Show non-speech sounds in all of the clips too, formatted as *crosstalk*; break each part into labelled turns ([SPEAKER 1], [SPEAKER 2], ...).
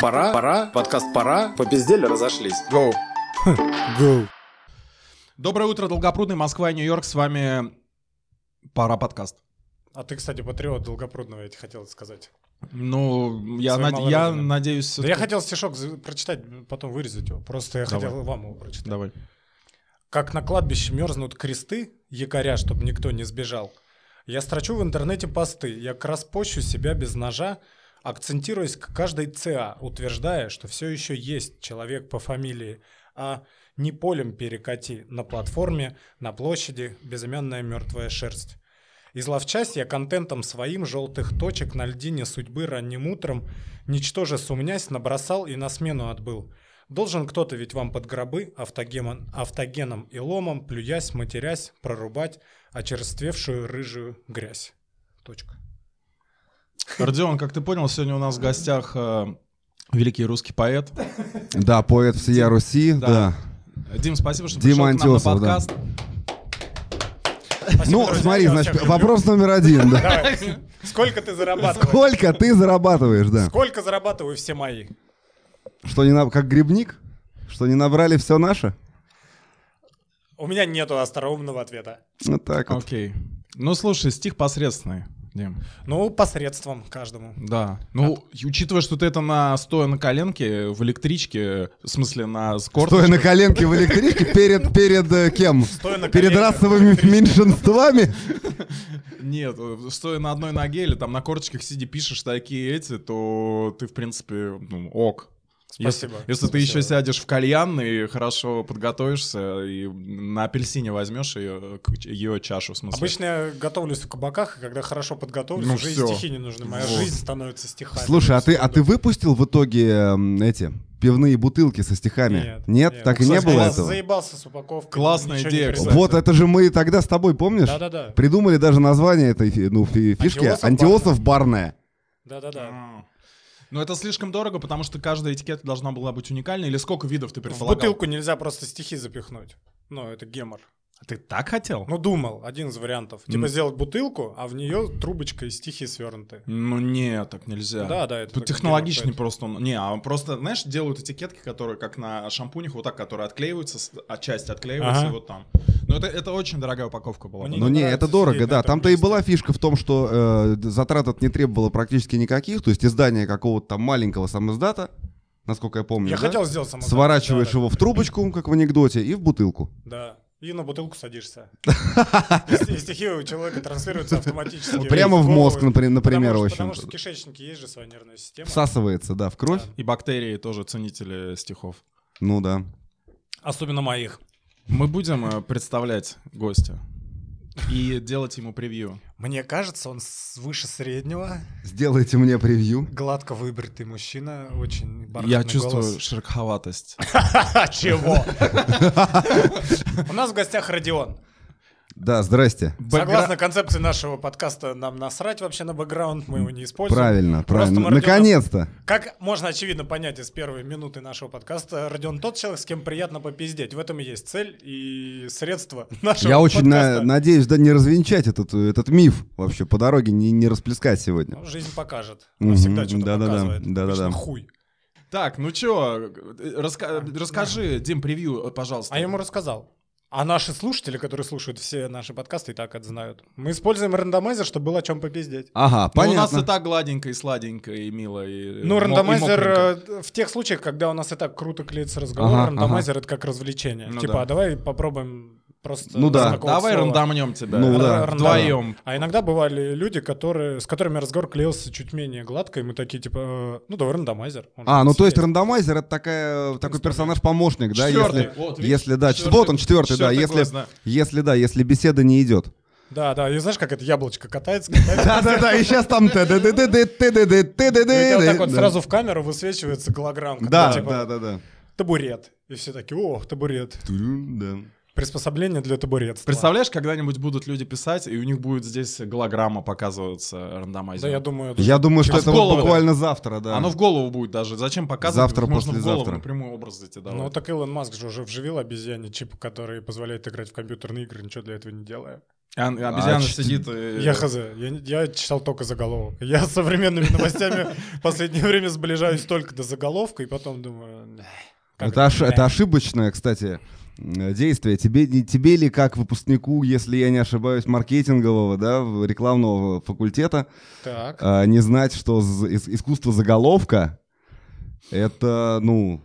[SPEAKER 1] Пора, пора, подкаст пора. Попиздели, разошлись.
[SPEAKER 2] Гоу. Гоу.
[SPEAKER 3] Доброе утро, Долгопрудный, Москва и Нью-Йорк. С вами Пора подкаст.
[SPEAKER 2] А ты, кстати, патриот Долгопрудного, я тебе хотел сказать.
[SPEAKER 3] Ну, я,
[SPEAKER 2] Своим
[SPEAKER 3] над- я
[SPEAKER 2] малолетним.
[SPEAKER 3] надеюсь... всё-таки-
[SPEAKER 2] Да я хотел стишок за- прочитать, потом вырезать его. Просто я
[SPEAKER 3] Давай.
[SPEAKER 2] хотел вам его прочитать.
[SPEAKER 3] Давай.
[SPEAKER 2] Как на кладбище мерзнут кресты, якоря, чтобы никто не сбежал. Я строчу в интернете посты, я краспощу себя без ножа, акцентируясь к каждой ЦА, утверждая, что все еще есть человек по фамилии, а не полем перекати на платформе, на площади, безымянная мертвая шерсть. Изловчась я контентом своим желтых точек на льдине судьбы ранним утром, ничтоже сумнясь, набросал и на смену отбыл. Должен кто-то ведь вам под гробы автогемон- автогеном и ломом, плюясь, матерясь, прорубать очерствевшую рыжую грязь. Точка.
[SPEAKER 3] Родион, как ты понял, сегодня у нас в гостях э, великий русский поэт.
[SPEAKER 4] Да, поэт всея Руси,
[SPEAKER 3] Да.
[SPEAKER 4] да.
[SPEAKER 3] Дим, спасибо, что
[SPEAKER 4] Дима
[SPEAKER 3] пришел к нам на
[SPEAKER 4] Антёсов, да.
[SPEAKER 3] подкаст.
[SPEAKER 2] Спасибо,
[SPEAKER 4] Ну,
[SPEAKER 2] друзья,
[SPEAKER 4] смотри,
[SPEAKER 2] я
[SPEAKER 4] значит,
[SPEAKER 2] всех
[SPEAKER 4] вопрос номер один, да. *laughs*
[SPEAKER 2] люблю. Давай. Сколько ты зарабатываешь?
[SPEAKER 4] Сколько ты зарабатываешь, да?
[SPEAKER 2] Сколько зарабатываю все мои?
[SPEAKER 4] Что не на... как грибник? Что не набрали все наше?
[SPEAKER 2] У меня нету остроумного ответа.
[SPEAKER 4] Вот так
[SPEAKER 2] А
[SPEAKER 4] вот.
[SPEAKER 3] Окей. Ну, слушай, стих посредственный, Дим.
[SPEAKER 2] Ну, посредством каждому.
[SPEAKER 3] Да. Ну, и учитывая, что ты это на стоя на коленке, в электричке, в смысле на
[SPEAKER 4] Стоя на
[SPEAKER 3] скорте.
[SPEAKER 4] коленке в электричке перед, перед э, кем?
[SPEAKER 2] Стоя на
[SPEAKER 4] Перед
[SPEAKER 2] коленях.
[SPEAKER 4] расовыми меньшинствами?
[SPEAKER 3] Нет, э, стоя на одной ноге или там на корточках сиди пишешь такие эти, то ты, в принципе, ну, ок. Если-
[SPEAKER 2] Спасибо.
[SPEAKER 3] Если, ты еще
[SPEAKER 2] Спасибо.
[SPEAKER 3] сядешь в кальян и хорошо подготовишься, и на апельсине возьмешь ее, ее чашу, в смысле.
[SPEAKER 2] Обычно я готовлюсь в кабаках, и когда хорошо подготовлюсь,
[SPEAKER 3] Ну
[SPEAKER 2] уже и
[SPEAKER 3] всё.
[SPEAKER 2] стихи не нужны. Моя
[SPEAKER 3] Вот.
[SPEAKER 2] жизнь становится стихами.
[SPEAKER 4] Слушай, а ты, а ты выпустил в итоге эм, эти пивные бутылки со стихами?
[SPEAKER 2] Нет.
[SPEAKER 4] Нет, так и
[SPEAKER 2] Кстати,
[SPEAKER 4] не было
[SPEAKER 2] я
[SPEAKER 4] этого.
[SPEAKER 2] заебался с упаковкой.
[SPEAKER 3] Классная
[SPEAKER 2] ничего
[SPEAKER 3] идея,
[SPEAKER 2] не
[SPEAKER 3] кстати.
[SPEAKER 2] придумал.
[SPEAKER 4] Вот это же мы тогда с тобой, помнишь?
[SPEAKER 2] Да-да-да.
[SPEAKER 4] Придумали даже название этой фи- ну, фи- фишки.
[SPEAKER 2] Антиосов
[SPEAKER 4] Антиосов барная.
[SPEAKER 2] Да-да-да.
[SPEAKER 3] Но это слишком дорого, потому что каждая этикетка должна была быть уникальной. Или сколько видов ты
[SPEAKER 2] В
[SPEAKER 3] предполагал?
[SPEAKER 2] бутылку нельзя просто стихи запихнуть. Ну, это гемор.
[SPEAKER 4] А
[SPEAKER 3] Ты так хотел?
[SPEAKER 2] Ну, думал, один из вариантов. Типа
[SPEAKER 3] М.
[SPEAKER 2] сделать бутылку, а в нее трубочка и стихи свернуты.
[SPEAKER 3] Ну нет, так нельзя.
[SPEAKER 2] Да, да, это
[SPEAKER 3] Тут
[SPEAKER 2] так
[SPEAKER 3] технологичнее
[SPEAKER 2] гемор,
[SPEAKER 3] просто. он- Не, а просто, знаешь, делают этикетки, которые как на шампунях, вот так, которые отклеиваются, с- а часть отклеивается
[SPEAKER 2] Ага.
[SPEAKER 3] и вот там. Но это, это очень дорогая упаковка была.
[SPEAKER 2] Мне
[SPEAKER 3] да.
[SPEAKER 4] Ну не,
[SPEAKER 2] нравится
[SPEAKER 4] это
[SPEAKER 2] сидеть на
[SPEAKER 4] дорого, да.
[SPEAKER 2] этом
[SPEAKER 4] Там-то и
[SPEAKER 2] месте.
[SPEAKER 4] была фишка в том, что э, д- затрат это не требовало практически никаких, то есть издание какого-то там маленького самоздата, насколько я помню,
[SPEAKER 2] Я
[SPEAKER 4] да?
[SPEAKER 2] хотел сделать самостоятельно.
[SPEAKER 4] сворачиваешь
[SPEAKER 2] Да,
[SPEAKER 4] его в трубочку, как в анекдоте, и в
[SPEAKER 2] *laughs*
[SPEAKER 4] бутылку.
[SPEAKER 2] Да. И на бутылку
[SPEAKER 4] *laughs*
[SPEAKER 2] садишься. И ст- и стихи у человека транслируются автоматически.
[SPEAKER 4] Ну, Прямо в
[SPEAKER 2] голову.
[SPEAKER 4] мозг, напри- например,
[SPEAKER 2] Потому что-
[SPEAKER 4] очень.
[SPEAKER 2] Потому что в кишечнике есть же своя нервная система.
[SPEAKER 4] Всасывается, да, в кровь.
[SPEAKER 2] Да.
[SPEAKER 3] И бактерии тоже ценители стихов.
[SPEAKER 4] Ну да.
[SPEAKER 2] Особенно моих.
[SPEAKER 3] Мы будем э, представлять гостя и делать ему превью.
[SPEAKER 2] Мне кажется, он свыше среднего,
[SPEAKER 4] Сделайте мне превью.
[SPEAKER 2] гладко выбритый мужчина, очень
[SPEAKER 3] Я
[SPEAKER 2] бархатный
[SPEAKER 3] чувствую
[SPEAKER 2] голос.
[SPEAKER 3] шероховатость.
[SPEAKER 2] А чего? У нас в гостях Родион.
[SPEAKER 4] Да, здрасте.
[SPEAKER 2] Согласно концепции нашего подкаста, нам насрать вообще на бэкграунд, мы его не используем.
[SPEAKER 4] Правильно,
[SPEAKER 2] Просто
[SPEAKER 4] правильно.
[SPEAKER 2] мы Родиона-
[SPEAKER 4] Наконец-то.
[SPEAKER 2] Как можно очевидно понять из первой минуты нашего подкаста, Родион тот человек, с кем приятно попиздеть. В этом и есть цель и средства *laughs* нашего
[SPEAKER 4] Я очень на-
[SPEAKER 2] подкаста.
[SPEAKER 4] надеюсь, да, не развенчать этот, этот миф вообще по дороге, не, не расплескать сегодня.
[SPEAKER 2] Ну, жизнь покажет. Она
[SPEAKER 4] Мгм,
[SPEAKER 2] всегда что-то
[SPEAKER 4] да-да-да,
[SPEAKER 2] показывает.
[SPEAKER 4] да-да-да.
[SPEAKER 2] Обычно хуй.
[SPEAKER 3] Так, ну чё, э, раска- расскажи, Дим, превью, э, пожалуйста.
[SPEAKER 2] А я ему рассказал. А наши слушатели, которые слушают все наши подкасты, и так это знают. Мы используем рандомайзер, чтобы было о чем попиздеть.
[SPEAKER 4] Ага,
[SPEAKER 3] Ну,
[SPEAKER 4] понятно.
[SPEAKER 3] у нас и так гладенько и сладенько и мило. Э, И,
[SPEAKER 2] Ну,
[SPEAKER 3] мо- и
[SPEAKER 2] рандомайзер
[SPEAKER 3] мокренько.
[SPEAKER 2] э, в тех случаях, когда у нас и так круто клеится разговор,
[SPEAKER 4] Ага,
[SPEAKER 2] рандомайзер это как развлечение.
[SPEAKER 3] Ну
[SPEAKER 2] типа,
[SPEAKER 3] да.
[SPEAKER 2] а давай попробуем просто.
[SPEAKER 4] Ну да.
[SPEAKER 2] знакомого
[SPEAKER 3] Давай
[SPEAKER 2] слова.
[SPEAKER 3] рандомнем тебя.
[SPEAKER 4] Ну
[SPEAKER 3] Р-
[SPEAKER 4] да,
[SPEAKER 3] Вдвоем.
[SPEAKER 2] А иногда бывали люди, которые, с которыми разговор клеился чуть менее гладко, и мы такие, типа, э, ну давай рандомайзер. Он
[SPEAKER 4] А,
[SPEAKER 2] же
[SPEAKER 4] ну
[SPEAKER 2] здесь
[SPEAKER 4] то есть рандомайзер это такая, э, такой персонаж-помощник, да?
[SPEAKER 3] Четвертый.
[SPEAKER 4] Если,
[SPEAKER 3] Вот, видишь,
[SPEAKER 4] если да,
[SPEAKER 3] четвертый-
[SPEAKER 4] вот он четвертый, да,
[SPEAKER 3] четвертый
[SPEAKER 4] если,
[SPEAKER 3] класс, да.
[SPEAKER 4] если да, если беседа не идет.
[SPEAKER 2] Да, да, и знаешь, как это яблочко катается, катается.
[SPEAKER 4] Да, да, да, и сейчас там
[SPEAKER 2] И у тебя вот так вот сразу в камеру высвечивается голограммка.
[SPEAKER 4] Да,
[SPEAKER 2] ну, типа,
[SPEAKER 4] да, да, да.
[SPEAKER 2] Табурет. И все такие, о, табурет.
[SPEAKER 4] Да.
[SPEAKER 2] Приспособление для табуретства.
[SPEAKER 3] Представляешь, когда-нибудь будут люди писать, и у них будет здесь голограмма показываться рандомайзер.
[SPEAKER 2] Да, я думаю, это
[SPEAKER 4] Я думаю, что
[SPEAKER 3] Через
[SPEAKER 4] это вот
[SPEAKER 3] голову.
[SPEAKER 4] буквально завтра, да.
[SPEAKER 3] Оно в голову будет даже. Зачем показывать?
[SPEAKER 4] Завтра,
[SPEAKER 3] Ведь Можно в голову
[SPEAKER 4] послезавтра.
[SPEAKER 3] напрямую образ эти давать.
[SPEAKER 2] Ну так Илон Маск же уже вживил обезьяне чип, который позволяет играть в компьютерные игры, ничего для этого не делая.
[SPEAKER 3] А- Обезьяна
[SPEAKER 4] А, ч-
[SPEAKER 3] сидит и...
[SPEAKER 2] Я хз, я, не- я читал только заголовок. Я с современными новостями в последнее время сближаюсь только до заголовка, и потом думаю... «Эх, как
[SPEAKER 4] Это, ош-
[SPEAKER 2] блядь».
[SPEAKER 4] это ошибочное, кстати, м, действие. Тебе, не- тебе ли, как выпускнику, если я не ошибаюсь, маркетингового, да, в- рекламного факультета,
[SPEAKER 2] Так.
[SPEAKER 4] а, не знать, что з- ис- искусство заголовка — это, ну,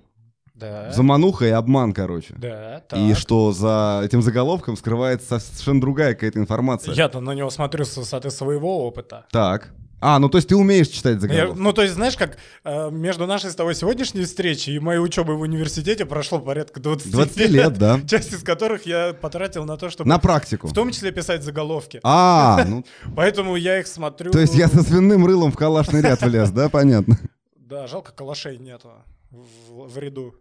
[SPEAKER 2] Да.
[SPEAKER 4] замануха и обман, короче.
[SPEAKER 2] Да, так.
[SPEAKER 4] И что за этим заголовком скрывается совершенно другая какая-то информация.
[SPEAKER 2] Я-то на него смотрю с высоты своего опыта.
[SPEAKER 4] Так. А, ну то есть ты умеешь читать
[SPEAKER 2] Ну, я-
[SPEAKER 4] заголовки.
[SPEAKER 2] ну, то есть, знаешь, как э, между нашей с тобой сегодняшней встречей и моей учебой в университете прошло порядка 20,
[SPEAKER 4] 20 лет, да.
[SPEAKER 2] Часть из которых я потратил на то, чтобы...
[SPEAKER 4] На практику.
[SPEAKER 2] В том числе писать заголовки.
[SPEAKER 4] А, ну
[SPEAKER 2] *laughs* Поэтому я их смотрю...
[SPEAKER 4] то есть я со свиным рылом в калашный ряд влез, да, понятно. *laughs*
[SPEAKER 2] Да, жалко, калашей нету в, в
[SPEAKER 4] *laughs*
[SPEAKER 2] ряду.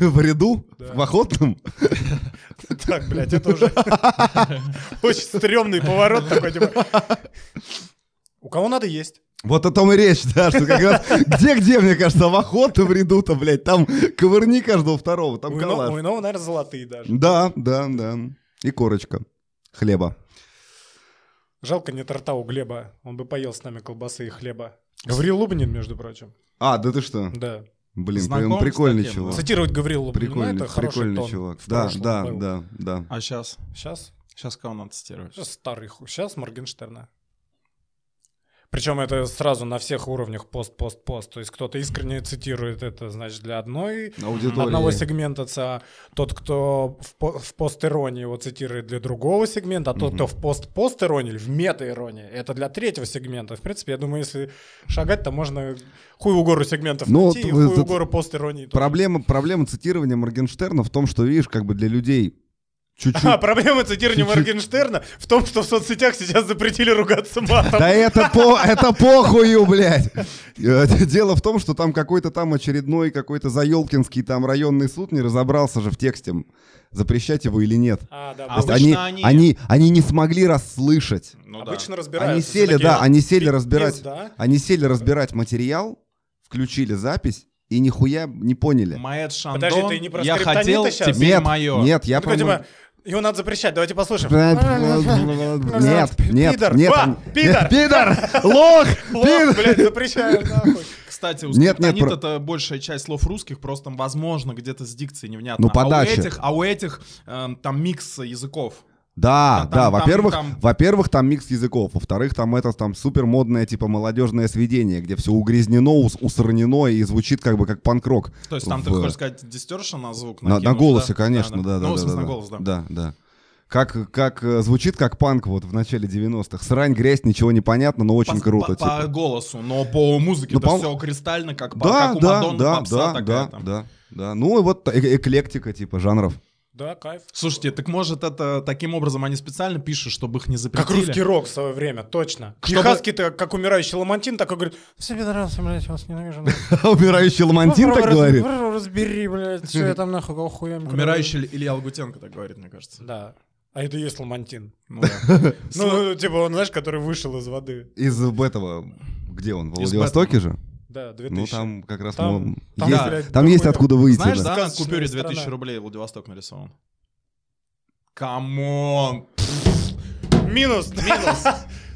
[SPEAKER 4] В ряду?
[SPEAKER 2] Да.
[SPEAKER 4] В охотном?
[SPEAKER 2] Так, блядь, это уже *laughs* очень стрёмный поворот такой, типа. У кого надо есть.
[SPEAKER 4] Вот о том и речь, да, что как раз где-где, мне кажется, в охоту в ряду-то, блядь, там ковырни каждого второго, там
[SPEAKER 2] У ино- у
[SPEAKER 4] калаш.
[SPEAKER 2] иного, наверное, золотые даже.
[SPEAKER 4] Да, да, да. И корочка хлеба.
[SPEAKER 2] Жалко нет рта у Глеба. Он бы поел с нами колбасы и хлеба. Гаврил Лубнин, между прочим.
[SPEAKER 4] А, да ты что?
[SPEAKER 2] Да.
[SPEAKER 4] Блин,
[SPEAKER 3] Знаком
[SPEAKER 4] прям
[SPEAKER 3] с
[SPEAKER 2] ну,
[SPEAKER 4] прикольный
[SPEAKER 3] таким,
[SPEAKER 4] чувак.
[SPEAKER 2] Цитировать Гаврил Лубнина —
[SPEAKER 4] Прикольный,
[SPEAKER 2] это хороший
[SPEAKER 4] прикольный
[SPEAKER 2] тон.
[SPEAKER 4] чувак.
[SPEAKER 2] В
[SPEAKER 4] Да,
[SPEAKER 2] прошлом
[SPEAKER 4] да,
[SPEAKER 2] был.
[SPEAKER 4] да, да.
[SPEAKER 3] А сейчас?
[SPEAKER 2] Сейчас?
[SPEAKER 3] Сейчас кого надо цитировать?
[SPEAKER 2] Сейчас старый хуй. Сейчас Моргенштерна. Причем это сразу на всех уровнях пост-пост-пост. То есть кто-то искренне цитирует это, значит, для одной
[SPEAKER 4] Аудитория.
[SPEAKER 2] одного сегмента ЦА, тот, кто в, по- в пост-иронии его цитирует для другого сегмента, а тот,
[SPEAKER 4] Мгм.
[SPEAKER 2] кто в пост-пост-иронии или в мета-иронии, это для третьего сегмента. В принципе, я думаю, если шагать, то можно хуй у гору сегментов
[SPEAKER 4] Ну,
[SPEAKER 2] найти и
[SPEAKER 4] вот
[SPEAKER 2] хуй у
[SPEAKER 4] это-
[SPEAKER 2] гору пост-иронии. тоже.
[SPEAKER 4] Проблема, проблема цитирования Моргенштерна в том, что, видишь, как бы для людей
[SPEAKER 2] *laughs*
[SPEAKER 4] чуть-чуть...
[SPEAKER 2] *laughs* А, проблема цитирования
[SPEAKER 4] Чуть-чуть.
[SPEAKER 2] Моргенштерна в том, что в соцсетях сейчас запретили ругаться матом.
[SPEAKER 4] Да это, по, это похую, блядь. Э, Дело в том, что там какой-то там очередной, какой-то заелкинский там районный суд не разобрался же в тексте, запрещать его или нет.
[SPEAKER 2] А, да,
[SPEAKER 3] А
[SPEAKER 2] было.
[SPEAKER 4] То есть
[SPEAKER 3] Обычно
[SPEAKER 4] они,
[SPEAKER 3] они-
[SPEAKER 4] они, они не смогли расслышать.
[SPEAKER 3] Ну да.
[SPEAKER 2] Обычно разбираются.
[SPEAKER 4] Они
[SPEAKER 2] все
[SPEAKER 4] сели,
[SPEAKER 2] такие,
[SPEAKER 4] да, они сели
[SPEAKER 2] «Пи-
[SPEAKER 4] разбирать,
[SPEAKER 2] пизда».
[SPEAKER 4] они сели разбирать материал, включили запись и нихуя не поняли.
[SPEAKER 3] Маэт Шандон,
[SPEAKER 2] Подожди, ты не про
[SPEAKER 3] я
[SPEAKER 2] скриптонита
[SPEAKER 3] хотел,
[SPEAKER 2] щас?
[SPEAKER 3] теперь
[SPEAKER 4] Нет,
[SPEAKER 3] мое.
[SPEAKER 4] нет, я
[SPEAKER 2] Ну, такой,
[SPEAKER 4] по-моему-
[SPEAKER 2] типа, его надо запрещать, давайте послушаем.
[SPEAKER 4] Нет, нет,
[SPEAKER 2] Пидор.
[SPEAKER 4] нет,
[SPEAKER 2] Ба,
[SPEAKER 4] он-
[SPEAKER 2] пидор.
[SPEAKER 4] нет, пидор,
[SPEAKER 3] *laughs*
[SPEAKER 4] лох,
[SPEAKER 2] Лох,
[SPEAKER 4] пидор.
[SPEAKER 2] блядь, запрещаю, нахуй.
[SPEAKER 3] Кстати, у
[SPEAKER 4] Нет, нет,
[SPEAKER 3] скриптонита
[SPEAKER 4] про-
[SPEAKER 3] это большая часть слов русских, просто, возможно, где-то с дикцией невнятно.
[SPEAKER 4] Ну,
[SPEAKER 3] А у
[SPEAKER 4] подача.
[SPEAKER 3] этих, а у этих эм, там микс языков.
[SPEAKER 4] Да,
[SPEAKER 3] Да, там-
[SPEAKER 4] да,
[SPEAKER 3] там-
[SPEAKER 4] во-первых,
[SPEAKER 3] там-
[SPEAKER 4] во-первых, там микс языков, во-вторых, там это там супер модное типа молодежное сведение, где все угрязнено, ус- усранено и звучит как бы как панк-рок.
[SPEAKER 3] То есть там ты
[SPEAKER 4] В-
[SPEAKER 3] хочешь сказать дистерша на звук?
[SPEAKER 4] На, на
[SPEAKER 3] накинуть,
[SPEAKER 4] голосе,
[SPEAKER 3] да?
[SPEAKER 4] конечно, да, да, да.
[SPEAKER 3] Ну, в
[SPEAKER 4] да,
[SPEAKER 3] смысле,
[SPEAKER 4] да.
[SPEAKER 3] на голос, да.
[SPEAKER 4] Да, да. Как, как э, звучит как панк вот в начале 90-х. Срань, грязь, ничего не понятно, но очень
[SPEAKER 3] По-
[SPEAKER 4] круто.
[SPEAKER 3] По, по
[SPEAKER 4] типа.
[SPEAKER 3] голосу, но по музыке
[SPEAKER 4] Ну,
[SPEAKER 3] это
[SPEAKER 4] по-
[SPEAKER 3] все кристально, как, по-
[SPEAKER 4] Да,
[SPEAKER 3] как у
[SPEAKER 4] да,
[SPEAKER 3] Мадонны
[SPEAKER 4] да,
[SPEAKER 3] попса
[SPEAKER 4] да,
[SPEAKER 3] такая
[SPEAKER 4] да,
[SPEAKER 3] там.
[SPEAKER 4] да, да. Ну и вот э- э- эклектика типа жанров.
[SPEAKER 2] Да, кайф.
[SPEAKER 3] Слушайте, так может это таким образом они специально пишут, чтобы их не запретили?
[SPEAKER 2] Как русский рок в свое время, точно.
[SPEAKER 3] Чтобы-
[SPEAKER 2] Техасский то как умирающий ламантин, такой говорит, все пидорасы, блядь, я вас ненавижу.
[SPEAKER 4] *laughs* Умирающий ламантин так
[SPEAKER 2] Раз-
[SPEAKER 4] говорит.
[SPEAKER 2] раз- Разбери, блядь, что я там нахуй, кого хуям. куда-
[SPEAKER 3] Умирающий Илья Лагутенко так говорит, мне кажется.
[SPEAKER 2] Да. А это и есть ламантин.
[SPEAKER 3] Ну
[SPEAKER 4] *laughs*
[SPEAKER 3] да.
[SPEAKER 2] Ну, типа, он, знаешь, который вышел из воды.
[SPEAKER 4] Из этого, где он, в
[SPEAKER 3] Из
[SPEAKER 4] Владивостоке же?
[SPEAKER 2] Да, 2000.
[SPEAKER 4] Ну там как раз
[SPEAKER 2] Там-
[SPEAKER 4] мы-
[SPEAKER 2] там,
[SPEAKER 4] есть,
[SPEAKER 2] блядь,
[SPEAKER 4] там есть
[SPEAKER 2] такое-
[SPEAKER 4] откуда выйти.
[SPEAKER 3] Знаешь,
[SPEAKER 4] да.
[SPEAKER 3] да, на
[SPEAKER 2] Сказочная
[SPEAKER 3] купюре
[SPEAKER 2] страна.
[SPEAKER 3] 2000 рублей Владивосток нарисован. Камон! *laughs*
[SPEAKER 2] Минус, минус.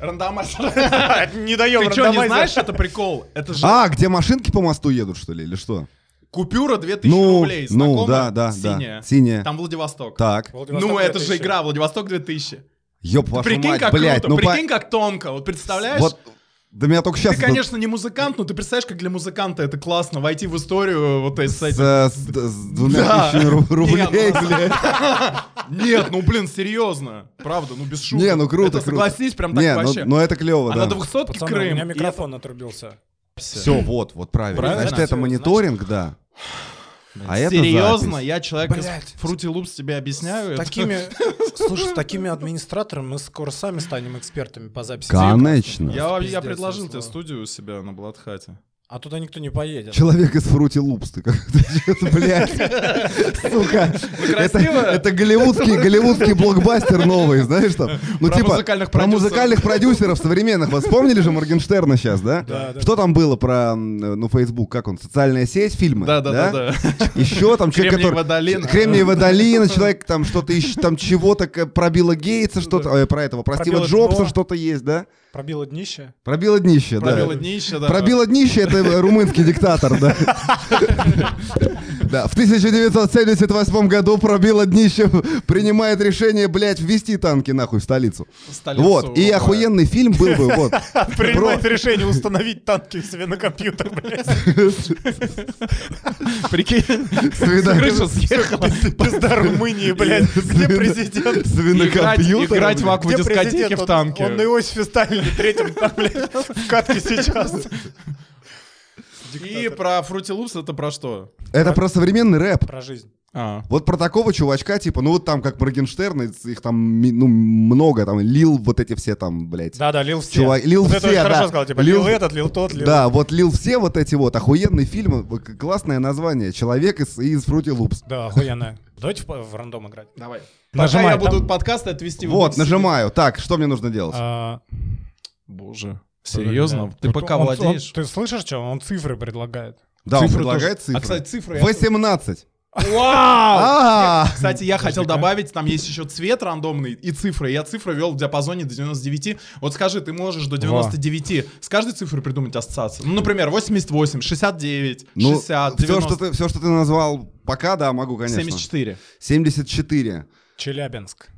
[SPEAKER 3] Рандомастер.
[SPEAKER 2] Не даем
[SPEAKER 3] Ты что, не знаешь, это прикол? Это же
[SPEAKER 4] А, где машинки по мосту едут, что ли, или что?
[SPEAKER 3] купюра 2000
[SPEAKER 4] Ну,
[SPEAKER 3] рублей.
[SPEAKER 4] ну,
[SPEAKER 3] знакомо?
[SPEAKER 4] да, да,
[SPEAKER 3] Синяя.
[SPEAKER 4] да. Синяя.
[SPEAKER 3] Там Владивосток.
[SPEAKER 4] Так.
[SPEAKER 3] Ну, это же игра Владивосток 2000.
[SPEAKER 4] Ёб вашу
[SPEAKER 3] Прикинь,
[SPEAKER 4] мать,
[SPEAKER 3] как
[SPEAKER 4] блядь.
[SPEAKER 3] круто,
[SPEAKER 4] ну, по-
[SPEAKER 3] прикинь, как тонко. Вот представляешь?
[SPEAKER 4] Вот, да меня только сейчас...
[SPEAKER 3] Ты, конечно, не музыкант, но ты представляешь, как для музыканта это классно войти в историю вот эти- с
[SPEAKER 4] с,
[SPEAKER 3] этим.
[SPEAKER 4] с- с двумя
[SPEAKER 3] Да.
[SPEAKER 4] тысячами ру-
[SPEAKER 3] *laughs*
[SPEAKER 4] рублей,
[SPEAKER 3] Не, ну, *laughs*
[SPEAKER 4] блядь.
[SPEAKER 3] Нет, ну блин, серьезно. Правда, ну без шуток.
[SPEAKER 4] Не, ну круто,
[SPEAKER 3] Это,
[SPEAKER 4] круто.
[SPEAKER 3] согласись, прям так
[SPEAKER 4] Не, ну,
[SPEAKER 3] вообще.
[SPEAKER 4] ну это клево,
[SPEAKER 3] а
[SPEAKER 4] да.
[SPEAKER 3] на двухсотке
[SPEAKER 2] Пацаны, у меня
[SPEAKER 3] Крым.
[SPEAKER 2] микрофон отрубился.
[SPEAKER 4] Все, вот, вот правильно.
[SPEAKER 2] Правильно?
[SPEAKER 4] Значит, это
[SPEAKER 2] Всё,
[SPEAKER 4] мониторинг, да. А это
[SPEAKER 3] Серьезно,
[SPEAKER 4] запись.
[SPEAKER 3] я человек
[SPEAKER 2] Блядь.
[SPEAKER 3] из Fruity Loops тебе объясняю. это?
[SPEAKER 2] Такими, *laughs* слушай, с такими администраторами мы скоро сами станем экспертами по записи.
[SPEAKER 4] Конечно.
[SPEAKER 3] *laughs* Я, я
[SPEAKER 2] Пиздец,
[SPEAKER 3] предложил
[SPEAKER 2] честно.
[SPEAKER 3] тебе студию у себя на Бладхате.
[SPEAKER 2] А туда никто не поедет.
[SPEAKER 4] Человек из Фрути Лупс, ты как-то, чё-то, блядь, сука. Это,
[SPEAKER 3] Ну, красиво.
[SPEAKER 4] это голливудский, голливудский блокбастер новый, знаешь там. Ну
[SPEAKER 3] Про
[SPEAKER 4] типа,
[SPEAKER 3] музыкальных
[SPEAKER 4] про
[SPEAKER 3] продюсеров.
[SPEAKER 4] музыкальных продюсеров современных. Вот вспомнили же Моргенштерна сейчас, да?
[SPEAKER 2] Да, да.
[SPEAKER 4] Что там было про, м, ну, Facebook, как он, социальная сеть, фильмы?
[SPEAKER 3] Да-да-да.
[SPEAKER 4] Еще там человек,
[SPEAKER 3] Кремниевая
[SPEAKER 4] который...
[SPEAKER 3] долина.
[SPEAKER 4] Кремниевая долина, человек там что-то ищет, там чего-то к- пробило Гейтса, что-то, ой, про этого, про Стива
[SPEAKER 2] Пробило
[SPEAKER 4] Джобса
[SPEAKER 2] дно.
[SPEAKER 4] что-то есть, да?
[SPEAKER 2] Пробило днище.
[SPEAKER 4] Пробило днище, да.
[SPEAKER 3] Пробило днище, да.
[SPEAKER 4] Пробило днище, это румынский диктатор, да. Да, в 1978 году пробило днище, принимает решение, блядь, ввести танки нахуй в столицу.
[SPEAKER 3] Столицу, э,
[SPEAKER 4] Вот, и
[SPEAKER 3] да.
[SPEAKER 4] охуенный фильм был бы, вот.
[SPEAKER 2] Принимает решение установить танки себе на компьютер, блядь.
[SPEAKER 3] *laughs*
[SPEAKER 4] *laughs*
[SPEAKER 3] Прикинь,
[SPEAKER 4] Свино-
[SPEAKER 3] крыша съехала.
[SPEAKER 2] Пизда Румынии, блядь. Где
[SPEAKER 4] свино-
[SPEAKER 2] президент?
[SPEAKER 4] свинокомпьютер,
[SPEAKER 3] играть в
[SPEAKER 4] блядь.
[SPEAKER 2] Где
[SPEAKER 3] аквадискотеке
[SPEAKER 2] президент?
[SPEAKER 3] в
[SPEAKER 2] Он-
[SPEAKER 3] танке.
[SPEAKER 2] Он на Иосифе Сталине третьем, там, блядь, в катке сейчас.
[SPEAKER 3] И про Фрути Лупс это про что?
[SPEAKER 4] Это про современный рэп.
[SPEAKER 2] Про жизнь.
[SPEAKER 3] А.
[SPEAKER 4] Вот про такого чувачка, типа, ну вот там, как Моргенштерн, и их там ми- ну, много, там, лил вот эти все там, блядь.
[SPEAKER 2] Да-да, лил все.
[SPEAKER 4] Чувак, лил
[SPEAKER 2] Вот это
[SPEAKER 4] все,
[SPEAKER 2] я
[SPEAKER 4] да.
[SPEAKER 2] хорошо сказал, типа,
[SPEAKER 4] Лил-
[SPEAKER 2] лил этот, лил тот, лил...
[SPEAKER 4] Да, вот лил все вот эти вот, охуенный фильм, вот к- классное название, человек из, из Фрути Лупс.
[SPEAKER 2] Да, охуенно. Давайте в, в рандом играть.
[SPEAKER 3] Давай. Пока
[SPEAKER 2] Нажимай
[SPEAKER 3] я
[SPEAKER 2] там.
[SPEAKER 3] буду подкасты отвести.
[SPEAKER 4] Вот,
[SPEAKER 3] вниз.
[SPEAKER 4] нажимаю. Так, что мне нужно делать?
[SPEAKER 2] А,
[SPEAKER 3] Боже. Серьезно?
[SPEAKER 2] да.
[SPEAKER 3] Ты
[SPEAKER 2] Вот
[SPEAKER 3] пока
[SPEAKER 2] он- он-
[SPEAKER 3] владеешь?
[SPEAKER 2] Ты слышишь, что он цифры предлагает?
[SPEAKER 4] Да, он
[SPEAKER 3] Цифры
[SPEAKER 4] предлагает
[SPEAKER 3] тоже. А, кстати, цифры...
[SPEAKER 4] цифры.
[SPEAKER 3] я-
[SPEAKER 4] 18.
[SPEAKER 3] Вау!
[SPEAKER 4] А,
[SPEAKER 3] Кстати, я хотел
[SPEAKER 2] Подожди-ка.
[SPEAKER 3] добавить, там есть еще цвет рандомный и цифры. Я цифры вел в диапазоне до 99. Вот скажи, ты можешь до 99 с каждой цифры придумать ассоциацию? Ну, например, 88, 69,
[SPEAKER 4] Ну,
[SPEAKER 3] 60,
[SPEAKER 4] все, что
[SPEAKER 3] 90,
[SPEAKER 4] ты, все, что ты назвал пока, да, могу, конечно.
[SPEAKER 3] 74.
[SPEAKER 4] 74.
[SPEAKER 2] Челябинск.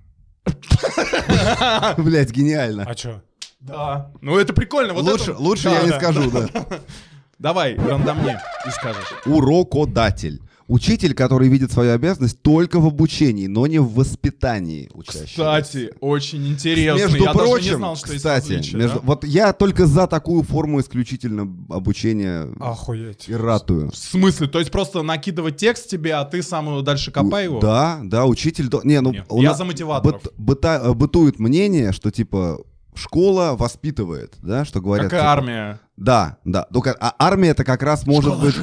[SPEAKER 4] *laughs* Блять, гениально.
[SPEAKER 2] А чё?
[SPEAKER 3] Да. Ну, это прикольно. Вот
[SPEAKER 4] лучше
[SPEAKER 3] это-
[SPEAKER 4] лучше
[SPEAKER 3] Да,
[SPEAKER 4] я не
[SPEAKER 3] да.
[SPEAKER 4] скажу, да.
[SPEAKER 3] *laughs* Давай, рандомни и скажешь.
[SPEAKER 4] Урокодатель. Учитель, который видит свою обязанность только в обучении, но не в воспитании учащегося.
[SPEAKER 3] Кстати, очень интересно.
[SPEAKER 4] между
[SPEAKER 3] я
[SPEAKER 4] прочим,
[SPEAKER 3] даже не знал, что есть
[SPEAKER 4] кстати,
[SPEAKER 3] различия,
[SPEAKER 4] между-
[SPEAKER 3] да?
[SPEAKER 4] вот я только за такую форму исключительно обучения
[SPEAKER 3] А,
[SPEAKER 2] Охуеть.
[SPEAKER 4] и ратую.
[SPEAKER 3] В смысле? То есть просто накидывать текст тебе, а ты сам его дальше копай его?
[SPEAKER 4] Да, да, учитель... до- Не, ну,
[SPEAKER 3] Нет,
[SPEAKER 4] у
[SPEAKER 3] я
[SPEAKER 4] нас
[SPEAKER 3] за мотиваторов.
[SPEAKER 4] быт- быта- э, бытует мнение, что типа школа воспитывает, да, что говорят.
[SPEAKER 3] Как и
[SPEAKER 4] типа,
[SPEAKER 3] армия.
[SPEAKER 4] Да, да. Только, а армия это как раз может быть,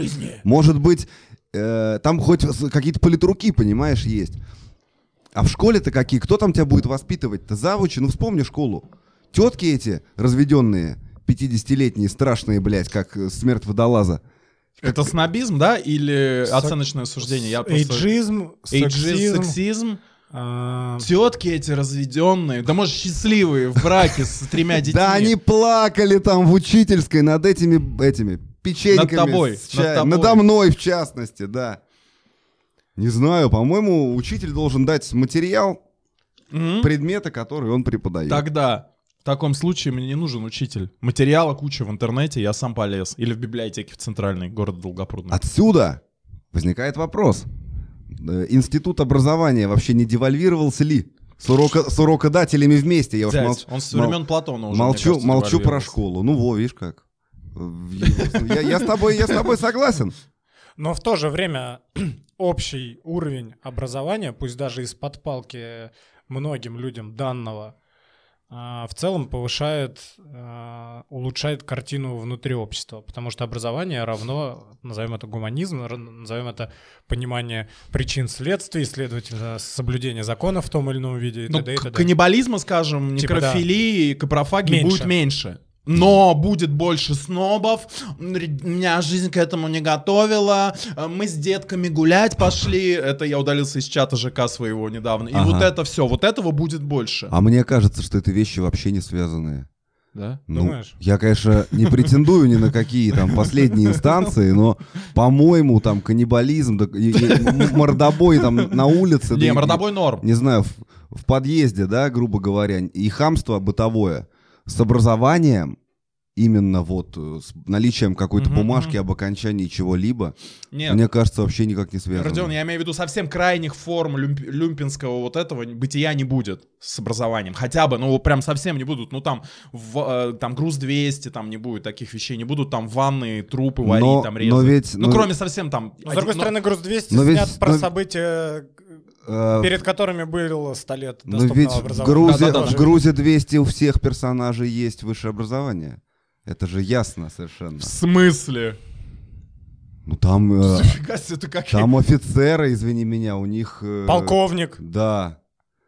[SPEAKER 4] может быть, э, там хоть с- какие-то политруки, понимаешь, есть. А в школе-то какие? Кто там тебя будет воспитывать-то? Завучи? Ну вспомни школу. Тетки эти разведенные, 50-летние, страшные, блядь, как э, смерть водолаза.
[SPEAKER 3] Это снобизм, да? Или
[SPEAKER 2] Сек-
[SPEAKER 3] оценочное суждение? Я просто...
[SPEAKER 2] Эйджизм,
[SPEAKER 3] Эйджизм,
[SPEAKER 2] сексизм.
[SPEAKER 3] сексизм.
[SPEAKER 2] а,
[SPEAKER 3] Тетки эти разведенные, да может счастливые в браке с тремя детьми.
[SPEAKER 4] Да они плакали там в учительской над этими, этими печеньками.
[SPEAKER 3] Над тобой,
[SPEAKER 4] с чаем.
[SPEAKER 3] над тобой.
[SPEAKER 4] Надо мной, в частности, да. Не знаю, по-моему, учитель должен дать материал
[SPEAKER 3] Мгм.
[SPEAKER 4] предмета, который он преподает.
[SPEAKER 3] Тогда в таком случае мне не нужен учитель. Материала куча в интернете, я сам полез. Или в библиотеке в центральной города Долгопрудный.
[SPEAKER 4] Отсюда возникает вопрос. Э, Институт образования вообще не девальвировался ли? С, урока- с урокодателями вместе. Я уж
[SPEAKER 3] Дядь,
[SPEAKER 4] молч-
[SPEAKER 3] он со
[SPEAKER 4] мол-
[SPEAKER 3] времен Платона уже, мне
[SPEAKER 4] молчу,
[SPEAKER 3] кажется,
[SPEAKER 4] молчу про
[SPEAKER 3] девальвировался.
[SPEAKER 4] школу. Ну, во, видишь как. Э, Я, я с тобой, я с тобой согласен.
[SPEAKER 2] Но в то же время *clears throat* общий уровень образования, пусть даже из-под палки многим людям данного, а, в целом повышает, а, улучшает картину внутри общества, потому что образование равно, назовем это гуманизм, ра- назовем это понимание причин следствий, следовательно, соблюдение законов в том или ином виде и
[SPEAKER 3] Ну,
[SPEAKER 2] т.д. и
[SPEAKER 3] к-
[SPEAKER 2] т.д.
[SPEAKER 3] каннибализма, скажем,
[SPEAKER 2] Типа,
[SPEAKER 3] некрофилии и капрофагии
[SPEAKER 2] Меньше.
[SPEAKER 3] будет меньше. Но будет больше снобов, М, р- меня жизнь к этому не готовила, Э, мы с детками гулять пошли, это я удалился из чата ЖК своего недавно, и
[SPEAKER 4] Ага.
[SPEAKER 3] вот это все, вот этого будет больше.
[SPEAKER 4] А мне кажется, что это вещи вообще не связанные.
[SPEAKER 3] Да?
[SPEAKER 4] Ну,
[SPEAKER 2] Думаешь?
[SPEAKER 4] я, конечно, не претендую ни на какие там последние инстанции, но, по-моему, там каннибализм, да, и- и м- мордобой там на улице. да
[SPEAKER 3] Не,
[SPEAKER 4] и-
[SPEAKER 3] мордобой норм.
[SPEAKER 4] не знаю, в, в подъезде, да, грубо говоря, и хамство бытовое с образованием, именно вот э, с наличием какой-то
[SPEAKER 3] Мгм,
[SPEAKER 4] бумажки об окончании чего-либо,
[SPEAKER 3] Нет.
[SPEAKER 4] мне кажется, вообще никак не связано.
[SPEAKER 3] Родион, я имею в виду совсем крайних форм люмп- люмпинского вот этого бытия не будет с образованием. Хотя бы, ну вот прям совсем не будут. Ну там, в- э, там груз 200, там не будет таких вещей, не будут там ванны, трупы варить,
[SPEAKER 4] Но-
[SPEAKER 3] там
[SPEAKER 4] но
[SPEAKER 3] резать.
[SPEAKER 4] ведь-
[SPEAKER 3] ну
[SPEAKER 4] но-
[SPEAKER 3] кроме совсем там...
[SPEAKER 2] Но, с
[SPEAKER 3] один-
[SPEAKER 2] другой
[SPEAKER 3] ну,
[SPEAKER 2] стороны, груз 200
[SPEAKER 4] но ведь-
[SPEAKER 2] снят про
[SPEAKER 4] но-
[SPEAKER 2] события,
[SPEAKER 4] Э,
[SPEAKER 2] перед которыми было 100 лет
[SPEAKER 4] но
[SPEAKER 2] доступного
[SPEAKER 4] ведь в
[SPEAKER 2] образования.
[SPEAKER 4] Грузе,
[SPEAKER 2] Да-да-да.
[SPEAKER 4] в Грузе 200 у всех персонажей есть высшее образование. Это же ясно совершенно.
[SPEAKER 3] В
[SPEAKER 2] *laughs*
[SPEAKER 3] смысле?
[SPEAKER 4] Ну там,
[SPEAKER 3] *laughs*
[SPEAKER 4] э,
[SPEAKER 3] Нифига себе, ты как...
[SPEAKER 4] там офицеры, извини меня, у них... э,
[SPEAKER 2] Полковник,
[SPEAKER 4] Да.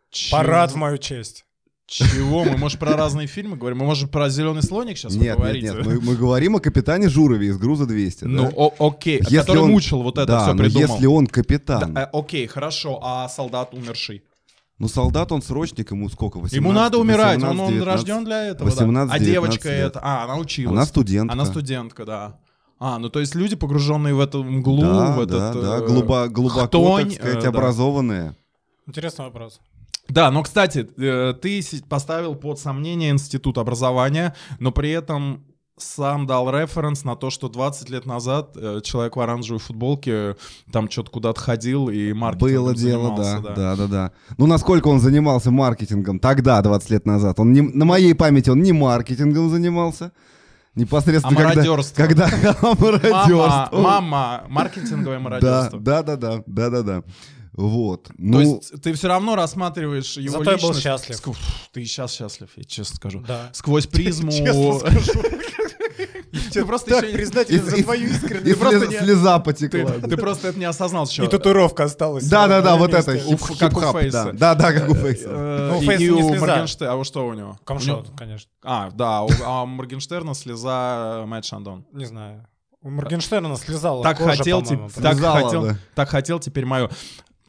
[SPEAKER 3] Чего?
[SPEAKER 2] *laughs* парад в мою честь.
[SPEAKER 3] Чего? Мы, может, про разные фильмы говорим? Мы, может, про «Зеленый слоник» сейчас
[SPEAKER 4] Нет, нет,
[SPEAKER 3] поговорить?
[SPEAKER 4] нет, мы, мы говорим о капитане Журове из «Груза 200».
[SPEAKER 3] Ну,
[SPEAKER 4] да?
[SPEAKER 3] о- окей,
[SPEAKER 4] Если
[SPEAKER 3] который
[SPEAKER 4] он-
[SPEAKER 3] мучил вот это
[SPEAKER 4] да,
[SPEAKER 3] все,
[SPEAKER 4] но
[SPEAKER 3] придумал.
[SPEAKER 4] если он капитан,
[SPEAKER 3] Да, э, окей, хорошо, а солдат умерший?
[SPEAKER 4] ну солдат он срочник, ему сколько, 18?
[SPEAKER 3] Ему надо умирать, он,
[SPEAKER 4] 18,
[SPEAKER 3] он
[SPEAKER 4] 19.
[SPEAKER 3] рожден для этого. да.
[SPEAKER 4] 18,
[SPEAKER 3] А
[SPEAKER 4] 19
[SPEAKER 3] девочка
[SPEAKER 4] лет.
[SPEAKER 3] это, а, она училась.
[SPEAKER 4] Она студентка.
[SPEAKER 3] Она студентка, да. А, ну то есть люди, погруженные в эту мглу, в
[SPEAKER 4] да, да,
[SPEAKER 3] этот...
[SPEAKER 4] да,
[SPEAKER 3] э,
[SPEAKER 4] глуба- глубоко,
[SPEAKER 3] хтонь,
[SPEAKER 4] так сказать,
[SPEAKER 3] э, да.
[SPEAKER 4] образованные.
[SPEAKER 2] Интересный вопрос.
[SPEAKER 3] Да, но, кстати, э, ты си- поставил под сомнение институт образования, но при этом сам дал референс на то, что 20 лет назад э, человек в оранжевой футболке э, там что-то куда-то ходил и маркетингом
[SPEAKER 4] Было дело, да,
[SPEAKER 3] занимался,
[SPEAKER 4] да, да, да, Ну, насколько он занимался маркетингом тогда, 20 лет назад, он не, на моей памяти он не маркетингом занимался, непосредственно
[SPEAKER 3] А
[SPEAKER 4] когда...
[SPEAKER 3] мародерством.
[SPEAKER 4] Когда *laughs*
[SPEAKER 3] Мама,
[SPEAKER 4] мародерством.
[SPEAKER 3] мама, маркетинговое
[SPEAKER 4] Да,
[SPEAKER 3] мародерство.
[SPEAKER 4] да, да, да, да, да, да. Вот.
[SPEAKER 3] То
[SPEAKER 4] Ну,
[SPEAKER 3] есть ты все равно рассматриваешь его
[SPEAKER 2] Зато я был
[SPEAKER 3] личность-
[SPEAKER 2] счастлив.
[SPEAKER 3] Ск- Фу, Ты сейчас счастлив, я *laughs* честно скажу.
[SPEAKER 2] Да.
[SPEAKER 3] Сквозь призму...
[SPEAKER 2] Честно скажу.
[SPEAKER 3] Ты просто
[SPEAKER 2] Так
[SPEAKER 3] еще-
[SPEAKER 2] признателен
[SPEAKER 4] из-
[SPEAKER 2] за
[SPEAKER 4] из-
[SPEAKER 2] твою
[SPEAKER 4] и
[SPEAKER 2] искренность.
[SPEAKER 3] ты просто
[SPEAKER 4] слез-
[SPEAKER 3] не-
[SPEAKER 4] слеза
[SPEAKER 3] ты-
[SPEAKER 4] потекла.
[SPEAKER 3] Ты просто это не осознал еще.
[SPEAKER 2] И татуировка осталась.
[SPEAKER 4] Да, да, да,
[SPEAKER 2] на
[SPEAKER 4] вот
[SPEAKER 2] месте.
[SPEAKER 4] это.
[SPEAKER 3] У-
[SPEAKER 4] хип-
[SPEAKER 3] как у
[SPEAKER 4] хип-хап,
[SPEAKER 3] Фейса.
[SPEAKER 4] Да, да, да, как у Фейса.
[SPEAKER 3] Э,
[SPEAKER 2] Ну,
[SPEAKER 3] и-
[SPEAKER 2] Фейс
[SPEAKER 3] и
[SPEAKER 2] не
[SPEAKER 3] у
[SPEAKER 2] слеза.
[SPEAKER 3] Моргенштерна... А у что у него? У
[SPEAKER 2] Камшот,
[SPEAKER 3] него-
[SPEAKER 2] конечно.
[SPEAKER 3] А, да, у а у Моргенштерна слеза э, Мэтт Шандон.
[SPEAKER 2] Не знаю. У Моргенштерна слезала
[SPEAKER 3] Так
[SPEAKER 2] кожа,
[SPEAKER 3] хотел,
[SPEAKER 2] по-моему,
[SPEAKER 3] тип-
[SPEAKER 2] просто.
[SPEAKER 3] так
[SPEAKER 4] Слезала,
[SPEAKER 3] хотел,
[SPEAKER 4] да.
[SPEAKER 3] так хотел, теперь мое.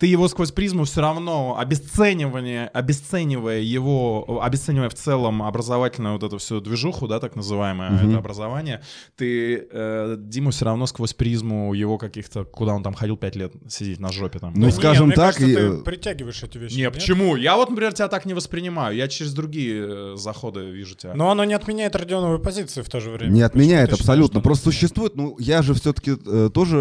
[SPEAKER 3] Ты его сквозь призму все равно обесценивание, обесценивая его, обесценивая в целом образовательную вот эту всю движуху, да, так называемое
[SPEAKER 4] Мгм.
[SPEAKER 3] это образование, ты э, Диму все равно сквозь призму его каких-то, куда он там ходил пять лет сидеть на жопе там.
[SPEAKER 4] Ну,
[SPEAKER 2] Не,
[SPEAKER 4] скажем
[SPEAKER 2] мне
[SPEAKER 4] так,
[SPEAKER 2] кажется,
[SPEAKER 4] и-
[SPEAKER 2] ты притягиваешь эти вещи.
[SPEAKER 3] не,
[SPEAKER 2] нет?
[SPEAKER 3] почему? Я вот, например, тебя так не воспринимаю. Я через другие э, заходы вижу тебя.
[SPEAKER 2] Но оно не отменяет Родионовой позиции в то же
[SPEAKER 3] э,
[SPEAKER 2] время.
[SPEAKER 4] Не отменяет
[SPEAKER 2] Ты считаешь,
[SPEAKER 4] абсолютно.
[SPEAKER 2] что
[SPEAKER 4] Просто
[SPEAKER 2] она отменяет?
[SPEAKER 4] существует. Ну, я же все-таки тоже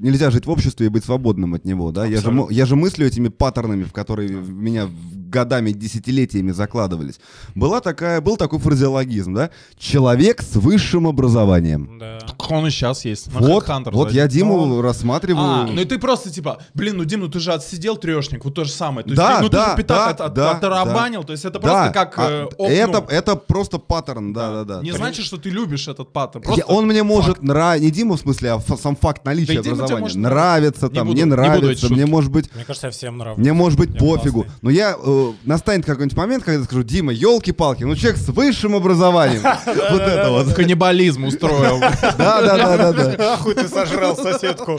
[SPEAKER 4] нельзя жить в обществе и быть свободным от него, да? Я же, мо- я же мыслю этими паттернами, в которые в меня в- годами, десятилетиями закладывались. Была такая, был такой фразеологизм, да? Человек с высшим образованием.
[SPEAKER 2] Да.
[SPEAKER 3] Он и сейчас есть. Ну, На
[SPEAKER 4] вот,
[SPEAKER 3] Headhunter
[SPEAKER 4] вот
[SPEAKER 3] зайди.
[SPEAKER 4] я Диму
[SPEAKER 3] Ну,
[SPEAKER 4] рассматриваю.
[SPEAKER 3] А, ну и ты просто типа, блин, ну Дим, ну ты же отсидел трешник, вот то же самое. То есть
[SPEAKER 4] Да,
[SPEAKER 3] ты, ну ты
[SPEAKER 4] да,
[SPEAKER 3] же пятак
[SPEAKER 4] да,
[SPEAKER 3] от- от-
[SPEAKER 4] да,
[SPEAKER 3] оттарабанил, то есть это
[SPEAKER 4] Да,
[SPEAKER 3] просто как
[SPEAKER 4] а,
[SPEAKER 3] э, оп,
[SPEAKER 4] это,
[SPEAKER 3] ну,
[SPEAKER 4] это просто паттерн, да, да, да.
[SPEAKER 3] Не
[SPEAKER 4] То
[SPEAKER 3] значит, что ты любишь этот паттерн.
[SPEAKER 4] Я-
[SPEAKER 3] Просто
[SPEAKER 4] он мне может нравиться, не Дима в смысле, а фа- сам факт наличия
[SPEAKER 3] Да и Дима тебе
[SPEAKER 4] образования.
[SPEAKER 3] может
[SPEAKER 4] нравится
[SPEAKER 3] Не
[SPEAKER 4] там,
[SPEAKER 3] буду-
[SPEAKER 4] не
[SPEAKER 3] не буду эти
[SPEAKER 4] нравится, мне
[SPEAKER 3] шутки.
[SPEAKER 4] может быть,
[SPEAKER 2] Мне кажется, я всем нравлюсь.
[SPEAKER 4] мне может быть
[SPEAKER 2] Я
[SPEAKER 4] пофигу.
[SPEAKER 2] классный.
[SPEAKER 4] Но я э, настанет какой-нибудь момент, когда я скажу, Дима, елки-палки, ну человек с
[SPEAKER 3] *laughs*
[SPEAKER 4] высшим образованием. Вот это вот.
[SPEAKER 3] каннибализм устроил.
[SPEAKER 4] *laughs* Да, да, да, да,
[SPEAKER 3] *laughs*
[SPEAKER 2] *laughs*
[SPEAKER 4] да.
[SPEAKER 2] Ахуй ты сожрал соседку.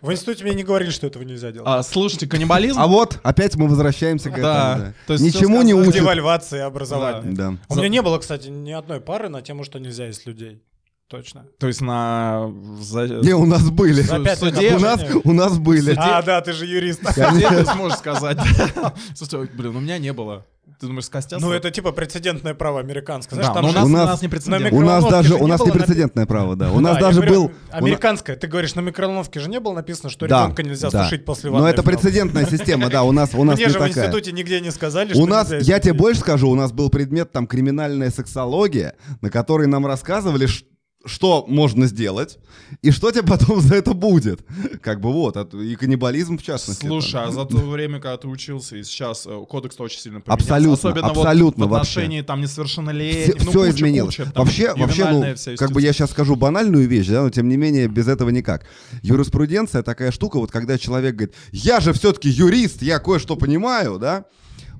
[SPEAKER 2] В институте мне не говорили, что этого нельзя делать.
[SPEAKER 3] А, Слушайте, каннибализм...
[SPEAKER 4] А вот опять мы возвращаемся к
[SPEAKER 3] Да,
[SPEAKER 4] этому.
[SPEAKER 3] то
[SPEAKER 4] да.
[SPEAKER 3] есть
[SPEAKER 4] Ничему
[SPEAKER 3] всё
[SPEAKER 4] не
[SPEAKER 3] сказали.
[SPEAKER 4] учат.
[SPEAKER 2] Девальвация образования.
[SPEAKER 4] Да.
[SPEAKER 2] У меня не было, кстати, ни одной пары на тему, что нельзя есть людей. Точно.
[SPEAKER 3] То есть на...
[SPEAKER 4] *laughs*
[SPEAKER 3] за-
[SPEAKER 4] Не, у нас были.
[SPEAKER 2] За пять лет
[SPEAKER 3] суде-
[SPEAKER 4] Ну, *laughs* У нас,
[SPEAKER 2] обучения.
[SPEAKER 4] у нас были.
[SPEAKER 2] А, да, ты же юрист.
[SPEAKER 3] Где ты сможешь сказать? *laughs* Слушай, ой, блин, у меня не было. Ты думаешь, с Костясом?
[SPEAKER 2] *laughs* Ну, это типа прецедентное право американское. Знаешь,
[SPEAKER 3] Да,
[SPEAKER 2] там
[SPEAKER 3] но у
[SPEAKER 2] же-
[SPEAKER 3] нас, у
[SPEAKER 4] У нас-
[SPEAKER 3] нас не прецедент.
[SPEAKER 4] У нас
[SPEAKER 2] микроволновке
[SPEAKER 4] даже,
[SPEAKER 2] же
[SPEAKER 4] у
[SPEAKER 2] не
[SPEAKER 4] нас
[SPEAKER 2] было
[SPEAKER 4] непрецедентное право, да. У нас
[SPEAKER 2] Да, я
[SPEAKER 4] даже
[SPEAKER 2] говорю,
[SPEAKER 4] был... у на-
[SPEAKER 2] Американское. Ты говоришь, на микроволновке же не было написано, что
[SPEAKER 4] Да,
[SPEAKER 2] ребенка нельзя
[SPEAKER 4] да.
[SPEAKER 2] сушить после ванны.
[SPEAKER 4] Но это
[SPEAKER 2] в нем.
[SPEAKER 4] прецедентная система, да, у нас, у
[SPEAKER 2] *laughs*
[SPEAKER 4] нас
[SPEAKER 2] Мне
[SPEAKER 4] не
[SPEAKER 2] же в
[SPEAKER 4] такая.
[SPEAKER 2] институте нигде не сказали, что
[SPEAKER 4] У нас,
[SPEAKER 2] нельзя
[SPEAKER 4] я
[SPEAKER 2] есть
[SPEAKER 4] тебе
[SPEAKER 2] людей.
[SPEAKER 4] больше скажу, у нас был предмет там криминальная сексология, на которой нам рассказывали, ш- что можно сделать и что тебе *laughs* потом за это будет. Как бы вот, от- и каннибализм в частности.
[SPEAKER 3] Слушай,
[SPEAKER 4] там.
[SPEAKER 3] а
[SPEAKER 4] *laughs*
[SPEAKER 3] за то время, когда ты учился, и сейчас э, кодекс очень сильно поменялся.
[SPEAKER 4] Абсолютно,
[SPEAKER 3] Особенно вот
[SPEAKER 4] абсолютно
[SPEAKER 3] в
[SPEAKER 4] вообще.
[SPEAKER 3] отношении там
[SPEAKER 4] все,
[SPEAKER 3] несовершеннолетних. ну,
[SPEAKER 4] всё
[SPEAKER 3] куча,
[SPEAKER 4] изменилось.
[SPEAKER 3] куча, там,
[SPEAKER 4] вообще, вообще, ну,
[SPEAKER 3] ювенальная вся
[SPEAKER 4] как бы я сейчас скажу банальную вещь, да, но тем не менее без этого никак. Юриспруденция такая штука, вот когда человек говорит, я же все-таки юрист, я кое-что понимаю, да.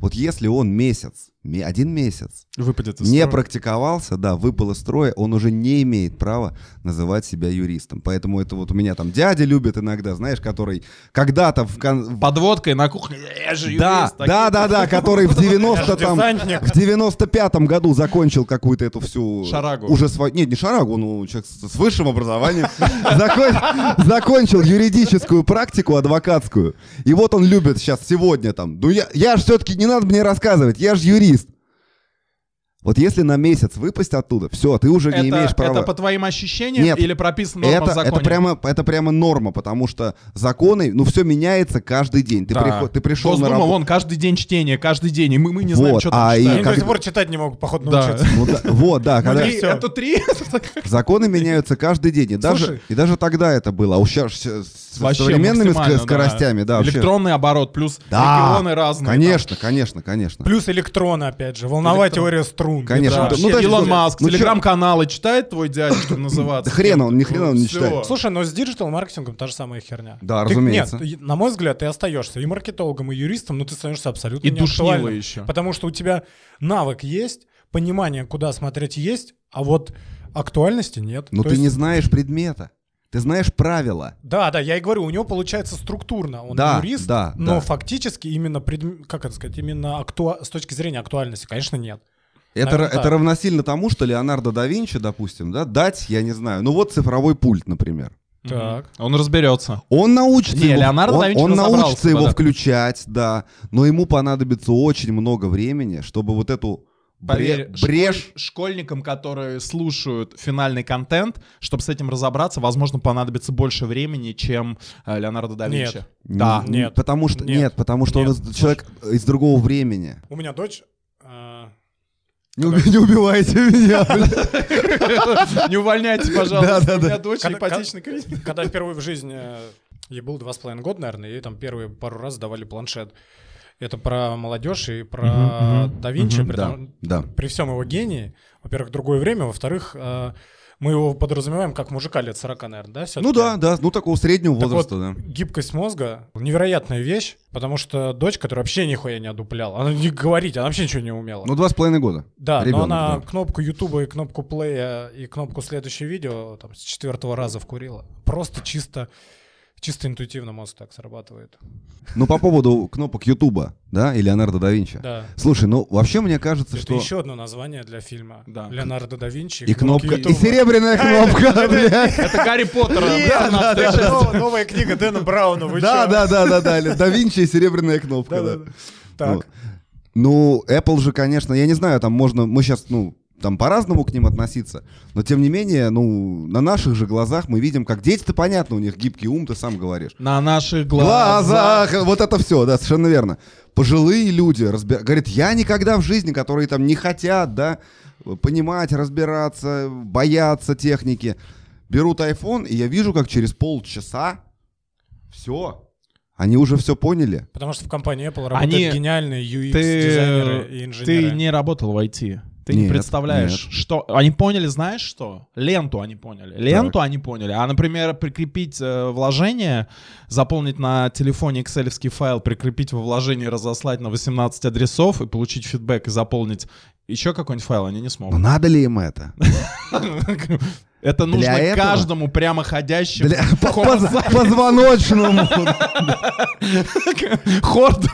[SPEAKER 4] Вот если он месяц, ме- один месяц
[SPEAKER 3] история. выпадет из
[SPEAKER 4] не
[SPEAKER 3] строя.
[SPEAKER 4] практиковался, да, выпал из строя, он уже не имеет права называть себя юристом. Поэтому это вот у меня там дядя любит иногда, знаешь, который когда-то в... кон- в-
[SPEAKER 3] подводкой на кухне. Я же
[SPEAKER 4] Да,
[SPEAKER 3] юрист, такие-
[SPEAKER 4] да, да, да, который
[SPEAKER 3] *laughs*
[SPEAKER 4] в 90 там...
[SPEAKER 2] Дизайнер.
[SPEAKER 4] В 95-м году закончил какую-то эту всю... э,
[SPEAKER 3] Шарагу.
[SPEAKER 4] Уже свой... Нет, не шарагу, ну, человек с с высшим образованием. *laughs* Закон- Закончил юридическую практику адвокатскую. И вот он любит сейчас, сегодня там. Ну, я, я же все-таки, не надо мне рассказывать, я же юрист. Вот если на месяц выпасть оттуда, все, ты уже
[SPEAKER 3] Это,
[SPEAKER 4] не имеешь права.
[SPEAKER 3] это по твоим ощущениям
[SPEAKER 4] Нет,
[SPEAKER 3] или прописано норма
[SPEAKER 4] Это,
[SPEAKER 3] в законе?
[SPEAKER 4] это, прямо, это прямо норма, потому что законы, ну все меняется каждый день. Ты,
[SPEAKER 3] Да.
[SPEAKER 4] приход- ты пришел
[SPEAKER 3] Госдума,
[SPEAKER 4] на работу.
[SPEAKER 3] вон, каждый день чтение, каждый день, и мы, мы не знаем,
[SPEAKER 4] Вот,
[SPEAKER 3] что там
[SPEAKER 4] а и
[SPEAKER 2] Они
[SPEAKER 3] читаем.
[SPEAKER 2] до
[SPEAKER 4] как-
[SPEAKER 2] сих пор читать не могут, походу,
[SPEAKER 3] Да.
[SPEAKER 2] научиться.
[SPEAKER 4] Ну да, вот, да, когда-
[SPEAKER 2] Смотри,
[SPEAKER 3] Три-
[SPEAKER 2] всё.
[SPEAKER 3] Это три? *laughs*
[SPEAKER 4] Законы меняются каждый день. И даже,
[SPEAKER 2] Слушай.
[SPEAKER 4] и даже тогда это было. А уж сейчас с
[SPEAKER 3] Вообще
[SPEAKER 4] современными ск-
[SPEAKER 3] максимально, да.
[SPEAKER 4] скоростями, да, вообще.
[SPEAKER 3] Электронный оборот плюс
[SPEAKER 4] Да,
[SPEAKER 3] регионы разные.
[SPEAKER 4] Конечно, конечно, конечно.
[SPEAKER 2] Плюс электроны, опять же. Волновая
[SPEAKER 3] Электрон.
[SPEAKER 2] теория струн. Рун.
[SPEAKER 4] Конечно.
[SPEAKER 2] Петраш.
[SPEAKER 4] Да, ну, даже
[SPEAKER 3] Илон
[SPEAKER 4] если-
[SPEAKER 3] Маск,
[SPEAKER 4] ну, чё-
[SPEAKER 3] телеграм-каналы читает твой дядя, чтобы называться?
[SPEAKER 4] Да хрена он, ни
[SPEAKER 3] ни
[SPEAKER 4] хрена он не читает.
[SPEAKER 2] Слушай, но с диджитал-маркетингом та же самая херня.
[SPEAKER 4] Да,
[SPEAKER 2] Ты-
[SPEAKER 4] разумеется.
[SPEAKER 2] Нет, ты- на мой взгляд, ты остаешься и маркетологом, и юристом, но ты становишься абсолютно
[SPEAKER 3] И
[SPEAKER 2] неактуальным.
[SPEAKER 3] душнило еще.
[SPEAKER 2] Потому что у тебя навык есть, понимание, куда смотреть, есть, а вот актуальности нет. То
[SPEAKER 4] Но Ну, ты
[SPEAKER 2] есть-
[SPEAKER 4] не знаешь предмета. Ты знаешь правила.
[SPEAKER 2] Да, да, я и говорю, у него получается структурно. Он
[SPEAKER 4] Да,
[SPEAKER 2] юрист,
[SPEAKER 4] да,
[SPEAKER 2] но
[SPEAKER 4] да.
[SPEAKER 2] фактически именно, предм- как это сказать, именно актуа- с точки зрения актуальности, конечно, нет.
[SPEAKER 4] Это,
[SPEAKER 2] Наверное,
[SPEAKER 4] ра- это
[SPEAKER 2] да.
[SPEAKER 4] равносильно тому, что Леонардо да Винчи, допустим, да, дать, я не знаю, ну вот цифровой пульт, например.
[SPEAKER 2] Так.
[SPEAKER 3] Он разберется.
[SPEAKER 4] Он научится,
[SPEAKER 3] Не,
[SPEAKER 4] его,
[SPEAKER 3] Леонардо
[SPEAKER 4] он,
[SPEAKER 3] да Винчи
[SPEAKER 4] он
[SPEAKER 3] разобрался
[SPEAKER 4] научится
[SPEAKER 3] бы,
[SPEAKER 4] его
[SPEAKER 3] да.
[SPEAKER 4] включать, да, но ему понадобится очень много времени, чтобы вот эту бре-
[SPEAKER 3] Поверь,
[SPEAKER 4] брешь...
[SPEAKER 3] школь- школьникам, которые слушают финальный контент, чтобы с этим разобраться, возможно, понадобится больше времени, чем э, Леонардо да
[SPEAKER 2] Нет.
[SPEAKER 3] Винчи.
[SPEAKER 4] Н-
[SPEAKER 3] Да.
[SPEAKER 4] н-
[SPEAKER 2] Нет.
[SPEAKER 4] Потому что,
[SPEAKER 2] Нет.
[SPEAKER 4] нет, потому что
[SPEAKER 2] Нет.
[SPEAKER 4] он из- человек из другого времени.
[SPEAKER 2] У меня дочь... э,
[SPEAKER 4] Не, уби- не убивайте
[SPEAKER 2] *laughs*
[SPEAKER 4] меня.
[SPEAKER 3] *laughs* Не увольняйте, пожалуйста.
[SPEAKER 4] Да-да-да.
[SPEAKER 3] У меня дочь
[SPEAKER 2] Когда-
[SPEAKER 3] ипотечный кредит.
[SPEAKER 2] *laughs* Когда впервые в жизни, э, ей был два с половиной года, наверное, ей там первые пару раз давали планшет. Это про молодежь и про
[SPEAKER 3] Мгм, мгм,
[SPEAKER 2] да Винчи,
[SPEAKER 3] мгм,
[SPEAKER 2] при,
[SPEAKER 4] Да,
[SPEAKER 2] том-
[SPEAKER 4] да.
[SPEAKER 2] при всем его гении. Во-первых, другое время, во-вторых, э, мы его подразумеваем как мужика лет 40, наверное, да? всё-таки?
[SPEAKER 4] Ну да, да, ну такого среднего
[SPEAKER 2] Так
[SPEAKER 4] возраста, да.
[SPEAKER 2] вот, Гибкость мозга — невероятная вещь, потому что дочь, которая вообще нихуя не одупляла, она не говорить, она вообще ничего не умела.
[SPEAKER 4] Ну два с половиной года.
[SPEAKER 2] да,
[SPEAKER 4] ребёнок,
[SPEAKER 2] но она
[SPEAKER 4] да.
[SPEAKER 2] кнопку Ютуба и кнопку плея и кнопку следующее видео там, с четвертого раза вкурила. Просто чисто, чисто интуитивно мозг так срабатывает.
[SPEAKER 4] Ну по поводу кнопок Ютуба, да, и Леонардо да Винчи.
[SPEAKER 2] Да.
[SPEAKER 4] Слушай, ну вообще мне кажется,
[SPEAKER 2] Это
[SPEAKER 4] что...
[SPEAKER 2] еще одно название для фильма.
[SPEAKER 3] Да.
[SPEAKER 2] Леонардо да Винчи.
[SPEAKER 4] И кнопка, и
[SPEAKER 2] Ютуба. *laughs*
[SPEAKER 4] серебряная кнопка, блядь.
[SPEAKER 3] Это Гарри Поттер.
[SPEAKER 4] да, да,
[SPEAKER 2] Это новая- Новая книга Дэна Брауна. вы
[SPEAKER 4] Да,
[SPEAKER 2] чё?
[SPEAKER 4] да, да, да, да, или да Винчи и серебряная кнопка,
[SPEAKER 2] Да-да-да.
[SPEAKER 4] да.
[SPEAKER 2] Так.
[SPEAKER 4] Ну, Apple же, конечно, я не знаю, там можно, мы сейчас, ну, там по-разному к ним относиться, но тем не менее, ну, на наших же глазах мы видим, как дети-то понятно, у них гибкий ум, ты сам говоришь.
[SPEAKER 3] На наших глазах.
[SPEAKER 4] Глазах, вот это все, да, совершенно верно. Пожилые люди разби- говорят, я никогда в жизни, которые там не хотят, да, понимать, разбираться, боятся техники, берут iPhone, и я вижу, как через полчаса все, они уже все поняли.
[SPEAKER 2] Потому что в компании Apple работают
[SPEAKER 3] Они-
[SPEAKER 2] гениальные UX-дизайнеры и
[SPEAKER 3] Ты, ты
[SPEAKER 2] инженеры.
[SPEAKER 3] не работал в IT. Ты не
[SPEAKER 4] Нет,
[SPEAKER 3] представляешь, что... Они поняли, знаешь что? Ленту они поняли. Ленту они поняли. А, например, прикрепить э, вложение, заполнить на телефоне excel файл, прикрепить во вложение, разослать на 18 адресов и получить фидбэк и заполнить еще какой-нибудь файл они не
[SPEAKER 4] Но
[SPEAKER 3] смогут.
[SPEAKER 4] надо ли им это?
[SPEAKER 3] *laughs* Это нужно
[SPEAKER 4] этого?
[SPEAKER 3] каждому прямоходящему *laughs*
[SPEAKER 4] Бля, по- поз- позвоночному.
[SPEAKER 3] *laughs* хорду.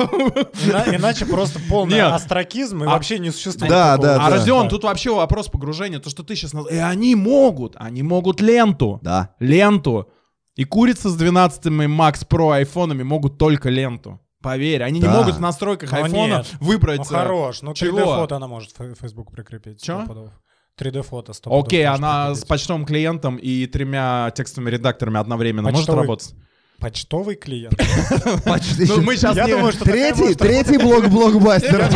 [SPEAKER 2] Ина- Иначе просто полный
[SPEAKER 3] Нет.
[SPEAKER 2] астракизм и
[SPEAKER 3] А-
[SPEAKER 2] вообще не существует. такого.
[SPEAKER 4] Да,
[SPEAKER 2] Ну,
[SPEAKER 4] да,
[SPEAKER 3] А,
[SPEAKER 4] да.
[SPEAKER 3] Родион, тут вообще вопрос погружения. То, что ты сейчас... И они могут. Они могут ленту.
[SPEAKER 4] *laughs* Да.
[SPEAKER 3] Ленту. И курицы с 12 Max Pro айфонами могут только ленту. Поверь, они не
[SPEAKER 4] Да.
[SPEAKER 3] могут в настройках
[SPEAKER 2] Ну
[SPEAKER 3] айфона
[SPEAKER 2] нет.
[SPEAKER 3] выбрать...
[SPEAKER 2] Ну
[SPEAKER 3] э,
[SPEAKER 2] хорош, ну
[SPEAKER 3] чего?
[SPEAKER 2] 3D-фото она может в Facebook прикрепить.
[SPEAKER 3] Чё?
[SPEAKER 2] 3D-фото.
[SPEAKER 3] Окей, она с почтовым клиентом и тремя текстовыми редакторами одновременно может
[SPEAKER 2] Почтовый- *laughs*
[SPEAKER 3] работать?
[SPEAKER 2] Почтовый клиент. *laughs*
[SPEAKER 4] Почти.
[SPEAKER 3] Ну, мы сейчас
[SPEAKER 2] Я думаю, что такая
[SPEAKER 4] Третий,
[SPEAKER 2] может
[SPEAKER 4] третий блок *laughs*
[SPEAKER 3] *laughs*
[SPEAKER 4] блокбастера.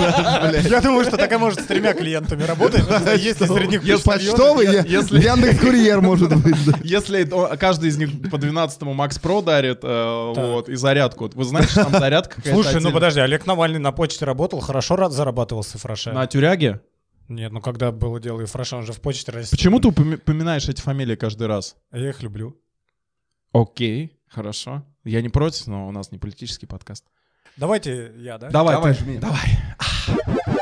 [SPEAKER 2] Я думаю, что такая может с тремя клиентами работать, потому что если среди них
[SPEAKER 3] Если-
[SPEAKER 2] почтальон.
[SPEAKER 4] Почтовый,
[SPEAKER 3] Я-
[SPEAKER 4] я-
[SPEAKER 3] если-
[SPEAKER 4] Яндекс.Курьер может
[SPEAKER 3] *laughs*
[SPEAKER 4] быть. да.
[SPEAKER 3] *laughs* Если о- каждый из них по 12-му Max Pro дарит, э,
[SPEAKER 2] Так.
[SPEAKER 3] вот, и зарядку. Вы знаете, что там зарядка какая-то
[SPEAKER 2] Слушай, ну
[SPEAKER 3] отдельная?
[SPEAKER 2] подожди, Олег Навальный на почте работал, хорошо ра- зарабатывал с Ифраша.
[SPEAKER 3] На тюряге?
[SPEAKER 2] Нет, ну когда было дело Ифраша, он же в почте растет.
[SPEAKER 3] Почему ты упоми- упоминаешь эти фамилии каждый раз?
[SPEAKER 2] Я их люблю.
[SPEAKER 3] Окей, хорошо. Я не против, но у нас не политический подкаст.
[SPEAKER 2] Давайте я, да?
[SPEAKER 3] Давай,
[SPEAKER 4] Давай,
[SPEAKER 3] ты-
[SPEAKER 4] жми.
[SPEAKER 3] давай.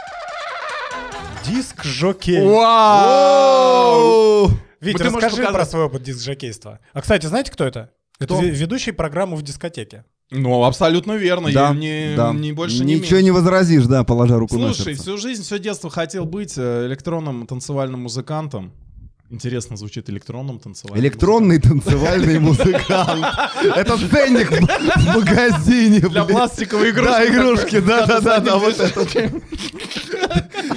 [SPEAKER 2] Диск жокей.
[SPEAKER 3] Вау!
[SPEAKER 2] Вить,
[SPEAKER 3] Ты можешь
[SPEAKER 2] расскажи
[SPEAKER 3] показать.
[SPEAKER 2] про свой опыт диск жокейства. А, кстати, знаете, кто это? Это
[SPEAKER 3] Кто?
[SPEAKER 2] ве- ведущий программы в дискотеке.
[SPEAKER 3] Ну, абсолютно верно.
[SPEAKER 4] Да,
[SPEAKER 3] я не,
[SPEAKER 4] да.
[SPEAKER 3] не больше не
[SPEAKER 4] Ничего не возразишь, да, положа руку на
[SPEAKER 3] Слушай,
[SPEAKER 4] сердце.
[SPEAKER 3] всю жизнь, все детство хотел быть э, электронным танцевальным музыкантом. Интересно звучит электронным танцевальным.
[SPEAKER 4] Электронный
[SPEAKER 3] *laughs*
[SPEAKER 4] танцевальный музыкант. Это ценник в в магазине.
[SPEAKER 3] Для
[SPEAKER 4] блядь.
[SPEAKER 3] пластиковой игрушки.
[SPEAKER 4] Да, игрушки, да, да, да, да, вот
[SPEAKER 3] музыкантом.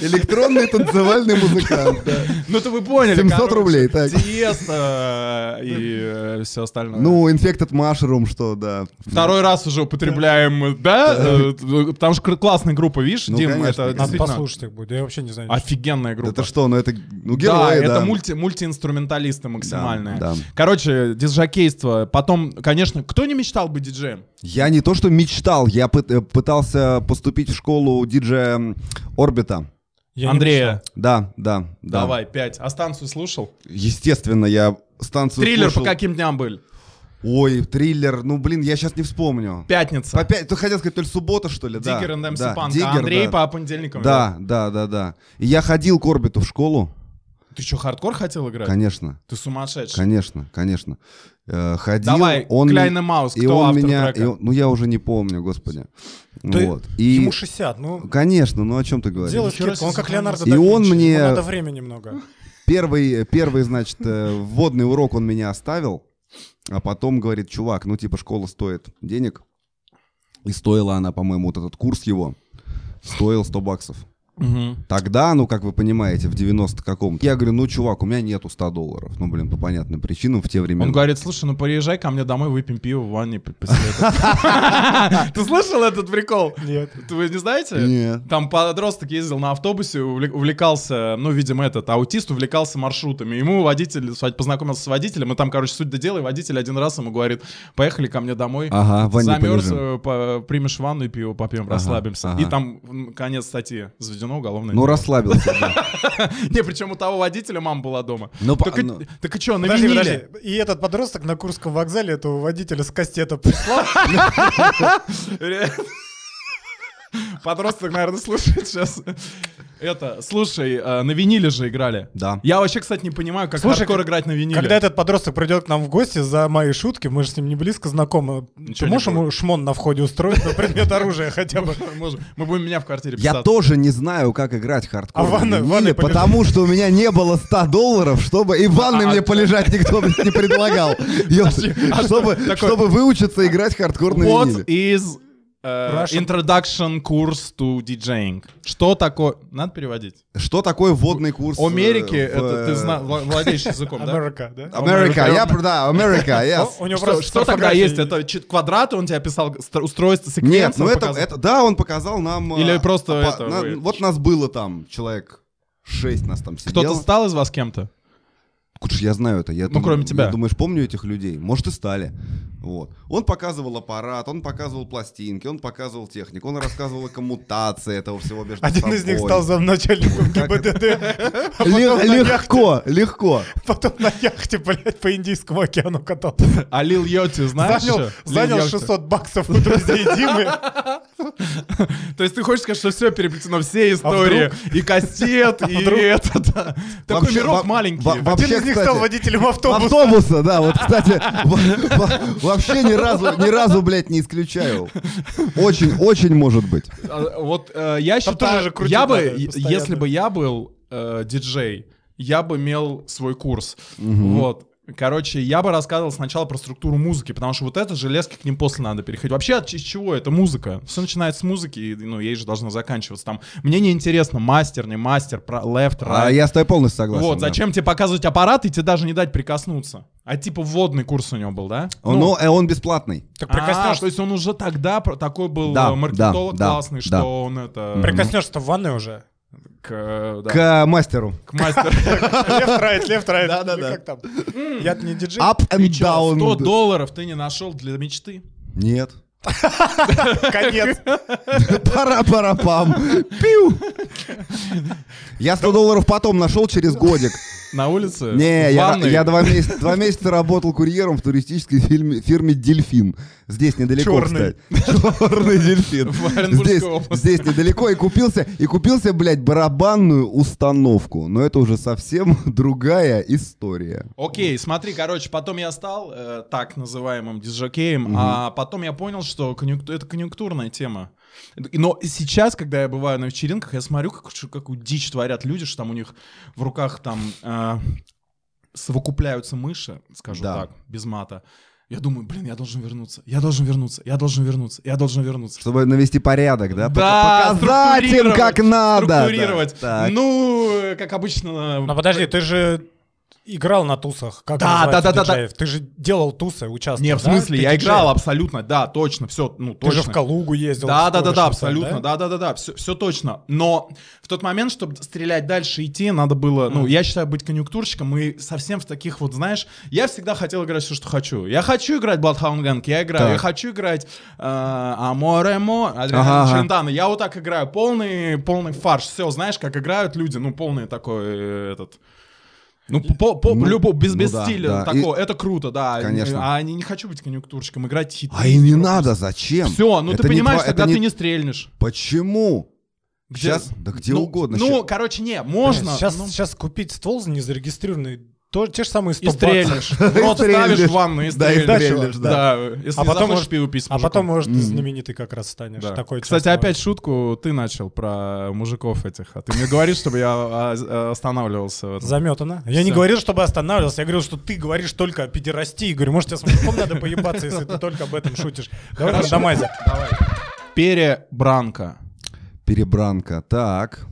[SPEAKER 4] Электронный танцевальный музыкант, да.
[SPEAKER 3] Ну, то вы поняли.
[SPEAKER 4] 700
[SPEAKER 3] короче.
[SPEAKER 4] рублей, так.
[SPEAKER 3] Тесто э, и все остальное.
[SPEAKER 4] Ну, Infected Mushroom, что, да.
[SPEAKER 3] Второй раз уже употребляем, э, да? э, т- Потому что кр- классная группа, видишь,
[SPEAKER 4] Ну,
[SPEAKER 3] Дим,
[SPEAKER 4] конечно.
[SPEAKER 3] это
[SPEAKER 4] Надо
[SPEAKER 2] Надо
[SPEAKER 3] действительно
[SPEAKER 2] послушать их будет. Я вообще не знаю.
[SPEAKER 3] офигенная группа.
[SPEAKER 4] Это что, ну это, ну
[SPEAKER 3] да,
[SPEAKER 4] герои, да.
[SPEAKER 3] это мульти, мультиинструменталисты максимальные.
[SPEAKER 4] Да, да.
[SPEAKER 3] Короче, дизжакейство. Потом, конечно, кто не мечтал быть диджеем?
[SPEAKER 4] Я не то что мечтал, я пы- э, пытался поступить в школу диджея м, Орбита.
[SPEAKER 2] Я не
[SPEAKER 3] Андрея,
[SPEAKER 4] Да, да, да.
[SPEAKER 3] давай, пять. А станцию слушал?
[SPEAKER 4] Естественно, я станцию
[SPEAKER 3] Триллер
[SPEAKER 4] слушал.
[SPEAKER 3] по каким дням был?
[SPEAKER 4] Ой, триллер, ну блин, я сейчас не вспомню.
[SPEAKER 3] Пятница.
[SPEAKER 4] По пять, ты хотел сказать, то ли суббота, что ли? да.
[SPEAKER 3] Диггер and MC
[SPEAKER 4] да,
[SPEAKER 3] Punk. А
[SPEAKER 4] Диггер,
[SPEAKER 3] Андрей
[SPEAKER 4] да.
[SPEAKER 3] по понедельникам.
[SPEAKER 4] Да, да, да, да. И я ходил к Орбиту в школу,
[SPEAKER 3] Ты что, хардкор хотел играть?
[SPEAKER 4] конечно,
[SPEAKER 3] Ты сумасшедший.
[SPEAKER 4] конечно, конечно. Э, ходил,
[SPEAKER 3] Давай,
[SPEAKER 4] он...
[SPEAKER 3] Кляйн и Маус, кто
[SPEAKER 4] и он
[SPEAKER 3] автор
[SPEAKER 4] меня,
[SPEAKER 3] трека?
[SPEAKER 4] и он- ну я уже не помню, господи.
[SPEAKER 2] Ты-
[SPEAKER 4] вот. И,
[SPEAKER 2] Ему 60, ну,
[SPEAKER 4] конечно, ну о чем ты говоришь?
[SPEAKER 2] делай
[SPEAKER 3] Ничего
[SPEAKER 2] скидку, он
[SPEAKER 3] себе,
[SPEAKER 2] как Леонардо
[SPEAKER 4] и
[SPEAKER 2] да
[SPEAKER 4] он
[SPEAKER 2] Винчи,
[SPEAKER 4] мне-
[SPEAKER 2] ему надо времени много.
[SPEAKER 4] Первый, первый, значит, э, вводный урок он меня оставил, а потом говорит, чувак, ну типа школа стоит денег. И стоила она, по-моему, вот этот курс его, стоил 100 баксов.
[SPEAKER 3] Мгм.
[SPEAKER 4] Тогда, ну, как вы понимаете, в 90 каком-то. Я говорю, ну, чувак, у меня нету 100 долларов. Ну, блин, по понятным причинам в те времена.
[SPEAKER 3] Он говорит, слушай, ну приезжай ко мне домой, выпьем пиво в ванне п- после
[SPEAKER 4] *laughs*
[SPEAKER 3] этого». Ты слышал этот прикол?
[SPEAKER 2] Нет.
[SPEAKER 3] Вы не знаете?
[SPEAKER 4] Нет.
[SPEAKER 3] Там подросток ездил на автобусе, увлек- увлекался, ну, видимо, этот аутист увлекался маршрутами. Ему водитель с- познакомился с водителем, и там, короче, суть до дела, и водитель один раз ему говорит, поехали ко мне домой,
[SPEAKER 4] Ага, в ванне
[SPEAKER 3] замерз,
[SPEAKER 4] полежим.
[SPEAKER 3] э, по- примешь ванну и пиво попьем, расслабимся.
[SPEAKER 4] ага.
[SPEAKER 3] И там м, конец статьи, заведено уголовное
[SPEAKER 4] Ну,
[SPEAKER 3] дело.
[SPEAKER 4] расслабился. да.
[SPEAKER 3] Не, причем у того водителя мама была дома.
[SPEAKER 4] Ну, по-
[SPEAKER 3] так, и,
[SPEAKER 4] ну.
[SPEAKER 3] так и чё, на
[SPEAKER 2] Подожди,
[SPEAKER 3] виниле?
[SPEAKER 2] подожди. И этот подросток на Курском вокзале этого водителя с кастета прислал.
[SPEAKER 3] *laughs* Подросток, наверное, слушает сейчас. Это, слушай, э, на виниле же играли.
[SPEAKER 4] Да.
[SPEAKER 3] Я вообще, кстати, не понимаю, как
[SPEAKER 2] Слушай,
[SPEAKER 3] хардкор
[SPEAKER 2] как-
[SPEAKER 3] играть на виниле. *laughs*
[SPEAKER 2] Когда этот подросток придет к нам в гости за мои шутки, мы же с ним не близко знакомы.
[SPEAKER 3] Ничего
[SPEAKER 2] Ты
[SPEAKER 3] не
[SPEAKER 2] можешь ему
[SPEAKER 3] будет.
[SPEAKER 2] шмон на входе устроить на предмет оружия хотя бы?
[SPEAKER 3] Можем- Мы будем меня в квартире писать.
[SPEAKER 4] Я тоже не знаю, как играть хардкор.
[SPEAKER 2] А в ванной-
[SPEAKER 4] на
[SPEAKER 2] в ванной
[SPEAKER 4] виниле,
[SPEAKER 2] полежать?
[SPEAKER 4] потому что у меня не было 100 долларов, чтобы и в ванной
[SPEAKER 3] А- *laughs*
[SPEAKER 4] мне
[SPEAKER 3] а-
[SPEAKER 4] полежать никто блядь, не предлагал.
[SPEAKER 3] Подожди, а что
[SPEAKER 4] Чтобы
[SPEAKER 3] такое?
[SPEAKER 4] чтобы выучиться играть хардкор на
[SPEAKER 3] What
[SPEAKER 4] виниле.
[SPEAKER 3] is э,
[SPEAKER 2] Russian-
[SPEAKER 3] introduction course to DJing? Что такое? Надо переводить.
[SPEAKER 4] Что такое водный курс? э,
[SPEAKER 3] Америки,
[SPEAKER 4] в,
[SPEAKER 3] это ты
[SPEAKER 4] э,
[SPEAKER 3] зна- вла- владеешь
[SPEAKER 2] *laughs*
[SPEAKER 3] языком, да?
[SPEAKER 2] Америка, да?
[SPEAKER 4] Америка,
[SPEAKER 3] America.
[SPEAKER 4] я, про-
[SPEAKER 3] *laughs*
[SPEAKER 4] да, Америка, yes.
[SPEAKER 2] А У
[SPEAKER 3] А,
[SPEAKER 2] него
[SPEAKER 3] Что,
[SPEAKER 2] просто
[SPEAKER 3] что тогда
[SPEAKER 2] орфография
[SPEAKER 3] есть? Это чит- квадраты, он тебе писал ст- устройство секвенцию?
[SPEAKER 4] Нет, ну это,
[SPEAKER 3] показал?
[SPEAKER 4] это, да, он показал нам... э,
[SPEAKER 3] Или просто
[SPEAKER 4] по-
[SPEAKER 3] это
[SPEAKER 4] на-
[SPEAKER 3] вы-
[SPEAKER 4] вот нас было там, человек шесть нас там сидел.
[SPEAKER 3] Кто-то стал из вас кем-то? *laughs*
[SPEAKER 4] Куш, я знаю это. Я
[SPEAKER 3] Ну, кроме
[SPEAKER 4] я
[SPEAKER 3] тебя.
[SPEAKER 4] думаешь, помню этих людей? Может, и стали. Вот. Он показывал аппарат, он показывал пластинки, он показывал технику, он рассказывал о коммутации этого всего между
[SPEAKER 2] Один из них стал замначальником ГИБДД,
[SPEAKER 4] Легко, легко.
[SPEAKER 2] *laughs* потом на яхте, блядь, по Индийскому океану катался.
[SPEAKER 3] А Лил Йоти знаешь?
[SPEAKER 2] Занял,
[SPEAKER 3] ещё?
[SPEAKER 2] занял
[SPEAKER 3] Лил Йоти.
[SPEAKER 2] 600 баксов у *laughs* друзей Димы.
[SPEAKER 3] То есть ты хочешь сказать, что все переплетено, все истории, и
[SPEAKER 2] *laughs*
[SPEAKER 3] кассет, и
[SPEAKER 2] А вдруг?
[SPEAKER 3] это. да. Такой
[SPEAKER 4] Вообще,
[SPEAKER 3] мирок
[SPEAKER 4] во-
[SPEAKER 3] маленький.
[SPEAKER 4] во- во-
[SPEAKER 2] Один
[SPEAKER 4] Вообще,
[SPEAKER 2] из них
[SPEAKER 4] кстати,
[SPEAKER 2] стал водителем автобуса.
[SPEAKER 4] Автобуса, да, вот, кстати, во- во- вообще ни разу, ни разу, блядь, не исключаю. Очень, очень может быть.
[SPEAKER 3] А, Вот э, я
[SPEAKER 2] тоже
[SPEAKER 3] считаю,
[SPEAKER 2] же крутить
[SPEAKER 3] я бы,
[SPEAKER 2] надо
[SPEAKER 3] е-
[SPEAKER 2] постоянно.
[SPEAKER 3] если бы я был э, диджей, я бы имел свой курс. Вот. Короче, я бы рассказывал сначала про структуру музыки, потому что вот это железки к ним после надо переходить. Вообще, от- из чего это музыка? Все начинается с музыки, и, ну, ей же должно заканчиваться. Там, мне не интересно, мастер, не мастер, про left, right.
[SPEAKER 4] А я с тобой полностью согласен.
[SPEAKER 3] Вот,
[SPEAKER 4] да.
[SPEAKER 3] зачем тебе показывать аппарат и тебе даже не дать прикоснуться? А типа вводный курс у него был, да?
[SPEAKER 4] Он- Ну, э, он бесплатный.
[SPEAKER 2] Так
[SPEAKER 3] а,
[SPEAKER 2] прикоснешься,
[SPEAKER 3] то есть он уже тогда про- такой был
[SPEAKER 4] Да,
[SPEAKER 3] э, маркетолог
[SPEAKER 4] да, да,
[SPEAKER 3] классный, что
[SPEAKER 4] да.
[SPEAKER 3] он
[SPEAKER 2] А.
[SPEAKER 3] это...
[SPEAKER 2] прикоснешься-то в ванной уже.
[SPEAKER 3] К, э, да,
[SPEAKER 4] К э, мастеру.
[SPEAKER 3] к мастеру.
[SPEAKER 2] *laughs*
[SPEAKER 3] *laughs*
[SPEAKER 2] Лев райт, лев райт.
[SPEAKER 4] Да-да-да.
[SPEAKER 2] Как там? Я не диджей.
[SPEAKER 4] Up and down.
[SPEAKER 3] 100 долларов ты не нашел для мечты.
[SPEAKER 4] Нет.
[SPEAKER 2] А- *laughs* Конец.
[SPEAKER 4] Пара-пара-пам. Пиу. Я 100 долларов потом нашел через годик.
[SPEAKER 3] На улице?
[SPEAKER 4] Не,
[SPEAKER 3] в
[SPEAKER 4] я,
[SPEAKER 3] ванной?
[SPEAKER 4] я два, месяца, два месяца работал курьером в туристической фильме- фирме «Дельфин». Здесь недалеко,
[SPEAKER 2] Чёрный.
[SPEAKER 4] кстати. Черный дельфин.
[SPEAKER 3] В Оренбургской
[SPEAKER 4] Здесь,
[SPEAKER 3] области.
[SPEAKER 4] здесь недалеко. И купился, и купился, блядь, барабанную установку. Но это уже совсем *laughs* другая история.
[SPEAKER 3] Окей, смотри, короче, потом я стал э, так называемым диджокеем, а потом я понял, что конъюнк- это конъюнктурная тема. Но сейчас, когда я бываю на вечеринках, я смотрю, как, ш- какую дичь творят люди, что там у них в руках там э, совокупляются мыши, скажу
[SPEAKER 4] Да.
[SPEAKER 3] так, без мата. Я думаю, блин, я должен вернуться, я должен вернуться, я должен вернуться, я должен вернуться.
[SPEAKER 4] Чтобы навести порядок, да?
[SPEAKER 3] Да,
[SPEAKER 4] Пока- Показать им,
[SPEAKER 3] структурировать, Ну,
[SPEAKER 4] как надо. А, да.
[SPEAKER 3] Структурировать.
[SPEAKER 4] Так.
[SPEAKER 3] Ну, э, как обычно...
[SPEAKER 2] Ну подожди, ты же Играл на тусах, как
[SPEAKER 3] Да,
[SPEAKER 2] называется
[SPEAKER 3] да, да, да,
[SPEAKER 2] диджеев? Ты же делал тусы, участвовал.
[SPEAKER 3] Не, в
[SPEAKER 2] да?
[SPEAKER 3] смысле,
[SPEAKER 2] Ты
[SPEAKER 3] я
[SPEAKER 2] диджей.
[SPEAKER 3] играл абсолютно, да, точно, все, ну,
[SPEAKER 2] Ты
[SPEAKER 3] точно.
[SPEAKER 2] же в Калугу ездил.
[SPEAKER 3] Да, да, да,
[SPEAKER 2] скорость,
[SPEAKER 3] да,
[SPEAKER 2] там,
[SPEAKER 3] абсолютно, да, да, да, да, все, точно. Но в тот момент, чтобы стрелять дальше идти, надо было, ну,
[SPEAKER 2] Мгм.
[SPEAKER 3] я считаю, быть конъюнктурщиком и совсем в таких вот, знаешь, я всегда хотел играть все, что хочу. Я хочу играть Bloodhound Gang, я играю,
[SPEAKER 4] Так.
[SPEAKER 3] я хочу играть э, Amore Mo,
[SPEAKER 4] Ага,
[SPEAKER 3] Адриана
[SPEAKER 4] ага.
[SPEAKER 3] Челентано. я вот так играю, полный, полный фарш, все, знаешь, как играют люди, ну, полный такой э, этот... Ну, по, по,
[SPEAKER 4] Ну,
[SPEAKER 3] любо- без,
[SPEAKER 4] ну
[SPEAKER 3] без
[SPEAKER 4] да,
[SPEAKER 3] стиля
[SPEAKER 4] да. И-
[SPEAKER 3] такого, это круто, да.
[SPEAKER 4] Конечно.
[SPEAKER 3] А не, не хочу быть конъюнктурщиком, играть хиты.
[SPEAKER 4] А и не
[SPEAKER 3] просто.
[SPEAKER 4] надо, зачем?
[SPEAKER 3] Все, ну
[SPEAKER 4] Это
[SPEAKER 3] ты
[SPEAKER 4] не
[SPEAKER 3] понимаешь,
[SPEAKER 4] тва- это
[SPEAKER 3] тогда
[SPEAKER 4] не-
[SPEAKER 3] ты не стрельнешь.
[SPEAKER 4] Почему?
[SPEAKER 3] Где-
[SPEAKER 4] Сейчас, да где
[SPEAKER 3] ну,
[SPEAKER 4] угодно.
[SPEAKER 3] Ну,
[SPEAKER 4] щас-
[SPEAKER 3] короче, не,
[SPEAKER 2] Блин,
[SPEAKER 3] можно.
[SPEAKER 2] Сейчас,
[SPEAKER 3] ну,
[SPEAKER 2] сейчас купить ствол за незарегистрированный, то, те же самые А
[SPEAKER 3] и
[SPEAKER 2] 120.
[SPEAKER 4] *laughs*
[SPEAKER 3] стрельнешь. В Рот
[SPEAKER 4] стрельнешь.
[SPEAKER 3] ставишь в ванну и
[SPEAKER 4] Да, и
[SPEAKER 3] стрельнешь.
[SPEAKER 4] стрельнешь, да.
[SPEAKER 3] если
[SPEAKER 2] А потом
[SPEAKER 3] захочешь,
[SPEAKER 2] может-
[SPEAKER 3] пиво пить с
[SPEAKER 2] А
[SPEAKER 3] мужиком.
[SPEAKER 2] потом, может, ты
[SPEAKER 4] Мгм.
[SPEAKER 2] знаменитый как раз станешь.
[SPEAKER 3] Да.
[SPEAKER 2] Такой
[SPEAKER 3] Кстати,
[SPEAKER 2] частный.
[SPEAKER 3] опять шутку ты начал про мужиков этих. А ты мне говоришь, чтобы я а, а, останавливался. в этом.
[SPEAKER 2] Заметано. Я не
[SPEAKER 3] Всё.
[SPEAKER 2] говорил, чтобы останавливался. Я говорил, что ты говоришь только о педерастии. Говорю, может, тебе с мужиком надо поебаться, если ты только об этом шутишь. Давай
[SPEAKER 3] Хорошо.
[SPEAKER 2] рандомайзер.
[SPEAKER 3] Перебранка.
[SPEAKER 4] Перебранка, так.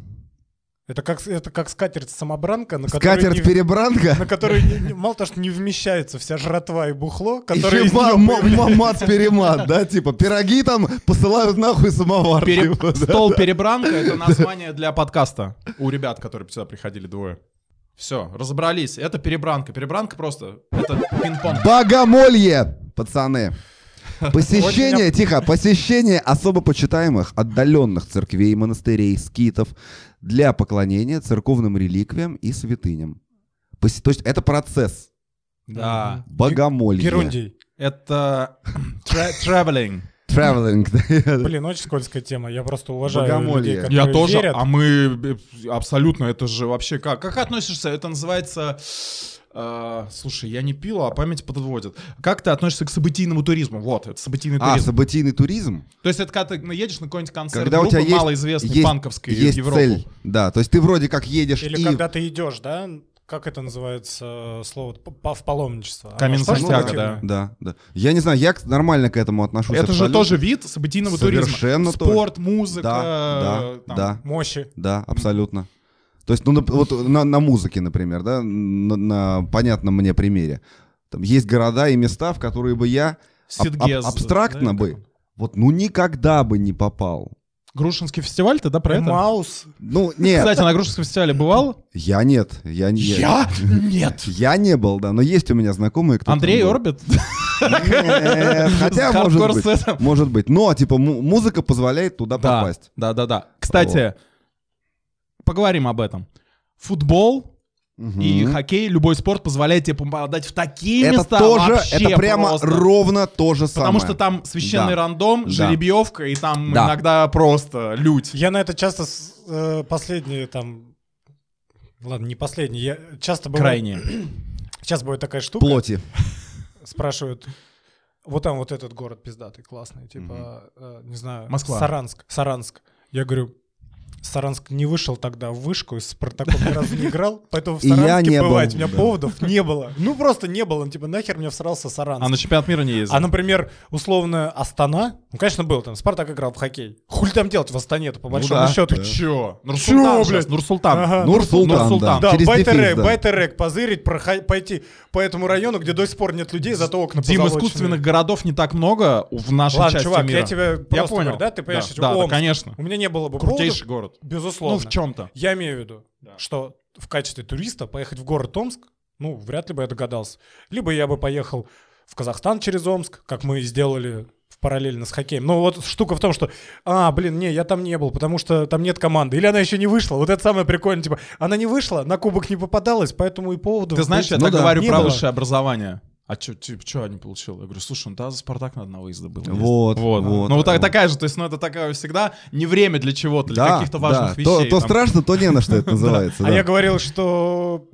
[SPEAKER 2] Это как, это как скатерть-самобранка, на которой не- на
[SPEAKER 3] *laughs*
[SPEAKER 4] Скатерть-перебранка?
[SPEAKER 2] которой не- не- мало того, что не вмещается вся жратва и бухло, которые
[SPEAKER 4] Еще
[SPEAKER 2] из неё появляются.
[SPEAKER 4] мамат-перемат, да, типа пироги там посылают нахуй самовар.
[SPEAKER 3] Пере-
[SPEAKER 4] типа, да.
[SPEAKER 3] Стол перебранка
[SPEAKER 4] *laughs*
[SPEAKER 3] это название для подкаста у ребят, которые сюда приходили двое. Все, разобрались. Это перебранка. Перебранка просто. Это пинг-понг.
[SPEAKER 4] Богомолье,
[SPEAKER 3] *laughs*
[SPEAKER 4] пацаны. Посещение,
[SPEAKER 2] Очень
[SPEAKER 4] тихо, посещение особо почитаемых отдаленных церквей, монастырей, скитов для поклонения церковным реликвиям и святыням. Посе- То есть это процесс.
[SPEAKER 3] Да.
[SPEAKER 4] Богомолье.
[SPEAKER 2] Ерундей.
[SPEAKER 3] Это traveling. *laughs*
[SPEAKER 4] Traveling.
[SPEAKER 2] Блин, очень скользкая тема. Я просто уважаю
[SPEAKER 4] Богомолье.
[SPEAKER 2] людей, которые
[SPEAKER 3] Я тоже.
[SPEAKER 2] верят.
[SPEAKER 3] А мы э, абсолютно, это же вообще как? Как относишься? Это называется... э, слушай, я не пил, а память подводит. Как ты относишься к событийному туризму? Вот, это событийный
[SPEAKER 4] А,
[SPEAKER 3] туризм.
[SPEAKER 4] событийный туризм.
[SPEAKER 3] То есть это когда ты ну, едешь на какой-нибудь концерт
[SPEAKER 4] Когда у тебя
[SPEAKER 3] группы
[SPEAKER 4] есть,
[SPEAKER 3] малоизвестной
[SPEAKER 4] есть,
[SPEAKER 3] панковской
[SPEAKER 4] есть
[SPEAKER 3] ну, в Европу.
[SPEAKER 4] цель. Да, то есть ты вроде как едешь
[SPEAKER 2] Или
[SPEAKER 4] и...
[SPEAKER 2] когда ты идешь, да? Как это называется э, слово? П- па- В паломничество. Оно типа
[SPEAKER 3] Камин
[SPEAKER 2] же тоже
[SPEAKER 3] Сантьяго,
[SPEAKER 2] спортивное?
[SPEAKER 4] типа. Да, да. Я не знаю, я к- нормально к этому отношусь.
[SPEAKER 3] Это же
[SPEAKER 4] абсолютно.
[SPEAKER 3] тоже вид событийного туризма.
[SPEAKER 4] Совершенно точно.
[SPEAKER 3] Спорт, музыка.
[SPEAKER 4] Да,
[SPEAKER 3] э,
[SPEAKER 4] да,
[SPEAKER 3] там.
[SPEAKER 4] да.
[SPEAKER 2] Мощи.
[SPEAKER 4] Да, абсолютно. То есть, ну, нап- вот на, на музыке, например, да, на, на понятном мне примере. Там есть города и места, в которые бы я аб- аб-
[SPEAKER 3] Сидгез,
[SPEAKER 4] абстрактно
[SPEAKER 3] да,
[SPEAKER 4] бы, вот, ну, никогда бы не попал.
[SPEAKER 3] Грушинский фестиваль, ты да, про это?
[SPEAKER 2] Маус.
[SPEAKER 4] Ну, Э, нет,
[SPEAKER 3] Кстати, на Грушинском фестивале бывал?
[SPEAKER 4] я нет, я не...
[SPEAKER 3] Нет.
[SPEAKER 4] Я не был, да, но есть у меня знакомые, кто... там
[SPEAKER 3] Андрей
[SPEAKER 4] был.
[SPEAKER 3] Орбит?
[SPEAKER 4] Нет, *laughs* Хотя,
[SPEAKER 3] С
[SPEAKER 4] может быть,
[SPEAKER 3] хардкор-сетом.
[SPEAKER 4] может быть. Но, типа, му- музыка позволяет туда
[SPEAKER 3] Да,
[SPEAKER 4] попасть.
[SPEAKER 3] Да, да, да. Кстати, поговорим об этом. Футбол и
[SPEAKER 4] Мгм.
[SPEAKER 3] хоккей, любой спорт позволяет тебе попадать в такие
[SPEAKER 4] Это
[SPEAKER 3] места
[SPEAKER 4] тоже,
[SPEAKER 3] вообще
[SPEAKER 4] это прямо
[SPEAKER 3] просто.
[SPEAKER 4] ровно то же самое.
[SPEAKER 3] Потому что там священный
[SPEAKER 4] Да.
[SPEAKER 3] рандом,
[SPEAKER 4] Да.
[SPEAKER 3] жеребьевка, и там
[SPEAKER 4] Да.
[SPEAKER 3] иногда просто лють.
[SPEAKER 2] Я на это часто с- э, последние там... Ладно, не последние. Я часто бывает...
[SPEAKER 3] Крайне.
[SPEAKER 2] Сейчас будет такая штука.
[SPEAKER 4] Плоти.
[SPEAKER 2] Спрашивают. Вот там вот этот город пиздатый, классный. Типа, э, не знаю.
[SPEAKER 3] Москва.
[SPEAKER 2] Саранск. Саранск. Я говорю, Саранск не вышел тогда в вышку, и с Спартаком ни разу не играл, поэтому в
[SPEAKER 4] *laughs* И я
[SPEAKER 2] Саранске
[SPEAKER 4] не был,
[SPEAKER 2] бывает. У меня
[SPEAKER 4] да.
[SPEAKER 2] поводов не было. Ну, просто не было. Ну, типа, нахер мне всрался Саранск.
[SPEAKER 3] А на чемпионат мира не ездил.
[SPEAKER 2] А, например, условно Астана, ну, конечно, был там, Спартак играл в хоккей. Хуль там делать в Астане-то,
[SPEAKER 3] Ну
[SPEAKER 2] по большому
[SPEAKER 4] да,
[SPEAKER 2] счету.
[SPEAKER 4] да.
[SPEAKER 3] Чё? Нурсултан
[SPEAKER 2] Чё,
[SPEAKER 3] сейчас,
[SPEAKER 2] блядь?
[SPEAKER 3] Нурсултан.
[SPEAKER 2] Ага.
[SPEAKER 4] Нур-Султан,
[SPEAKER 3] Нурсултан.
[SPEAKER 4] да.
[SPEAKER 2] Да,
[SPEAKER 4] Через
[SPEAKER 2] байтерек,
[SPEAKER 4] дефис, да.
[SPEAKER 2] байтерек позырить, прохай- пойти по этому району, где до сих пор нет людей, зато окна
[SPEAKER 3] Дим,
[SPEAKER 2] позолоченные.
[SPEAKER 3] искусственных городов не так много в нашей
[SPEAKER 2] Ладно,
[SPEAKER 3] части
[SPEAKER 2] чувак,
[SPEAKER 3] мира.
[SPEAKER 2] я тебя просто
[SPEAKER 3] Я
[SPEAKER 2] говорю,
[SPEAKER 3] понял.
[SPEAKER 2] да, ты понимаешь, что
[SPEAKER 3] да, да,
[SPEAKER 2] Омск.
[SPEAKER 3] конечно.
[SPEAKER 2] У меня не было бы
[SPEAKER 3] Крутейший город.
[SPEAKER 2] поводов, безусловно.
[SPEAKER 3] Ну, в чем-то.
[SPEAKER 2] Я имею в виду,
[SPEAKER 3] Да.
[SPEAKER 2] что в качестве туриста поехать в город Омск, ну, вряд ли бы я догадался. Либо я бы поехал в Казахстан через Омск, как мы и сделали в- параллельно с хоккеем. Но вот штука в том, что, а, блин, не, я там не был, потому что там нет команды. Или она еще не вышла. Вот это самое прикольное, типа, она не вышла, на кубок не попадалась, поэтому и поводу...
[SPEAKER 3] Ты знаешь, я
[SPEAKER 4] Ну
[SPEAKER 3] так
[SPEAKER 4] да.
[SPEAKER 3] говорю
[SPEAKER 2] Не
[SPEAKER 3] про
[SPEAKER 2] было.
[SPEAKER 3] высшее образование. А чё, типа, чё я не получил? Я говорю, слушай, ну да, за Спартак надо на выезды было. ездить».
[SPEAKER 4] Вот,
[SPEAKER 3] вот.
[SPEAKER 4] вот,
[SPEAKER 3] ну, вот, так-
[SPEAKER 4] вот.
[SPEAKER 3] такая же, то есть, ну, это такая всегда не время для чего-то, для каких-то важных
[SPEAKER 4] да.
[SPEAKER 3] вещей.
[SPEAKER 4] То, то
[SPEAKER 3] там.
[SPEAKER 4] страшно, то не на
[SPEAKER 3] *laughs*
[SPEAKER 4] что это называется.
[SPEAKER 2] А
[SPEAKER 4] да.
[SPEAKER 2] я говорил, что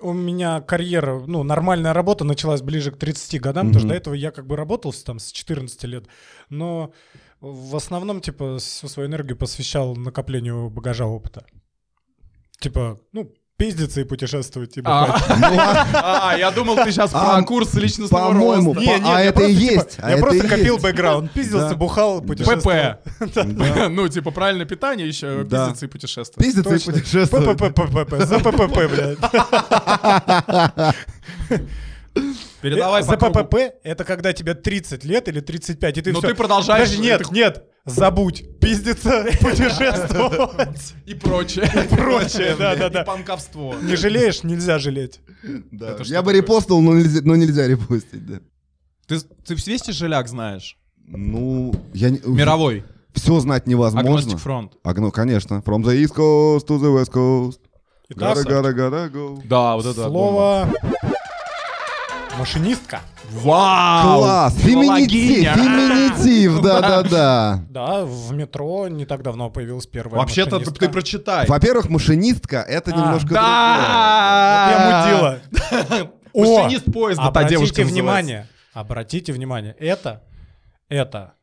[SPEAKER 2] у меня карьера, ну, нормальная работа началась ближе к 30 годам, потому что
[SPEAKER 4] Мгм.
[SPEAKER 2] до этого я как бы работал с- там с 14 лет, но в основном, типа, всю свою энергию посвящал накоплению багажа опыта. Типа, ну, пиздиться и путешествовать тебе
[SPEAKER 3] А.
[SPEAKER 2] хватит.
[SPEAKER 4] Ну,
[SPEAKER 3] *laughs*
[SPEAKER 4] а-
[SPEAKER 3] А, я думал, ты сейчас
[SPEAKER 4] А,
[SPEAKER 3] про курс личностного
[SPEAKER 4] По-моему,
[SPEAKER 3] роста.
[SPEAKER 2] Не,
[SPEAKER 4] по-
[SPEAKER 2] не,
[SPEAKER 4] а
[SPEAKER 2] я
[SPEAKER 4] это и
[SPEAKER 2] просто, типа,
[SPEAKER 4] есть. а
[SPEAKER 2] Я
[SPEAKER 4] это
[SPEAKER 2] просто
[SPEAKER 4] и
[SPEAKER 2] копил
[SPEAKER 4] есть.
[SPEAKER 2] бэкграунд. Пиздился,
[SPEAKER 4] Да.
[SPEAKER 2] бухал, путешествовал.
[SPEAKER 3] ПП. *laughs*
[SPEAKER 4] *laughs*
[SPEAKER 3] Ну, типа, правильное питание, еще
[SPEAKER 4] Да.
[SPEAKER 3] пиздец и путешествие.
[SPEAKER 4] Пиздиться и
[SPEAKER 2] Точно.
[SPEAKER 4] путешествовать.
[SPEAKER 2] ПП, за ПП, блядь.
[SPEAKER 4] Э,
[SPEAKER 3] Передавай
[SPEAKER 2] Э, за
[SPEAKER 3] по кругу.
[SPEAKER 2] ППП это когда тебе 30 лет или 35, и ты
[SPEAKER 3] Но
[SPEAKER 2] всё-
[SPEAKER 3] Ну, ты продолжаешь-
[SPEAKER 2] Подожди, нет, нет, забудь,
[SPEAKER 3] *laughs*
[SPEAKER 2] пиздиться, путешествовать.
[SPEAKER 3] И прочее.
[SPEAKER 2] И прочее,
[SPEAKER 3] Блядь, *laughs*
[SPEAKER 2] да-да-да.
[SPEAKER 3] И панковство.
[SPEAKER 2] Не жалеешь, нельзя жалеть.
[SPEAKER 3] *laughs*
[SPEAKER 4] Да.
[SPEAKER 3] Это что
[SPEAKER 4] Я бы
[SPEAKER 3] такое?
[SPEAKER 4] репостнул, но нельзя, но нельзя репостить, да.
[SPEAKER 3] Ты, ты весь тяжеляк знаешь?
[SPEAKER 4] Ну, я не...
[SPEAKER 3] Мировой.
[SPEAKER 4] Все знать невозможно.
[SPEAKER 3] Агностик фронт.
[SPEAKER 4] Аг- ну, конечно. From the East Coast to the West Coast.
[SPEAKER 2] Итак,
[SPEAKER 4] Gotta, gotta, gotta go.
[SPEAKER 3] Да, вот это.
[SPEAKER 2] слово машинистка.
[SPEAKER 3] Вау!
[SPEAKER 4] Класс! Феминитив,
[SPEAKER 3] Филологиня. *laughs*
[SPEAKER 4] феминитив, да-да-да.
[SPEAKER 2] Да, в метро не так давно появилась первая
[SPEAKER 3] Вообще-то ты,
[SPEAKER 2] машинистка.
[SPEAKER 3] ты прочитай.
[SPEAKER 4] Во-первых, машинистка — это
[SPEAKER 2] А,
[SPEAKER 4] немножко
[SPEAKER 2] Я мутила. О,
[SPEAKER 3] Машинист поезда, та
[SPEAKER 2] Обратите
[SPEAKER 3] девушка называется.
[SPEAKER 2] внимание, обратите внимание, это, это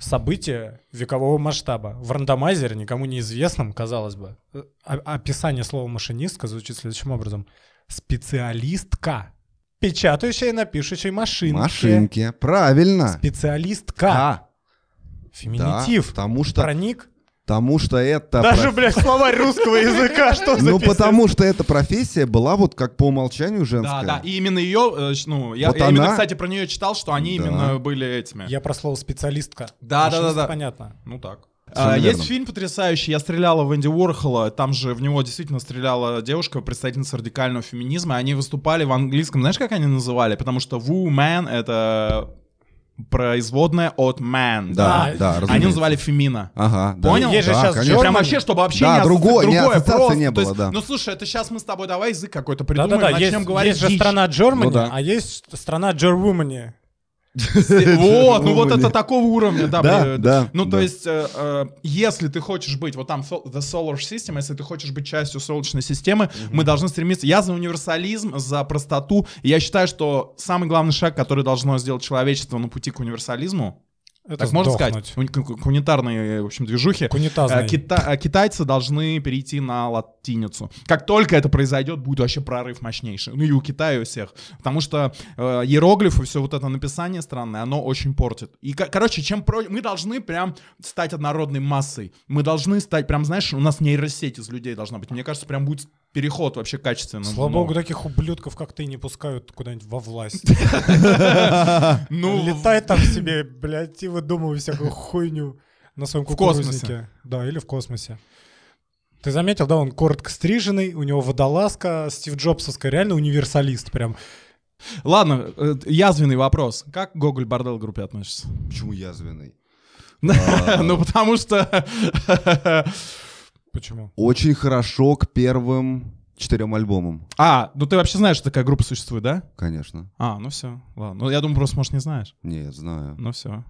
[SPEAKER 2] событие векового масштаба. В рандомайзере, никому неизвестном, казалось бы, э, о- описание слова «машинистка» звучит следующим образом. Специалистка, печатающая и напишущая
[SPEAKER 4] другое.
[SPEAKER 2] машинки.
[SPEAKER 4] Машинки. Правильно.
[SPEAKER 2] Специалистка.
[SPEAKER 4] Да,
[SPEAKER 2] Феминитив.
[SPEAKER 4] потому что,
[SPEAKER 2] Проник.
[SPEAKER 4] потому что это...
[SPEAKER 2] Даже,
[SPEAKER 4] проф-
[SPEAKER 2] блядь, словарь русского языка, что за
[SPEAKER 4] Ну,
[SPEAKER 2] пиздец?
[SPEAKER 4] потому что эта профессия была вот как по умолчанию женская.
[SPEAKER 3] Да, да, и именно ее, э, щ- ну, я,
[SPEAKER 4] Вот
[SPEAKER 3] я именно,
[SPEAKER 4] она-
[SPEAKER 3] кстати, про нее читал, что они
[SPEAKER 4] Да.
[SPEAKER 3] именно были этими.
[SPEAKER 2] *laughs* Я про слово «специалистка».
[SPEAKER 3] Да, да, да,
[SPEAKER 2] Машинист
[SPEAKER 3] да.
[SPEAKER 2] Понятно.
[SPEAKER 3] Ну так.
[SPEAKER 4] Абсолютно
[SPEAKER 3] А, есть
[SPEAKER 4] верно.
[SPEAKER 3] фильм потрясающий. Я стреляла в Энди Уорхола. Там же в него действительно стреляла девушка, представительница радикального феминизма. Они выступали в английском. Знаешь, как они называли? Потому что woman — это производная от man.
[SPEAKER 4] Да,
[SPEAKER 2] Да.
[SPEAKER 4] да,
[SPEAKER 3] Они
[SPEAKER 4] разумеется.
[SPEAKER 3] называли фемина.
[SPEAKER 4] Ага, да.
[SPEAKER 3] Понял?
[SPEAKER 2] Есть же
[SPEAKER 4] Да,
[SPEAKER 2] щас
[SPEAKER 4] конечно.
[SPEAKER 2] German.
[SPEAKER 3] Прям
[SPEAKER 2] *laughs*
[SPEAKER 3] вообще, чтобы вообще
[SPEAKER 4] Да,
[SPEAKER 3] не ассоци-
[SPEAKER 4] другое, не
[SPEAKER 3] другое
[SPEAKER 4] ассоциации
[SPEAKER 3] просто.
[SPEAKER 4] не
[SPEAKER 3] То есть,
[SPEAKER 4] было, да.
[SPEAKER 3] Ну слушай, это сейчас мы с тобой давай язык какой-то придумаем,
[SPEAKER 2] Да-да-да,
[SPEAKER 3] начнем
[SPEAKER 2] есть,
[SPEAKER 3] говорить.
[SPEAKER 2] есть же
[SPEAKER 3] дичь.
[SPEAKER 2] страна Джермани,
[SPEAKER 4] Ну да.
[SPEAKER 2] а есть страна Джервумани.
[SPEAKER 3] Вот, ну вот
[SPEAKER 4] Джермани.
[SPEAKER 3] это такого уровня, да.
[SPEAKER 4] Да,
[SPEAKER 3] э,
[SPEAKER 4] да,
[SPEAKER 3] Ну то
[SPEAKER 4] да.
[SPEAKER 3] есть, э, э, если ты хочешь быть, вот там сол- The Solar System, если ты хочешь быть частью Солнечной системы, мы должны стремиться. Я за универсализм, за простоту. Я считаю, что самый главный шаг, который должно сделать человечество на пути к универсализму,
[SPEAKER 2] Это
[SPEAKER 3] так можно
[SPEAKER 2] сдохнуть.
[SPEAKER 3] сказать, уни- к- к- к унитарной, в общем, движухе,
[SPEAKER 2] К унитазной.
[SPEAKER 3] Э, кита- э, китайцы должны перейти на латиницу. Как только это произойдет, будет вообще прорыв мощнейший. Ну и у Китая, и у всех. Потому что э, иероглифы, все вот это написание странное, оно очень портит. И, ко- короче, чем про... Мы должны прям стать однородной массой. Мы должны стать прям, знаешь, у нас нейросеть из людей должна быть. Мне кажется, прям будет переход вообще качественный.
[SPEAKER 2] Слава
[SPEAKER 3] Ну, *laughs*
[SPEAKER 2] богу, таких ублюдков, как ты, не пускают куда-нибудь во власть.
[SPEAKER 3] Ну,
[SPEAKER 2] Летай там себе, блядь, и выдумывай всякую хуйню на своем
[SPEAKER 3] В космосе.
[SPEAKER 2] кукурузнике. Да, или в космосе. Ты заметил, да, он коротко стриженный, у него водолазка, Стив Джобсовская, реально универсалист прям.
[SPEAKER 3] Ладно, э, язвенный вопрос. Как Гоголь Бордел к группе относится?
[SPEAKER 4] Почему язвенный?
[SPEAKER 3] *laughs*
[SPEAKER 4] А,
[SPEAKER 3] Ну, потому что... *laughs*
[SPEAKER 2] Почему?
[SPEAKER 4] Очень хорошо к первым четырем альбомам,
[SPEAKER 3] А, ну ты вообще знаешь, что такая группа существует, да?
[SPEAKER 4] конечно.
[SPEAKER 3] А, ну все, ладно. Ну, я думаю, просто, может, не знаешь.
[SPEAKER 4] Нет, знаю.
[SPEAKER 3] Ну все.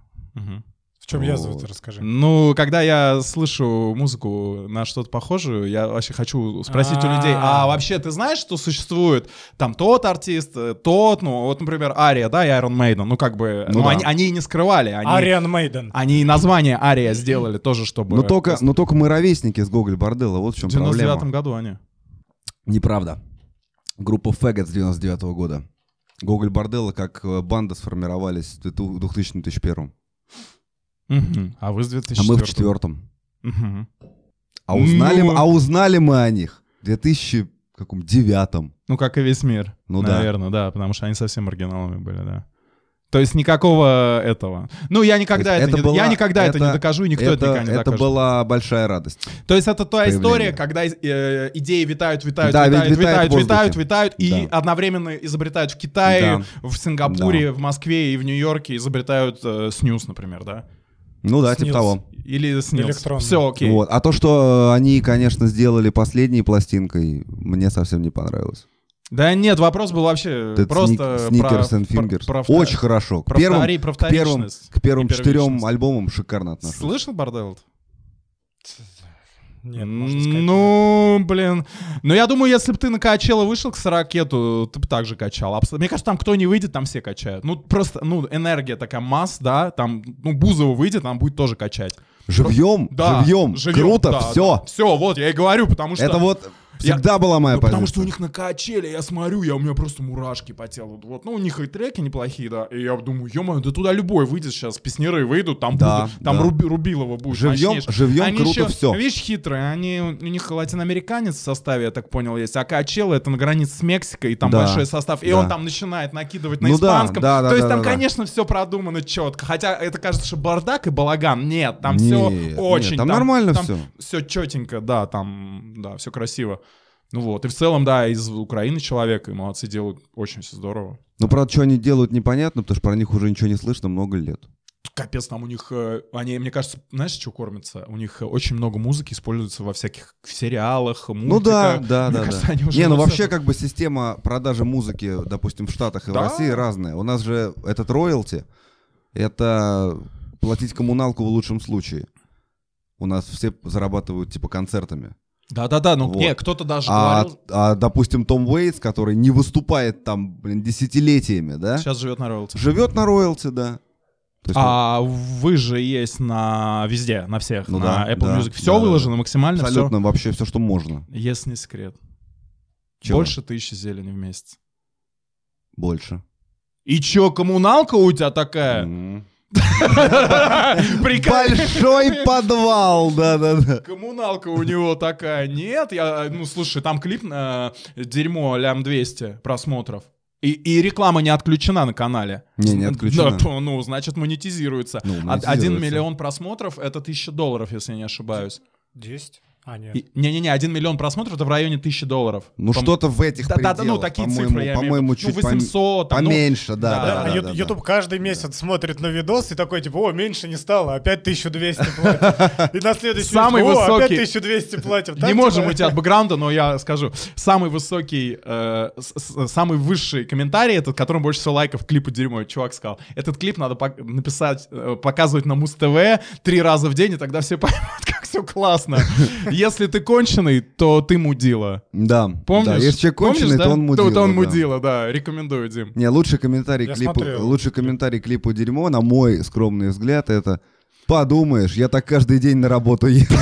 [SPEAKER 2] В чем
[SPEAKER 4] О.
[SPEAKER 2] язва ты расскажи.
[SPEAKER 3] Ну, когда я слышу музыку на что-то похожую, я вообще хочу спросить у людей,
[SPEAKER 2] А.
[SPEAKER 3] а вообще ты знаешь, что существует там тот артист, э, тот, ну, вот, например, Ария, да, и Iron Maiden, ну, как бы,
[SPEAKER 4] Ну
[SPEAKER 3] ну,
[SPEAKER 4] да.
[SPEAKER 3] они, они и не скрывали, они,
[SPEAKER 2] Ариан Мейден.
[SPEAKER 3] они и название Ария сделали тоже, чтобы...
[SPEAKER 4] Но Ну, только, но только мы ровесники с Гоголь Бордела, вот в чем
[SPEAKER 3] В 99
[SPEAKER 4] проблема.
[SPEAKER 3] году они.
[SPEAKER 4] Неправда. Группа Фэггет с 99 года. Гоголь Бордела как э, банда сформировались в 2000-2001.
[SPEAKER 3] Мгм. А вы с
[SPEAKER 4] А
[SPEAKER 3] 2004
[SPEAKER 4] мы в четвертом.
[SPEAKER 3] Мгм.
[SPEAKER 4] А узнали,
[SPEAKER 3] Ну.
[SPEAKER 4] а узнали мы о них в 2009.
[SPEAKER 3] Ну, как и весь мир.
[SPEAKER 4] Ну да.
[SPEAKER 3] Наверное, да, потому что они совсем маргиналами были, да. То есть никакого этого. Ну, я никогда
[SPEAKER 4] То
[SPEAKER 3] это,
[SPEAKER 4] есть это
[SPEAKER 3] не, я
[SPEAKER 4] была-
[SPEAKER 3] никогда это,
[SPEAKER 4] это-
[SPEAKER 3] не докажу, и никто это, никогда не
[SPEAKER 4] это
[SPEAKER 3] докажет.
[SPEAKER 4] была большая радость.
[SPEAKER 3] То есть это та
[SPEAKER 4] появление.
[SPEAKER 3] история, когда э, идеи витают, витают,
[SPEAKER 4] Да,
[SPEAKER 3] витают,
[SPEAKER 4] витает в
[SPEAKER 3] витают,
[SPEAKER 4] воздухе.
[SPEAKER 3] витают, витают, и
[SPEAKER 4] Да.
[SPEAKER 3] одновременно изобретают в Китае, в Сингапуре, в Москве и в Нью-Йорке изобретают э, снюс, например, да?
[SPEAKER 4] Ну да,
[SPEAKER 2] Снилс.
[SPEAKER 4] типа того.
[SPEAKER 3] Или снюс.
[SPEAKER 2] Электронный.
[SPEAKER 3] Все, окей.
[SPEAKER 4] Вот. А то, что они, конечно, сделали последней пластинкой, мне совсем не понравилось.
[SPEAKER 3] Да нет, вопрос был вообще
[SPEAKER 4] Это
[SPEAKER 3] просто
[SPEAKER 4] Sneakers
[SPEAKER 3] про-
[SPEAKER 4] and Fingers.
[SPEAKER 3] про- про-
[SPEAKER 4] Очень хорошо. К
[SPEAKER 3] про
[SPEAKER 4] первым,
[SPEAKER 3] втори- про
[SPEAKER 4] к первым,
[SPEAKER 3] вторичность
[SPEAKER 4] к первым
[SPEAKER 3] и
[SPEAKER 4] четырем
[SPEAKER 3] первичность.
[SPEAKER 4] альбомам шикарно отношусь.
[SPEAKER 3] Слышал, Борделл?
[SPEAKER 2] Нет, можно сказать.
[SPEAKER 3] ну, блин. Ну, я думаю, если бы ты на Качела вышел к Сорокету, ты бы также качал. Абсо- Мне кажется, там кто не выйдет, там все качают. Ну, просто, ну, энергия такая, масс, да, там, ну, Бузова выйдет, там будет тоже качать.
[SPEAKER 4] Живьем,
[SPEAKER 3] Да.
[SPEAKER 4] живьем, круто, все.
[SPEAKER 3] Все, вот, я и говорю, потому что...
[SPEAKER 4] Это вот Всегда была моя
[SPEAKER 3] Ну, потому
[SPEAKER 4] позиция.
[SPEAKER 3] что у них на качеле, я смотрю, я, у меня просто мурашки по телу. идут. Вот. Ну, у них и треки неплохие, да. И я думаю, ё да туда любой выйдет сейчас, песнеры выйдут, там,
[SPEAKER 4] Да,
[SPEAKER 3] будут- там
[SPEAKER 4] да.
[SPEAKER 3] Руби- Рубилова будет.
[SPEAKER 4] Живьем-
[SPEAKER 3] мощнейший.
[SPEAKER 4] живьем круто
[SPEAKER 3] ещё,
[SPEAKER 4] всё.
[SPEAKER 3] Видишь, хитрые, они, у них латиноамериканец в составе, я так понял, есть, а качелы это на границе с Мексикой, и там
[SPEAKER 4] Да,
[SPEAKER 3] большой состав, и
[SPEAKER 4] да.
[SPEAKER 3] он там начинает накидывать на
[SPEAKER 4] Ну да,
[SPEAKER 3] испанском.
[SPEAKER 4] да, да,
[SPEAKER 3] То есть
[SPEAKER 4] да,
[SPEAKER 3] там,
[SPEAKER 4] да, да.
[SPEAKER 3] конечно, все продумано четко. Хотя это кажется, что бардак и балаган. Нет, там
[SPEAKER 4] Нет, нет,
[SPEAKER 3] все очень.
[SPEAKER 4] там нормально всё.
[SPEAKER 3] Все четенько, да, там, да, все красиво. Ну вот, и в целом, да, из Украины человек, и молодцы делают очень все здорово.
[SPEAKER 4] Ну, правда, что они делают, непонятно, потому что про них уже ничего не слышно много лет.
[SPEAKER 3] Капец, там у них, э, они, мне кажется, знаешь, что кормятся? У них э, очень много музыки используется во всяких сериалах, мультиках.
[SPEAKER 4] Ну да, да,
[SPEAKER 3] типа, Мне
[SPEAKER 4] да.
[SPEAKER 3] кажется,
[SPEAKER 4] да.
[SPEAKER 3] они уже
[SPEAKER 4] не, ну
[SPEAKER 3] вот с
[SPEAKER 4] вообще
[SPEAKER 3] этого-
[SPEAKER 4] как бы система продажи музыки, допустим, в Штатах и
[SPEAKER 3] Да.
[SPEAKER 4] в России разная. У нас же этот роялти, это платить коммуналку в лучшем случае. У нас все зарабатывают типа концертами.
[SPEAKER 3] Да-да-да, ну
[SPEAKER 4] Вот.
[SPEAKER 3] не, кто-то даже
[SPEAKER 4] А,
[SPEAKER 3] говорил,
[SPEAKER 4] а, допустим, Том Уэйтс, который не выступает там, блин, десятилетиями, да?
[SPEAKER 3] сейчас живет на роялти.
[SPEAKER 4] Живет на роялти, да. То есть
[SPEAKER 3] А вы же есть на везде, на всех,
[SPEAKER 4] Ну
[SPEAKER 3] на
[SPEAKER 4] да,
[SPEAKER 3] Apple
[SPEAKER 4] да,
[SPEAKER 3] Music. Все
[SPEAKER 4] да, да,
[SPEAKER 3] выложено максимально,
[SPEAKER 4] абсолютно вообще все, что можно.
[SPEAKER 3] все. Если не секрет.
[SPEAKER 4] Чего?
[SPEAKER 3] Больше тысячи зелени в месяц.
[SPEAKER 4] Больше.
[SPEAKER 3] И чё, коммуналка у тебя такая?
[SPEAKER 4] М.
[SPEAKER 3] Прикольно.
[SPEAKER 4] Большой подвал, да-да-да.
[SPEAKER 3] Коммуналка у него такая. Нет, я, ну слушай, там клип на дерьмо лям 200 просмотров. И, и реклама не отключена на канале.
[SPEAKER 4] Не, не отключена.
[SPEAKER 3] Да, то, ну, значит, монетизируется.
[SPEAKER 4] Ну,
[SPEAKER 3] Од- Один
[SPEAKER 4] монетизируется.
[SPEAKER 3] миллион просмотров — это тысяча долларов, если я не ошибаюсь.
[SPEAKER 2] 10? А, нет.
[SPEAKER 3] И- Не-не-не, один миллион просмотров — это в районе тысячи долларов.
[SPEAKER 4] Ну
[SPEAKER 3] Пом-
[SPEAKER 4] что-то в этих
[SPEAKER 3] Да-да-да,
[SPEAKER 4] пределах.
[SPEAKER 3] ну такие
[SPEAKER 4] по-моему,
[SPEAKER 3] цифры я имею в
[SPEAKER 4] По-моему,
[SPEAKER 3] виду. Ну,
[SPEAKER 4] чуть пом-
[SPEAKER 3] 800, там, ну,
[SPEAKER 4] поменьше, да,
[SPEAKER 3] да,
[SPEAKER 4] А, да,
[SPEAKER 2] Да,
[SPEAKER 4] да,
[SPEAKER 2] Ю-
[SPEAKER 4] да, да.
[SPEAKER 2] YouTube каждый месяц смотрит на видос и такой, типа, о, меньше не стало, опять 1200 платят. И на следующий
[SPEAKER 3] Самый
[SPEAKER 2] месяц, о, опять
[SPEAKER 3] высокий.
[SPEAKER 2] 1200 платят.
[SPEAKER 3] не
[SPEAKER 2] Так,
[SPEAKER 3] можем
[SPEAKER 2] типа,
[SPEAKER 3] уйти от бэкграунда, но я скажу. Самый высокий, э, с- с- самый высший комментарий, этот, которым больше всего лайков клипу дерьмо, чувак сказал. Этот клип надо пок- написать, э, показывать на Муз-ТВ три раза в день, и тогда все *laughs* поймут, как все
[SPEAKER 4] *laughs*
[SPEAKER 3] классно. Если ты конченый, то ты мудила.
[SPEAKER 4] Да.
[SPEAKER 3] Помнишь?
[SPEAKER 4] Да, если человек
[SPEAKER 3] Помнишь,
[SPEAKER 4] конченый,
[SPEAKER 3] да?
[SPEAKER 4] то он мудила.
[SPEAKER 3] То он
[SPEAKER 4] да.
[SPEAKER 3] мудила, да. Рекомендую, Дим.
[SPEAKER 4] Не, лучший комментарий,
[SPEAKER 2] Я
[SPEAKER 4] клипу,
[SPEAKER 2] смотрел.
[SPEAKER 4] лучший комментарий клипу «Дерьмо», на мой скромный взгляд, это «Подумаешь, я так каждый день на работу еду».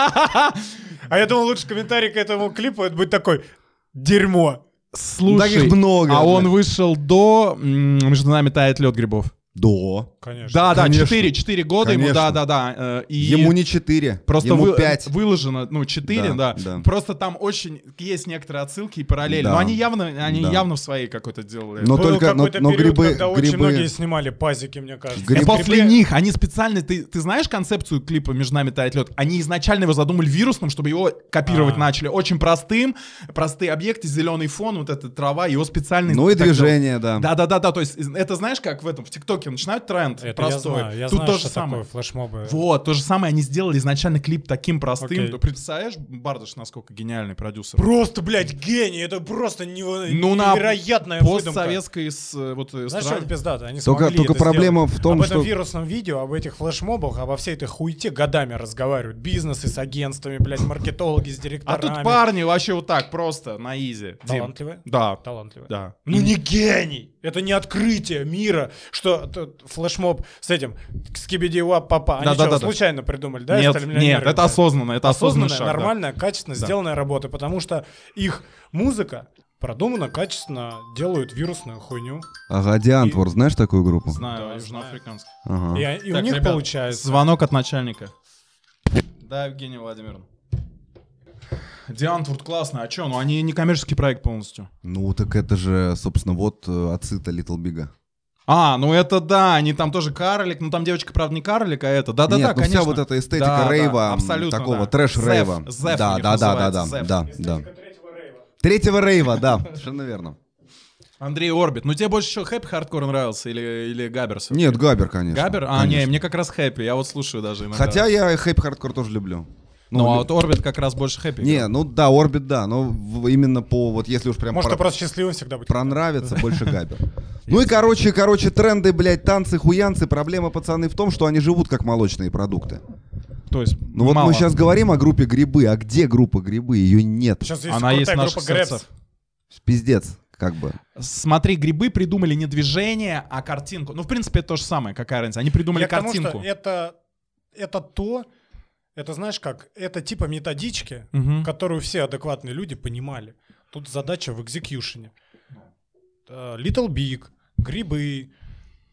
[SPEAKER 2] А я думал, лучше комментарий к этому клипу это будет такой «Дерьмо».
[SPEAKER 3] Слушай,
[SPEAKER 4] Таких много,
[SPEAKER 3] а он
[SPEAKER 4] блядь.
[SPEAKER 3] вышел до м, «Между нами тает лед грибов».
[SPEAKER 4] Да.
[SPEAKER 2] Конечно.
[SPEAKER 3] Да, да,
[SPEAKER 4] Конечно.
[SPEAKER 3] 4, 4 года ему, да,
[SPEAKER 4] Конечно.
[SPEAKER 3] да, да. э, и-
[SPEAKER 4] Ему не четыре,
[SPEAKER 3] Просто
[SPEAKER 4] ему
[SPEAKER 3] вы-
[SPEAKER 4] пять.
[SPEAKER 3] выложено, ну, 4, да,
[SPEAKER 4] Да, да.
[SPEAKER 3] Просто там очень есть некоторые отсылки и параллели.
[SPEAKER 4] Да.
[SPEAKER 3] Но они явно, они
[SPEAKER 4] Да. Ну,
[SPEAKER 3] явно в своей какой-то делали.
[SPEAKER 4] Но
[SPEAKER 2] Был
[SPEAKER 4] только, но,
[SPEAKER 2] какой-то
[SPEAKER 4] но
[SPEAKER 2] период,
[SPEAKER 4] грибы,
[SPEAKER 2] когда очень многие
[SPEAKER 4] грибы,
[SPEAKER 2] снимали пазики, мне кажется.
[SPEAKER 4] Грибы-
[SPEAKER 3] И После
[SPEAKER 2] Грибы-
[SPEAKER 3] них они специально, ты, ты знаешь концепцию клипа «Между нами тает лед»? Они изначально его задумали вирусным, чтобы его копировать
[SPEAKER 2] А.
[SPEAKER 3] начали. Очень простым, простые объекты, зеленый фон, вот эта трава, его специально...
[SPEAKER 4] ну и
[SPEAKER 3] так делали.
[SPEAKER 4] движение, да.
[SPEAKER 3] Да, да, да, да. То есть из- это знаешь, как в этом в ТикТоке начинают тренд
[SPEAKER 2] Это
[SPEAKER 3] простой.
[SPEAKER 2] я знаю, я
[SPEAKER 3] Тут
[SPEAKER 2] знаю,
[SPEAKER 3] то же
[SPEAKER 2] что
[SPEAKER 3] самое.
[SPEAKER 2] такое флешмобы.
[SPEAKER 3] Вот, то же самое они сделали изначально клип таким простым.
[SPEAKER 2] Окей.
[SPEAKER 3] Ты представляешь, Бардаш, насколько гениальный продюсер?
[SPEAKER 2] Просто, блядь, гений, это просто не-
[SPEAKER 3] Ну, на
[SPEAKER 2] невероятная выдумка.
[SPEAKER 3] постсоветской с, э, вот, э,
[SPEAKER 2] Знаешь, что
[SPEAKER 3] страны.
[SPEAKER 2] это пиздато? Они
[SPEAKER 4] Только-
[SPEAKER 2] смогли
[SPEAKER 4] только
[SPEAKER 2] это сделать.
[SPEAKER 4] проблема в том,
[SPEAKER 2] об этом
[SPEAKER 4] что-
[SPEAKER 2] вирусном видео, об этих флешмобах, обо всей этой хуете годами разговаривают. Бизнесы с агентствами, блядь, маркетологи с
[SPEAKER 3] А
[SPEAKER 2] директорами.
[SPEAKER 3] тут парни вообще вот так, просто, на изи. Дим.
[SPEAKER 2] Талантливые?
[SPEAKER 3] Да,
[SPEAKER 2] Талантливые.
[SPEAKER 3] да.
[SPEAKER 2] Ну не гений! Это не открытие мира, что тот флешмоб с этим, с Кибидиуап папа. Они
[SPEAKER 3] Да-да-да-да.
[SPEAKER 2] что, случайно придумали, да?
[SPEAKER 3] нет,
[SPEAKER 2] «Стали
[SPEAKER 3] нет,
[SPEAKER 2] миллионерами»,
[SPEAKER 3] это
[SPEAKER 2] да?
[SPEAKER 3] осознанно, это осознанный
[SPEAKER 2] Осознанная,
[SPEAKER 3] шаг. да.
[SPEAKER 2] нормальная, качественно
[SPEAKER 3] Да.
[SPEAKER 2] сделанная работа, потому что их музыка продумана, качественно делают вирусную хуйню.
[SPEAKER 4] Ага, Диантвор, А, знаешь такую группу?
[SPEAKER 3] Знаю,
[SPEAKER 2] Да,
[SPEAKER 3] южноафриканский.
[SPEAKER 4] Ага.
[SPEAKER 2] И, и
[SPEAKER 3] Так,
[SPEAKER 2] у них
[SPEAKER 3] ребят,
[SPEAKER 2] получается.
[SPEAKER 3] Звонок от начальника. Да, Евгения Владимировна. Диантвурд классно, а чё? Ну они не коммерческий проект полностью.
[SPEAKER 4] Ну, так это же, собственно, вот э, отсыта Литл Бига.
[SPEAKER 3] А, ну это да, они там тоже карлик, ну там девочка, правда, не карлик, а это, да-да-да,
[SPEAKER 4] Нет, ну
[SPEAKER 3] конечно.
[SPEAKER 4] вся вот эта эстетика
[SPEAKER 3] Да, да,
[SPEAKER 4] рейва, м,
[SPEAKER 3] абсолютно,
[SPEAKER 4] такого
[SPEAKER 3] да.
[SPEAKER 4] трэш-рейва.
[SPEAKER 3] Зеф, зеф у
[SPEAKER 4] да,
[SPEAKER 3] них
[SPEAKER 4] да, да, да, да,
[SPEAKER 3] называется, зеф.
[SPEAKER 4] да, да. Третьего
[SPEAKER 3] *laughs*
[SPEAKER 4] рейва, да, совершенно верно.
[SPEAKER 3] Андрей Орбит, ну тебе больше что, Хэппи Хардкор нравился или, или Габер? всё-таки?
[SPEAKER 4] Нет, Габер, конечно.
[SPEAKER 3] Габер? А,
[SPEAKER 4] конечно.
[SPEAKER 3] не, мне как раз Хэппи, я вот слушаю даже иногда.
[SPEAKER 4] Хотя я хэппи хардкор тоже люблю.
[SPEAKER 3] Ну, а вот Орбит как раз больше Хэппи.
[SPEAKER 4] Не, ну да, Орбит, да, но в- именно по, вот если уж прям
[SPEAKER 2] Может, ты
[SPEAKER 4] про,
[SPEAKER 2] просто счастливым всегда быть.
[SPEAKER 4] про нравится, больше
[SPEAKER 2] *laughs*
[SPEAKER 4] Габер. Ну и, короче, короче, тренды, блядь, танцы, хуянцы. Проблема, пацаны, в том, что они живут как молочные продукты.
[SPEAKER 3] То есть,
[SPEAKER 4] Ну вот
[SPEAKER 3] мало.
[SPEAKER 4] мы сейчас говорим о группе Грибы, а где группа Грибы? Ее нет.
[SPEAKER 2] Сейчас есть
[SPEAKER 3] Она
[SPEAKER 2] крутая
[SPEAKER 3] есть в наших
[SPEAKER 2] группа Грэпс.
[SPEAKER 3] сердцах.
[SPEAKER 4] Пиздец, как бы.
[SPEAKER 3] Смотри, грибы придумали не движение, а картинку. Ну, в принципе, это то же самое, какая разница. Они придумали
[SPEAKER 2] Я к тому, что
[SPEAKER 3] картинку.
[SPEAKER 2] это, это то, Это знаешь как? Это типа методички,
[SPEAKER 3] Мгм.
[SPEAKER 2] которую все адекватные люди понимали. Тут задача в экзекьюшене. Э, Little Big, Грибы,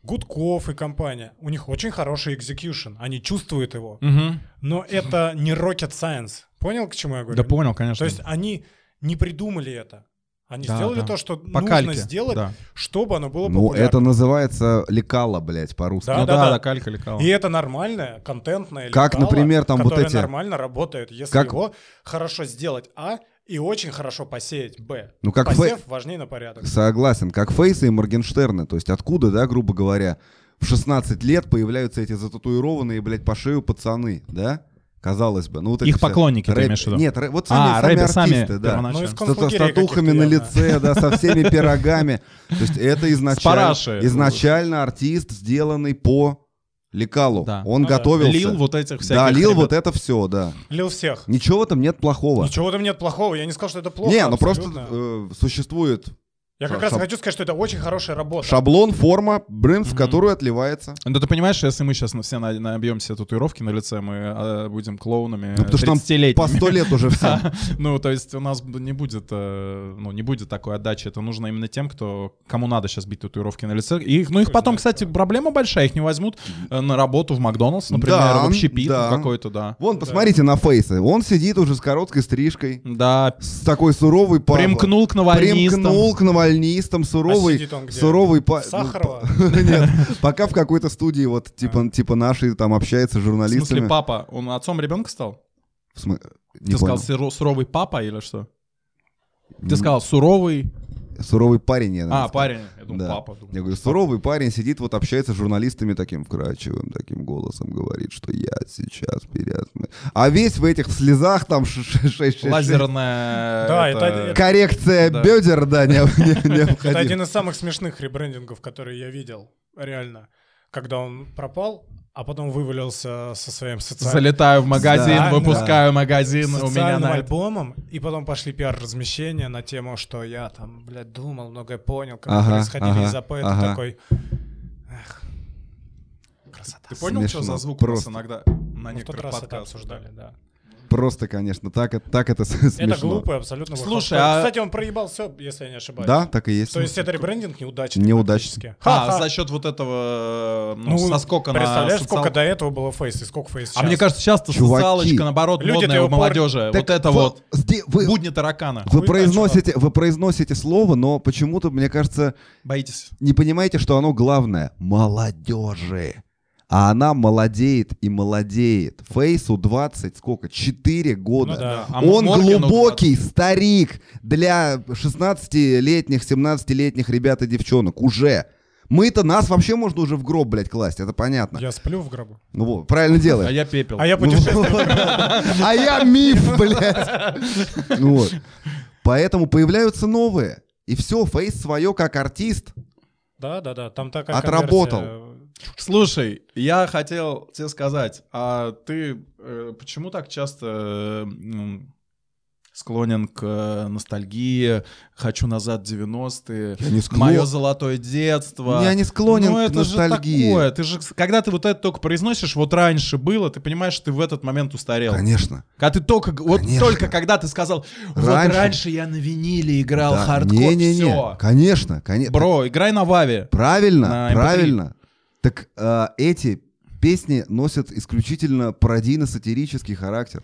[SPEAKER 2] Гудков и компания. У них очень хороший экзекьюшен. Они чувствуют его.
[SPEAKER 3] Мгм.
[SPEAKER 2] Но это не rocket science. Понял, к чему я говорю?
[SPEAKER 3] Да понял, конечно.
[SPEAKER 2] То есть они не придумали это. Они
[SPEAKER 3] Да,
[SPEAKER 2] сделали
[SPEAKER 3] да.
[SPEAKER 2] то, что
[SPEAKER 3] По
[SPEAKER 2] нужно
[SPEAKER 3] кальке,
[SPEAKER 2] сделать,
[SPEAKER 3] да.
[SPEAKER 2] чтобы оно было
[SPEAKER 4] Ну,
[SPEAKER 2] популярно.
[SPEAKER 4] это называется лекало, блядь, по-русски.
[SPEAKER 2] Да,
[SPEAKER 3] ну
[SPEAKER 2] да,
[SPEAKER 3] да,
[SPEAKER 2] да.
[SPEAKER 3] да, калька лекала.
[SPEAKER 2] И это нормальное, контентное
[SPEAKER 4] Как,
[SPEAKER 2] лекало,
[SPEAKER 4] например, там вот
[SPEAKER 2] которое
[SPEAKER 4] эти-
[SPEAKER 2] нормально работает, если
[SPEAKER 4] Как-
[SPEAKER 2] его хорошо сделать А и очень хорошо посеять Б.
[SPEAKER 4] Ну, как
[SPEAKER 2] Посев важнее на порядок.
[SPEAKER 4] Согласен, как Фейсы и Моргенштерны. То есть откуда, да, грубо говоря, в 16 лет появляются эти зататуированные, блядь, по шею пацаны, да? Казалось бы. Ну, вот эти
[SPEAKER 3] Их
[SPEAKER 4] все
[SPEAKER 3] поклонники, ты
[SPEAKER 4] рэп-
[SPEAKER 3] имеешь в виду?
[SPEAKER 4] Нет, рэ- вот сами,
[SPEAKER 3] а,
[SPEAKER 4] сами
[SPEAKER 3] рэпер сами
[SPEAKER 4] артисты, да.
[SPEAKER 2] первоначально. Ну, из
[SPEAKER 4] С тат- с
[SPEAKER 2] Конфликерия
[SPEAKER 4] татухами на
[SPEAKER 2] каких-то,
[SPEAKER 4] лице, да, со всеми
[SPEAKER 2] *laughs*
[SPEAKER 4] пирогами. То есть это изначально,
[SPEAKER 3] параши.
[SPEAKER 4] изначально артист, сделанный по лекалу.
[SPEAKER 3] Да.
[SPEAKER 4] Он
[SPEAKER 2] Ну да.
[SPEAKER 4] готовился.
[SPEAKER 3] Лил вот этих всяких
[SPEAKER 4] да, лил
[SPEAKER 3] ребят.
[SPEAKER 4] вот это все, да.
[SPEAKER 2] Лил всех.
[SPEAKER 4] Ничего в этом нет плохого.
[SPEAKER 2] Ничего там нет плохого. Я не сказал, что это плохо.
[SPEAKER 4] не, ну просто
[SPEAKER 2] абсолютно.
[SPEAKER 4] э, существует
[SPEAKER 2] Я как
[SPEAKER 4] шаб-
[SPEAKER 2] раз
[SPEAKER 4] шаб-
[SPEAKER 2] хочу сказать, что это очень хорошая работа.
[SPEAKER 4] шаблон, форма, блин, в
[SPEAKER 3] Мгм.
[SPEAKER 4] которую отливается.
[SPEAKER 3] Ну ты понимаешь, если мы сейчас все на- набьем себе татуировки на лице, мы э, будем клоунами
[SPEAKER 4] Ну, потому что нам
[SPEAKER 3] 30-летними. *laughs*
[SPEAKER 4] По сто лет уже все.
[SPEAKER 3] Да. Ну, то есть у нас б- не будет, э, ну, не будет такой отдачи. Это нужно именно тем, кто, кому надо сейчас бить татуировки на лице. И Их, ну, их
[SPEAKER 2] Кто
[SPEAKER 3] потом,
[SPEAKER 2] знает,
[SPEAKER 3] кстати, проблема большая, их не возьмут э, на работу в Макдоналдс, например,
[SPEAKER 4] Да,
[SPEAKER 3] в общепит
[SPEAKER 4] да.
[SPEAKER 3] какой-то, да.
[SPEAKER 2] Да.
[SPEAKER 4] Вон, посмотрите на фейсы. Он сидит уже с короткой стрижкой,
[SPEAKER 3] Да,
[SPEAKER 4] с такой суровой папой.
[SPEAKER 3] примкнул к навальнистам.
[SPEAKER 4] Примкнул к навальнистам, суровый,
[SPEAKER 2] А сидит он где?
[SPEAKER 4] суровый па-
[SPEAKER 2] В *laughs* Сахарова? А.
[SPEAKER 4] ну, па- *laughs* Нет, пока в какой-то студии вот типа типа нашей там общается с
[SPEAKER 3] В смысле,
[SPEAKER 4] журналистами.
[SPEAKER 3] папа, он отцом ребенка стал?
[SPEAKER 4] В смы- Не
[SPEAKER 3] Ты сказал
[SPEAKER 4] понял.
[SPEAKER 3] сиро- суровый папа или что?
[SPEAKER 4] М,
[SPEAKER 3] Ты сказал суровый...
[SPEAKER 4] суровый парень, я наверное,
[SPEAKER 3] А,
[SPEAKER 4] сказал.
[SPEAKER 3] парень. Я думал,
[SPEAKER 4] Да.
[SPEAKER 3] папа. думал.
[SPEAKER 4] Я говорю, суровый парень сидит, вот общается с журналистами таким вкрадчивым, таким голосом говорит, что я сейчас переосмы... А весь в этих в слезах там ш- ш- ш- ш-
[SPEAKER 3] Лазерная... э,
[SPEAKER 2] Да, это- это-
[SPEAKER 4] коррекция
[SPEAKER 3] Да.
[SPEAKER 4] бедер,
[SPEAKER 2] *laughs*
[SPEAKER 4] да, не, не-
[SPEAKER 2] Это
[SPEAKER 4] необходима.
[SPEAKER 2] один из самых смешных ребрендингов, которые я видел, реально. Когда он пропал, а потом вывалился со своим социальным
[SPEAKER 3] Залетаю в магазин,
[SPEAKER 2] Да,
[SPEAKER 3] выпускаю магазин, у меня
[SPEAKER 2] социальным
[SPEAKER 3] на...
[SPEAKER 2] альбомом, и потом пошли пиар-размещения на тему, что я там, блядь, думал, многое понял, как
[SPEAKER 4] Ага,
[SPEAKER 2] происходили
[SPEAKER 4] ага,
[SPEAKER 2] из АП, ты
[SPEAKER 4] ага.
[SPEAKER 2] такой... Эх, красота.
[SPEAKER 3] Ты понял,
[SPEAKER 4] Смешно.
[SPEAKER 3] что за звук
[SPEAKER 4] Просто.
[SPEAKER 3] у нас иногда на
[SPEAKER 2] Мы в тот
[SPEAKER 3] некоторых
[SPEAKER 2] раз это
[SPEAKER 3] подкастах?
[SPEAKER 2] обсуждали, да.
[SPEAKER 4] Просто, конечно, так, это- так это с- смешно.
[SPEAKER 2] Это глупо и абсолютно
[SPEAKER 3] Слушай,
[SPEAKER 2] выходит.
[SPEAKER 3] а-
[SPEAKER 2] Кстати, он проебал все, если я не ошибаюсь.
[SPEAKER 4] Да, так и есть.
[SPEAKER 2] То есть это ребрендинг неудачный.
[SPEAKER 4] Неудачный.
[SPEAKER 2] практически.
[SPEAKER 3] А,
[SPEAKER 2] Ха-ха.
[SPEAKER 3] за счет вот этого, ну, соскока на
[SPEAKER 2] Представляешь,
[SPEAKER 3] социал-
[SPEAKER 2] сколько до этого было фейс и сколько фейс
[SPEAKER 3] А мне
[SPEAKER 2] сейчас?
[SPEAKER 3] кажется, часто
[SPEAKER 4] Чуваки.
[SPEAKER 3] социалочка, наоборот,
[SPEAKER 2] Люди-то
[SPEAKER 3] модная у
[SPEAKER 2] упор-
[SPEAKER 3] молодежи.
[SPEAKER 4] Так
[SPEAKER 3] вот это вот.
[SPEAKER 4] сде- Вы,
[SPEAKER 3] Будни таракана.
[SPEAKER 2] хуй
[SPEAKER 4] вы
[SPEAKER 2] а
[SPEAKER 4] произносите, вы произносите слово, но почему-то, мне кажется,
[SPEAKER 3] Боитесь.
[SPEAKER 4] не понимаете, что оно главное. Молодежи. А она молодеет и молодеет. Фейсу 20, сколько? 4 года.
[SPEAKER 2] Ну да.
[SPEAKER 3] А
[SPEAKER 4] Он
[SPEAKER 3] Моргену
[SPEAKER 4] глубокий старик для 16-летних, 17-летних ребят и девчонок уже. Мы-то, нас вообще можно уже в гроб, блядь, класть, это понятно.
[SPEAKER 2] Я сплю в гробу.
[SPEAKER 4] Ну вот, правильно
[SPEAKER 3] А
[SPEAKER 4] делаешь.
[SPEAKER 3] я пепел.
[SPEAKER 2] А
[SPEAKER 4] Ну.
[SPEAKER 2] я путешествую.
[SPEAKER 4] А я миф, блядь. Ну вот. Поэтому появляются новые. И все, Фейс свое как артист.
[SPEAKER 2] Да, да, да. Там такая
[SPEAKER 4] Отработал.
[SPEAKER 2] конверсия.
[SPEAKER 3] Слушай, я хотел тебе сказать, а ты э, почему так часто э, м, склонен к э, ностальгии, хочу назад 90-е,
[SPEAKER 4] Я не
[SPEAKER 3] мое
[SPEAKER 4] склонен.
[SPEAKER 3] золотое детство?
[SPEAKER 4] Я не склонен
[SPEAKER 3] Ну,
[SPEAKER 4] к
[SPEAKER 3] это же
[SPEAKER 4] ностальгии.
[SPEAKER 3] такое. Ты же, когда ты вот это только произносишь, вот раньше было, ты понимаешь, что ты в этот момент устарел.
[SPEAKER 4] Конечно.
[SPEAKER 3] Когда ты только, вот
[SPEAKER 4] Конечно.
[SPEAKER 3] только когда ты сказал, вот
[SPEAKER 4] Раньше.
[SPEAKER 3] раньше, я на виниле играл
[SPEAKER 4] Да.
[SPEAKER 3] хардкор,
[SPEAKER 4] Не-не-не.
[SPEAKER 3] все.
[SPEAKER 4] Конечно, конечно.
[SPEAKER 3] Бро, играй на Ваве.
[SPEAKER 4] Правильно,
[SPEAKER 3] На эм MP3.
[SPEAKER 4] правильно. Так э, эти песни носят исключительно пародийно-сатирический характер.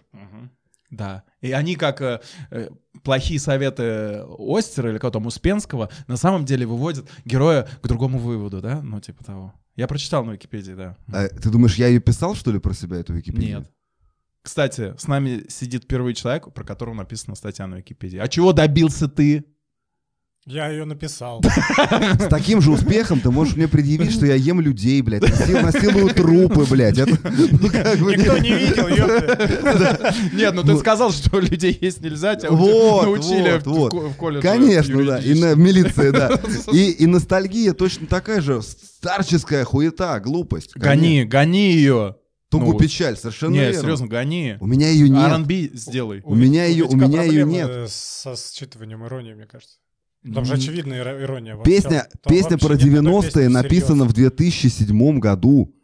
[SPEAKER 3] Да. И они как э, э, плохие советы Остера или кого там Успенского на самом деле выводят героя к другому выводу, да? Ну, типа того. Я прочитал на Википедии, да.
[SPEAKER 4] А, ты думаешь, я ее писал, что ли, про себя, эту Википедию?
[SPEAKER 3] Типа Нет. Кстати, с нами сидит первый человек, про которого написана статья на Википедии. А чего добился ты?
[SPEAKER 2] Я ее написал.
[SPEAKER 4] С таким же успехом ты можешь мне предъявить, что я ем людей, блядь, насил- насилую трупы, блядь. Это, ну, как бы,
[SPEAKER 2] Никто
[SPEAKER 4] нет.
[SPEAKER 2] не видел, ёпта.
[SPEAKER 3] Нет, ну ты сказал, что людей есть нельзя, тебя
[SPEAKER 4] Вот,
[SPEAKER 3] научили в-
[SPEAKER 4] вот,
[SPEAKER 3] в ко- в колледже.
[SPEAKER 4] Конечно, да, и
[SPEAKER 3] юридически.
[SPEAKER 4] на,
[SPEAKER 3] *laughs*
[SPEAKER 4] милиция, да. И, и ностальгия точно такая же старческая хуета, глупость.
[SPEAKER 3] Гони, гони ее.
[SPEAKER 4] Тугу
[SPEAKER 3] Ну вот.
[SPEAKER 4] печаль, совершенно
[SPEAKER 3] Не,
[SPEAKER 4] верно.
[SPEAKER 3] серьезно, гони.
[SPEAKER 4] У меня ее нет.
[SPEAKER 3] R&B сделай.
[SPEAKER 4] У меня её- у
[SPEAKER 2] тебя
[SPEAKER 4] меня её
[SPEAKER 2] проблемы,
[SPEAKER 4] нет.
[SPEAKER 2] э, Со считыванием иронии, мне кажется. Там же очевидная иро- ирония. во всём.
[SPEAKER 4] Песня,
[SPEAKER 2] Там
[SPEAKER 4] песня
[SPEAKER 2] вообще
[SPEAKER 4] про
[SPEAKER 2] ни одной песни
[SPEAKER 4] 90-е написана в 2007 году.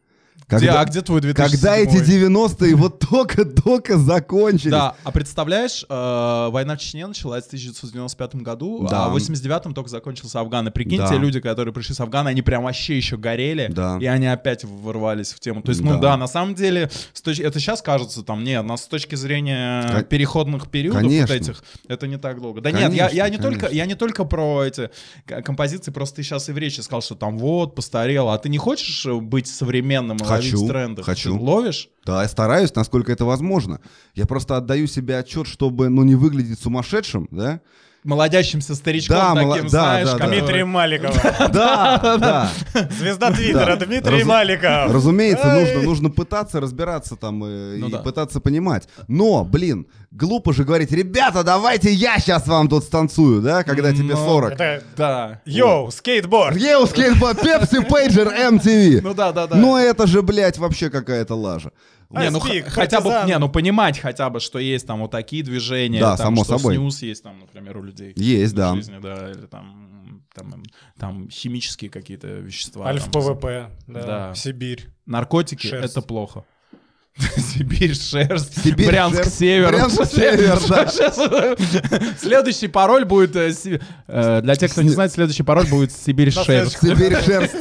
[SPEAKER 3] Где,
[SPEAKER 4] Когда,
[SPEAKER 3] а где твой 2007?
[SPEAKER 4] когда эти 90-е вот только-только закончились.
[SPEAKER 3] Да, а представляешь, э, война в Чечне началась в 1995 году,
[SPEAKER 4] Да.
[SPEAKER 3] а в 89 только закончился Афган. И прикинь,
[SPEAKER 4] Да.
[SPEAKER 3] те люди, которые пришли с Афгана, они прям вообще еще горели,
[SPEAKER 4] Да.
[SPEAKER 3] и они опять ворвались в тему. То есть, ну
[SPEAKER 4] Да.
[SPEAKER 3] да, на самом деле, с точ- это сейчас кажется там, нет, нас с точки зрения
[SPEAKER 4] Кон-
[SPEAKER 3] переходных периодов
[SPEAKER 4] Конечно.
[SPEAKER 3] вот этих, это не так долго. Да нет, я,
[SPEAKER 4] Конечно,
[SPEAKER 3] я не
[SPEAKER 4] конечно.
[SPEAKER 3] только, я не только про эти к- композиции, просто ты сейчас и в речи сказал, что там вот, постарел, а ты не хочешь э, быть современным и
[SPEAKER 4] Хочу,
[SPEAKER 3] ловить тренды?
[SPEAKER 4] хочу.
[SPEAKER 3] Ты ловишь?
[SPEAKER 4] Да, я стараюсь, насколько это возможно. Я просто отдаю себе отчет, чтобы, ну, не выглядеть сумасшедшим,
[SPEAKER 3] *laughs*
[SPEAKER 4] да?
[SPEAKER 3] молодящимся старичком
[SPEAKER 4] Да,
[SPEAKER 3] таким,
[SPEAKER 4] моло- да,
[SPEAKER 3] знаешь,
[SPEAKER 4] да, да.
[SPEAKER 3] который-
[SPEAKER 2] Дмитрием Маликовым.
[SPEAKER 4] Да, да.
[SPEAKER 2] Звезда Твиттера
[SPEAKER 4] Да.
[SPEAKER 2] Дмитрий
[SPEAKER 4] Разу-
[SPEAKER 2] Маликов.
[SPEAKER 4] Разумеется,
[SPEAKER 2] Ай.
[SPEAKER 4] нужно, нужно пытаться разбираться там э,
[SPEAKER 3] Ну
[SPEAKER 4] и
[SPEAKER 3] да.
[SPEAKER 4] пытаться понимать. Но, блин, глупо же говорить, ребята, давайте я сейчас вам тут станцую, да, когда тебе
[SPEAKER 3] Ну,
[SPEAKER 4] 40.
[SPEAKER 2] Это
[SPEAKER 3] Да.
[SPEAKER 2] Йоу, скейтборд!
[SPEAKER 4] Еу, скейтборд, Pepsi, Pager, MTV.
[SPEAKER 3] Ну да, да, да.
[SPEAKER 4] Ну это же, блядь, вообще какая-то лажа.
[SPEAKER 3] не, ну
[SPEAKER 2] Айспик,
[SPEAKER 3] х- хотя бы,
[SPEAKER 2] партизан.
[SPEAKER 3] не, ну понимать хотя бы, что есть там вот такие движения,
[SPEAKER 4] Да,
[SPEAKER 3] там,
[SPEAKER 4] само
[SPEAKER 3] что
[SPEAKER 4] собой.
[SPEAKER 3] снюс есть там, например, у людей.
[SPEAKER 4] Есть,
[SPEAKER 3] в
[SPEAKER 4] да.
[SPEAKER 3] Жизни, да, или там, там, м, там химические какие-то вещества.
[SPEAKER 2] Альф
[SPEAKER 3] там,
[SPEAKER 2] ПВП, да,
[SPEAKER 3] Да.
[SPEAKER 2] Сибирь.
[SPEAKER 3] Наркотики
[SPEAKER 2] Шерсть.
[SPEAKER 3] это плохо. *laughs* Сибирь, шерсть,
[SPEAKER 4] Сибирь,
[SPEAKER 3] Брянск,
[SPEAKER 4] шерсть,
[SPEAKER 3] север.
[SPEAKER 4] Брянск, север, да.
[SPEAKER 3] Сейчас. Следующий пароль будет... э, си- э, Для тех, кто не знает, следующий пароль будет Сибирь,
[SPEAKER 2] На
[SPEAKER 3] шерсть.
[SPEAKER 4] Сибирь, шерсть.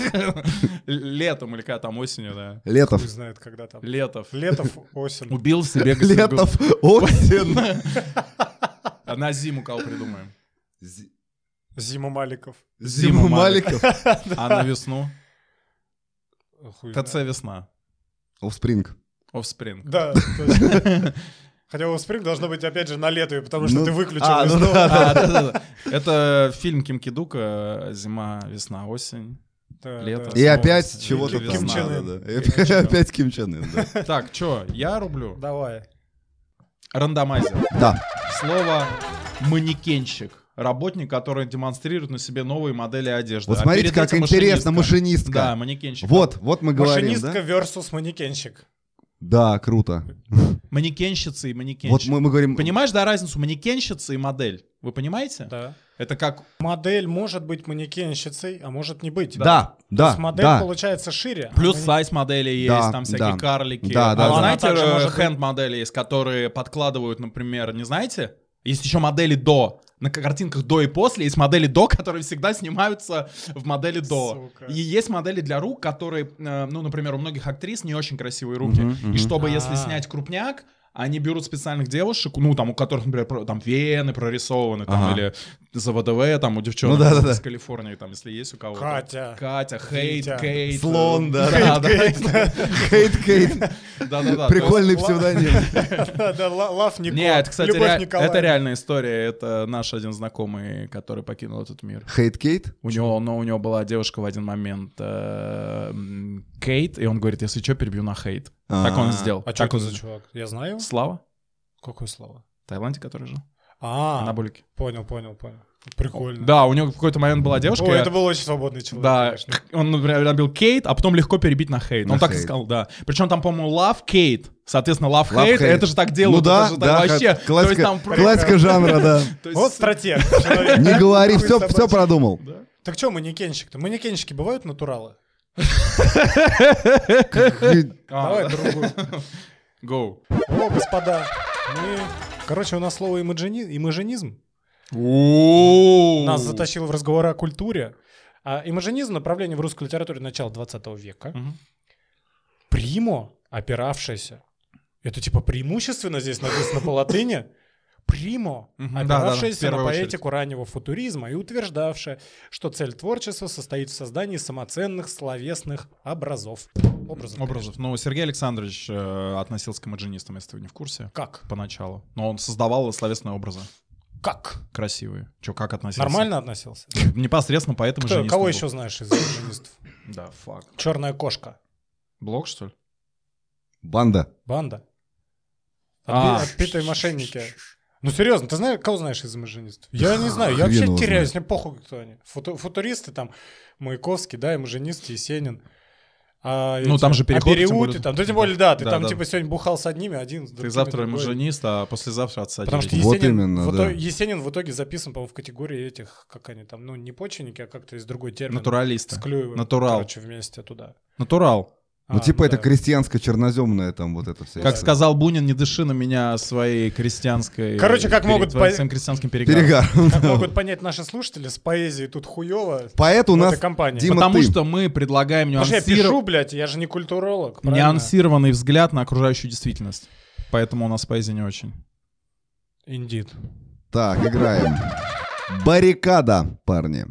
[SPEAKER 3] *laughs* Летом или когда там осенью, да.
[SPEAKER 2] *laughs*
[SPEAKER 4] Летов.
[SPEAKER 2] Хуй знает, когда там.
[SPEAKER 3] Летов.
[SPEAKER 2] Летов, осень.
[SPEAKER 3] Убил в *laughs* себе
[SPEAKER 4] Летов, осень.
[SPEAKER 3] А на зиму кого *laughs* придумаем?
[SPEAKER 4] З-
[SPEAKER 2] Зима Маликов.
[SPEAKER 4] Зиму Маликов.
[SPEAKER 3] А на весну?
[SPEAKER 2] Хуй
[SPEAKER 3] ТЦ
[SPEAKER 2] знает.
[SPEAKER 3] весна.
[SPEAKER 4] Офспринг.
[SPEAKER 3] *laughs* Offspring.
[SPEAKER 2] Да, точно. Хотя у Спринг должно быть, опять же, на лето, потому что
[SPEAKER 4] Ну,
[SPEAKER 2] ты выключил.
[SPEAKER 4] а,
[SPEAKER 2] из
[SPEAKER 4] ну
[SPEAKER 2] дома.
[SPEAKER 3] А, да-да-да. Это фильм Ким Кидука «Зима, весна, осень».
[SPEAKER 2] Да,
[SPEAKER 3] лето.
[SPEAKER 2] да.
[SPEAKER 4] И
[SPEAKER 3] Снова
[SPEAKER 4] опять
[SPEAKER 3] Ким-
[SPEAKER 4] чего-то там.
[SPEAKER 2] Ким Чен
[SPEAKER 4] надо,
[SPEAKER 2] Ын.
[SPEAKER 4] да. И опять- Опять Ким Чен Ын, да.
[SPEAKER 3] Так, чё, я рублю?
[SPEAKER 2] Давай.
[SPEAKER 3] Рандомайзер.
[SPEAKER 4] Да.
[SPEAKER 3] Слово «манекенщик». Работник, который демонстрирует на себе новые модели одежды.
[SPEAKER 4] Вот
[SPEAKER 3] А
[SPEAKER 4] смотрите,
[SPEAKER 3] перед
[SPEAKER 4] как
[SPEAKER 3] этим
[SPEAKER 4] интересно,
[SPEAKER 3] Да,
[SPEAKER 4] машинистка.
[SPEAKER 3] манекенщик.
[SPEAKER 4] Вот, вот мы говорим,
[SPEAKER 2] Машинистка
[SPEAKER 4] да?
[SPEAKER 2] versus манекенщик.
[SPEAKER 4] Да, круто.
[SPEAKER 3] Манекенщица и манекенщик.
[SPEAKER 4] Вот мы мы говорим...
[SPEAKER 3] Понимаешь, да, разницу манекенщица и модель? Вы понимаете?
[SPEAKER 2] Да.
[SPEAKER 3] Это как
[SPEAKER 2] Модель может быть манекенщицей, а может не быть.
[SPEAKER 4] Да,
[SPEAKER 2] То
[SPEAKER 4] да,
[SPEAKER 2] есть модель
[SPEAKER 4] да.
[SPEAKER 2] получается шире. а
[SPEAKER 3] Плюс
[SPEAKER 2] мани-
[SPEAKER 3] сайз модели есть,
[SPEAKER 4] Да,
[SPEAKER 3] там всякие
[SPEAKER 4] да.
[SPEAKER 3] карлики.
[SPEAKER 4] Да, да,
[SPEAKER 3] а
[SPEAKER 4] да.
[SPEAKER 3] знаете,
[SPEAKER 2] Она также
[SPEAKER 3] э,
[SPEAKER 2] может быть-
[SPEAKER 3] хенд-модели есть, которые подкладывают, например, не знаете? Есть еще модели до. На к- картинках до и после есть модели до, *laughs* которые всегда снимаются в модели до.
[SPEAKER 2] Сука.
[SPEAKER 3] И есть модели для рук, которые, э, ну, например, у многих актрис не очень красивые руки.
[SPEAKER 4] Мгм, мгм.
[SPEAKER 3] И чтобы, если
[SPEAKER 2] А.
[SPEAKER 3] снять крупняк, они берут специальных девушек, ну, там, у которых, например, про- там вены прорисованы, там,
[SPEAKER 4] Ага.
[SPEAKER 3] или за ВДВ, там, у девчонок
[SPEAKER 4] Ну да, да,
[SPEAKER 3] из
[SPEAKER 4] да.
[SPEAKER 3] Калифорнии, там, если есть у кого-то.
[SPEAKER 2] Катя.
[SPEAKER 3] Катя, Хейт,
[SPEAKER 2] Витя.
[SPEAKER 3] Кейт.
[SPEAKER 4] Слон, да.
[SPEAKER 3] Да,
[SPEAKER 4] Хейт Кейт.
[SPEAKER 3] да, да, да.
[SPEAKER 4] Прикольный
[SPEAKER 2] Ла-
[SPEAKER 4] псевдоним.
[SPEAKER 2] *laughs* Да, да, ла- Лав
[SPEAKER 3] *laughs*
[SPEAKER 2] Нико-
[SPEAKER 3] Нет, это, кстати,
[SPEAKER 2] Любовь
[SPEAKER 3] ре-
[SPEAKER 2] Николаевна.
[SPEAKER 3] это реальная история. Это наш один знакомый, который покинул этот мир.
[SPEAKER 4] Хейт Кейт?
[SPEAKER 3] У него, но у него была девушка в один момент э, м, Кейт, и он говорит, если что, перебью на Хейт. Так он и
[SPEAKER 4] А.
[SPEAKER 3] сделал.
[SPEAKER 2] А что
[SPEAKER 3] так
[SPEAKER 2] это
[SPEAKER 3] он
[SPEAKER 2] за
[SPEAKER 3] и-
[SPEAKER 2] чувак? Я знаю. его?
[SPEAKER 3] Слава,
[SPEAKER 2] Какое слово?
[SPEAKER 3] в Таиланде, который жил.
[SPEAKER 2] А,
[SPEAKER 3] Анаболики.
[SPEAKER 2] понял, понял, понял. Прикольно.
[SPEAKER 3] Да, у него в какой-то момент была девушка.
[SPEAKER 2] О, это был очень свободный человек.
[SPEAKER 3] Да, *laughs*
[SPEAKER 2] конечно.
[SPEAKER 3] он например, набил Кейт, а потом легко перебить на Хейт.
[SPEAKER 4] На
[SPEAKER 3] он так и
[SPEAKER 4] Хейт.
[SPEAKER 3] сказал, да. Причем там, по-моему, Love Кейт. Соответственно, Love,
[SPEAKER 4] Love
[SPEAKER 3] Хейт,
[SPEAKER 4] Hate.
[SPEAKER 3] это же так делают.
[SPEAKER 4] Ну да,
[SPEAKER 3] это же так
[SPEAKER 4] да,
[SPEAKER 3] вообще.
[SPEAKER 4] ха- классика,
[SPEAKER 3] То есть там... *laughs*
[SPEAKER 4] классика жанра, да.
[SPEAKER 3] то есть-
[SPEAKER 2] Вот
[SPEAKER 3] *laughs*
[SPEAKER 2] стратег. человек.
[SPEAKER 4] Не говори,
[SPEAKER 2] Хуй
[SPEAKER 4] все,
[SPEAKER 2] собачий.
[SPEAKER 4] все продумал.
[SPEAKER 3] Да.
[SPEAKER 2] Так что манекенщик-то? Манекенщики бывают натуралы? Давай
[SPEAKER 3] А,
[SPEAKER 2] другую.
[SPEAKER 3] Go.
[SPEAKER 2] О, господа. Мы... Короче, у нас слово имаджини- имажинизм нас затащило в разговоры о культуре. А имажинизм — направление в русской литературе начала 20 века.
[SPEAKER 3] Мгм.
[SPEAKER 2] Примо, опиравшийся. Это типа преимущественно здесь написано по латыни. Примо,
[SPEAKER 3] Мгм, да, да, да, в
[SPEAKER 2] опиравшаяся на
[SPEAKER 3] первую очередь.
[SPEAKER 2] поэтику раннего футуризма и утверждавшая, что цель творчества состоит в создании самоценных словесных образов. Образов.
[SPEAKER 3] Образов. Ну, Сергей Александрович э, относился к имаджинистам, если вы не в курсе,
[SPEAKER 2] конечно. Как?
[SPEAKER 3] поначалу. Но он создавал словесные образы
[SPEAKER 2] Как?
[SPEAKER 3] красивые. Че, как относился?
[SPEAKER 2] Нормально относился?
[SPEAKER 3] Непосредственно поэтому
[SPEAKER 2] Кто- кого еще знаешь из имажинистов?
[SPEAKER 3] Да, факт.
[SPEAKER 2] Черная кошка.
[SPEAKER 3] Блок, что ли?
[SPEAKER 4] Банда.
[SPEAKER 2] Банда.
[SPEAKER 3] А.
[SPEAKER 2] Отби- Отбитые мошенники. Ну серьезно, ты знаешь, кого знаешь из имажинистов? Я не знаю, я
[SPEAKER 4] Хрен
[SPEAKER 2] вообще
[SPEAKER 4] его
[SPEAKER 2] теряюсь, мне похуй, кто они. Футу- футуристы там, Маяковский, да, имажинист, Есенин. А
[SPEAKER 3] Ну,
[SPEAKER 2] эти-
[SPEAKER 3] там же переходы,
[SPEAKER 2] А
[SPEAKER 3] тем
[SPEAKER 2] переуты
[SPEAKER 3] более.
[SPEAKER 2] там, да, тем более, да, ты
[SPEAKER 3] Да,
[SPEAKER 2] там
[SPEAKER 3] да.
[SPEAKER 2] типа сегодня бухал с одними, один с
[SPEAKER 3] Ты
[SPEAKER 2] другими,
[SPEAKER 3] завтра
[SPEAKER 2] другой.
[SPEAKER 3] имаджинист, а послезавтра отца.
[SPEAKER 2] Потому что
[SPEAKER 3] дядя.
[SPEAKER 4] Вот
[SPEAKER 2] Есенин,
[SPEAKER 4] именно,
[SPEAKER 2] в итоге-
[SPEAKER 4] да.
[SPEAKER 2] Есенин в итоге записан, по-моему, в категории этих, как они там, ну, не почвенники, а как-то из другой термин.
[SPEAKER 3] Натуралисты.
[SPEAKER 2] С Клюевым,
[SPEAKER 3] Натурал.
[SPEAKER 2] Короче, вместе туда.
[SPEAKER 3] Натурал.
[SPEAKER 4] Ну,
[SPEAKER 2] А,
[SPEAKER 4] типа,
[SPEAKER 2] ну
[SPEAKER 4] это
[SPEAKER 2] да.
[SPEAKER 4] крестьянско черноземное там вот это все.
[SPEAKER 3] Как сказал Бунин, не дыши на меня своей крестьянской...
[SPEAKER 2] Короче, как
[SPEAKER 3] пере-
[SPEAKER 2] могут
[SPEAKER 3] твоим
[SPEAKER 2] по-
[SPEAKER 3] своим крестьянским перегаром.
[SPEAKER 4] Перегар. *laughs*
[SPEAKER 2] Как могут понять наши слушатели, с поэзией тут хуево.
[SPEAKER 4] Поэт у
[SPEAKER 2] Вот
[SPEAKER 4] нас,
[SPEAKER 2] и компания.
[SPEAKER 4] Дима,
[SPEAKER 3] Потому
[SPEAKER 4] ты.
[SPEAKER 3] что мы предлагаем
[SPEAKER 2] Потому что я
[SPEAKER 3] нюансиров-
[SPEAKER 2] пишу, блядь, я же не культуролог. правильно?
[SPEAKER 3] нюансированный взгляд на окружающую действительность. Поэтому у нас поэзия не очень.
[SPEAKER 2] Индит.
[SPEAKER 4] Так, играем. Баррикада, парни.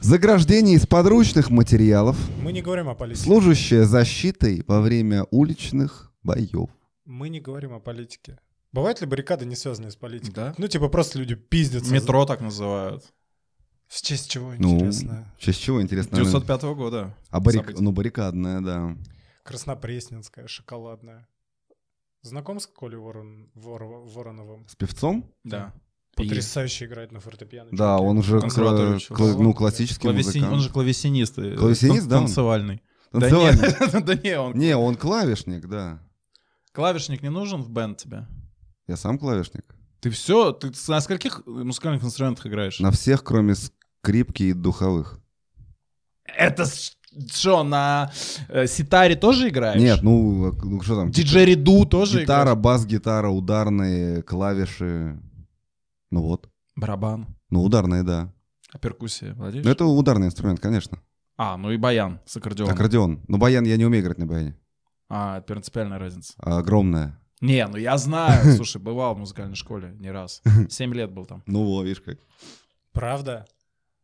[SPEAKER 4] Заграждение из подручных материалов,
[SPEAKER 2] Мы не говорим о политике.
[SPEAKER 4] служащее защитой во время уличных боев.
[SPEAKER 2] Мы не говорим о политике. Бывают ли баррикады, не связанные с политикой?
[SPEAKER 3] Да.
[SPEAKER 2] Ну, типа, просто люди пиздятся.
[SPEAKER 3] Метро так называют.
[SPEAKER 2] С честь чего,
[SPEAKER 4] Ну,
[SPEAKER 2] интересно?
[SPEAKER 4] в честь чего, интересно? наверное?
[SPEAKER 3] 905 года.
[SPEAKER 4] А баррик-
[SPEAKER 3] событие.
[SPEAKER 4] Ну, баррикадная, да.
[SPEAKER 2] Краснопресненская, шоколадная. Знаком с Колей Ворон- Вор- Вороновым?
[SPEAKER 4] С певцом?
[SPEAKER 3] Да.
[SPEAKER 2] Потрясающе играет на фортепиано.
[SPEAKER 4] Да,
[SPEAKER 2] чувак.
[SPEAKER 4] он же
[SPEAKER 3] Консерваторию
[SPEAKER 4] кла-
[SPEAKER 3] учился.
[SPEAKER 4] кла- ну, классический
[SPEAKER 3] Клавесин-
[SPEAKER 4] музыкант.
[SPEAKER 3] Он же клавесинист. и
[SPEAKER 4] Клавесинист,
[SPEAKER 3] тан-
[SPEAKER 4] да, он?
[SPEAKER 3] Танцевальный. Да
[SPEAKER 4] Танцевальный.
[SPEAKER 3] не, *laughs* да не, он...
[SPEAKER 4] *laughs* Не, он клавишник, да.
[SPEAKER 3] Клавишник не нужен в бенд тебе?
[SPEAKER 4] Я сам клавишник.
[SPEAKER 3] Ты все, ты с- на скольких музыкальных инструментах играешь?
[SPEAKER 4] На всех, кроме скрипки и духовых.
[SPEAKER 3] Это что, на э, ситаре тоже играешь?
[SPEAKER 4] Нет, ну, э, ну, что там?
[SPEAKER 3] Диджериду тоже
[SPEAKER 4] Гитара,
[SPEAKER 3] играешь?
[SPEAKER 4] бас-гитара, ударные, клавиши. Ну вот.
[SPEAKER 3] Барабан.
[SPEAKER 4] Ну, ударные, да.
[SPEAKER 3] А перкуссия, владеешь?
[SPEAKER 4] Ну, это ударный инструмент, конечно.
[SPEAKER 3] А, ну и баян с аккордеоном.
[SPEAKER 4] Аккордеон. Но баян я не умею играть на баяне.
[SPEAKER 3] А, принципиальная разница.
[SPEAKER 4] А, Огромная.
[SPEAKER 3] Не, ну я знаю. Слушай, бывал в музыкальной школе не раз. Семь лет был там.
[SPEAKER 4] Ну, во, видишь как.
[SPEAKER 2] Правда?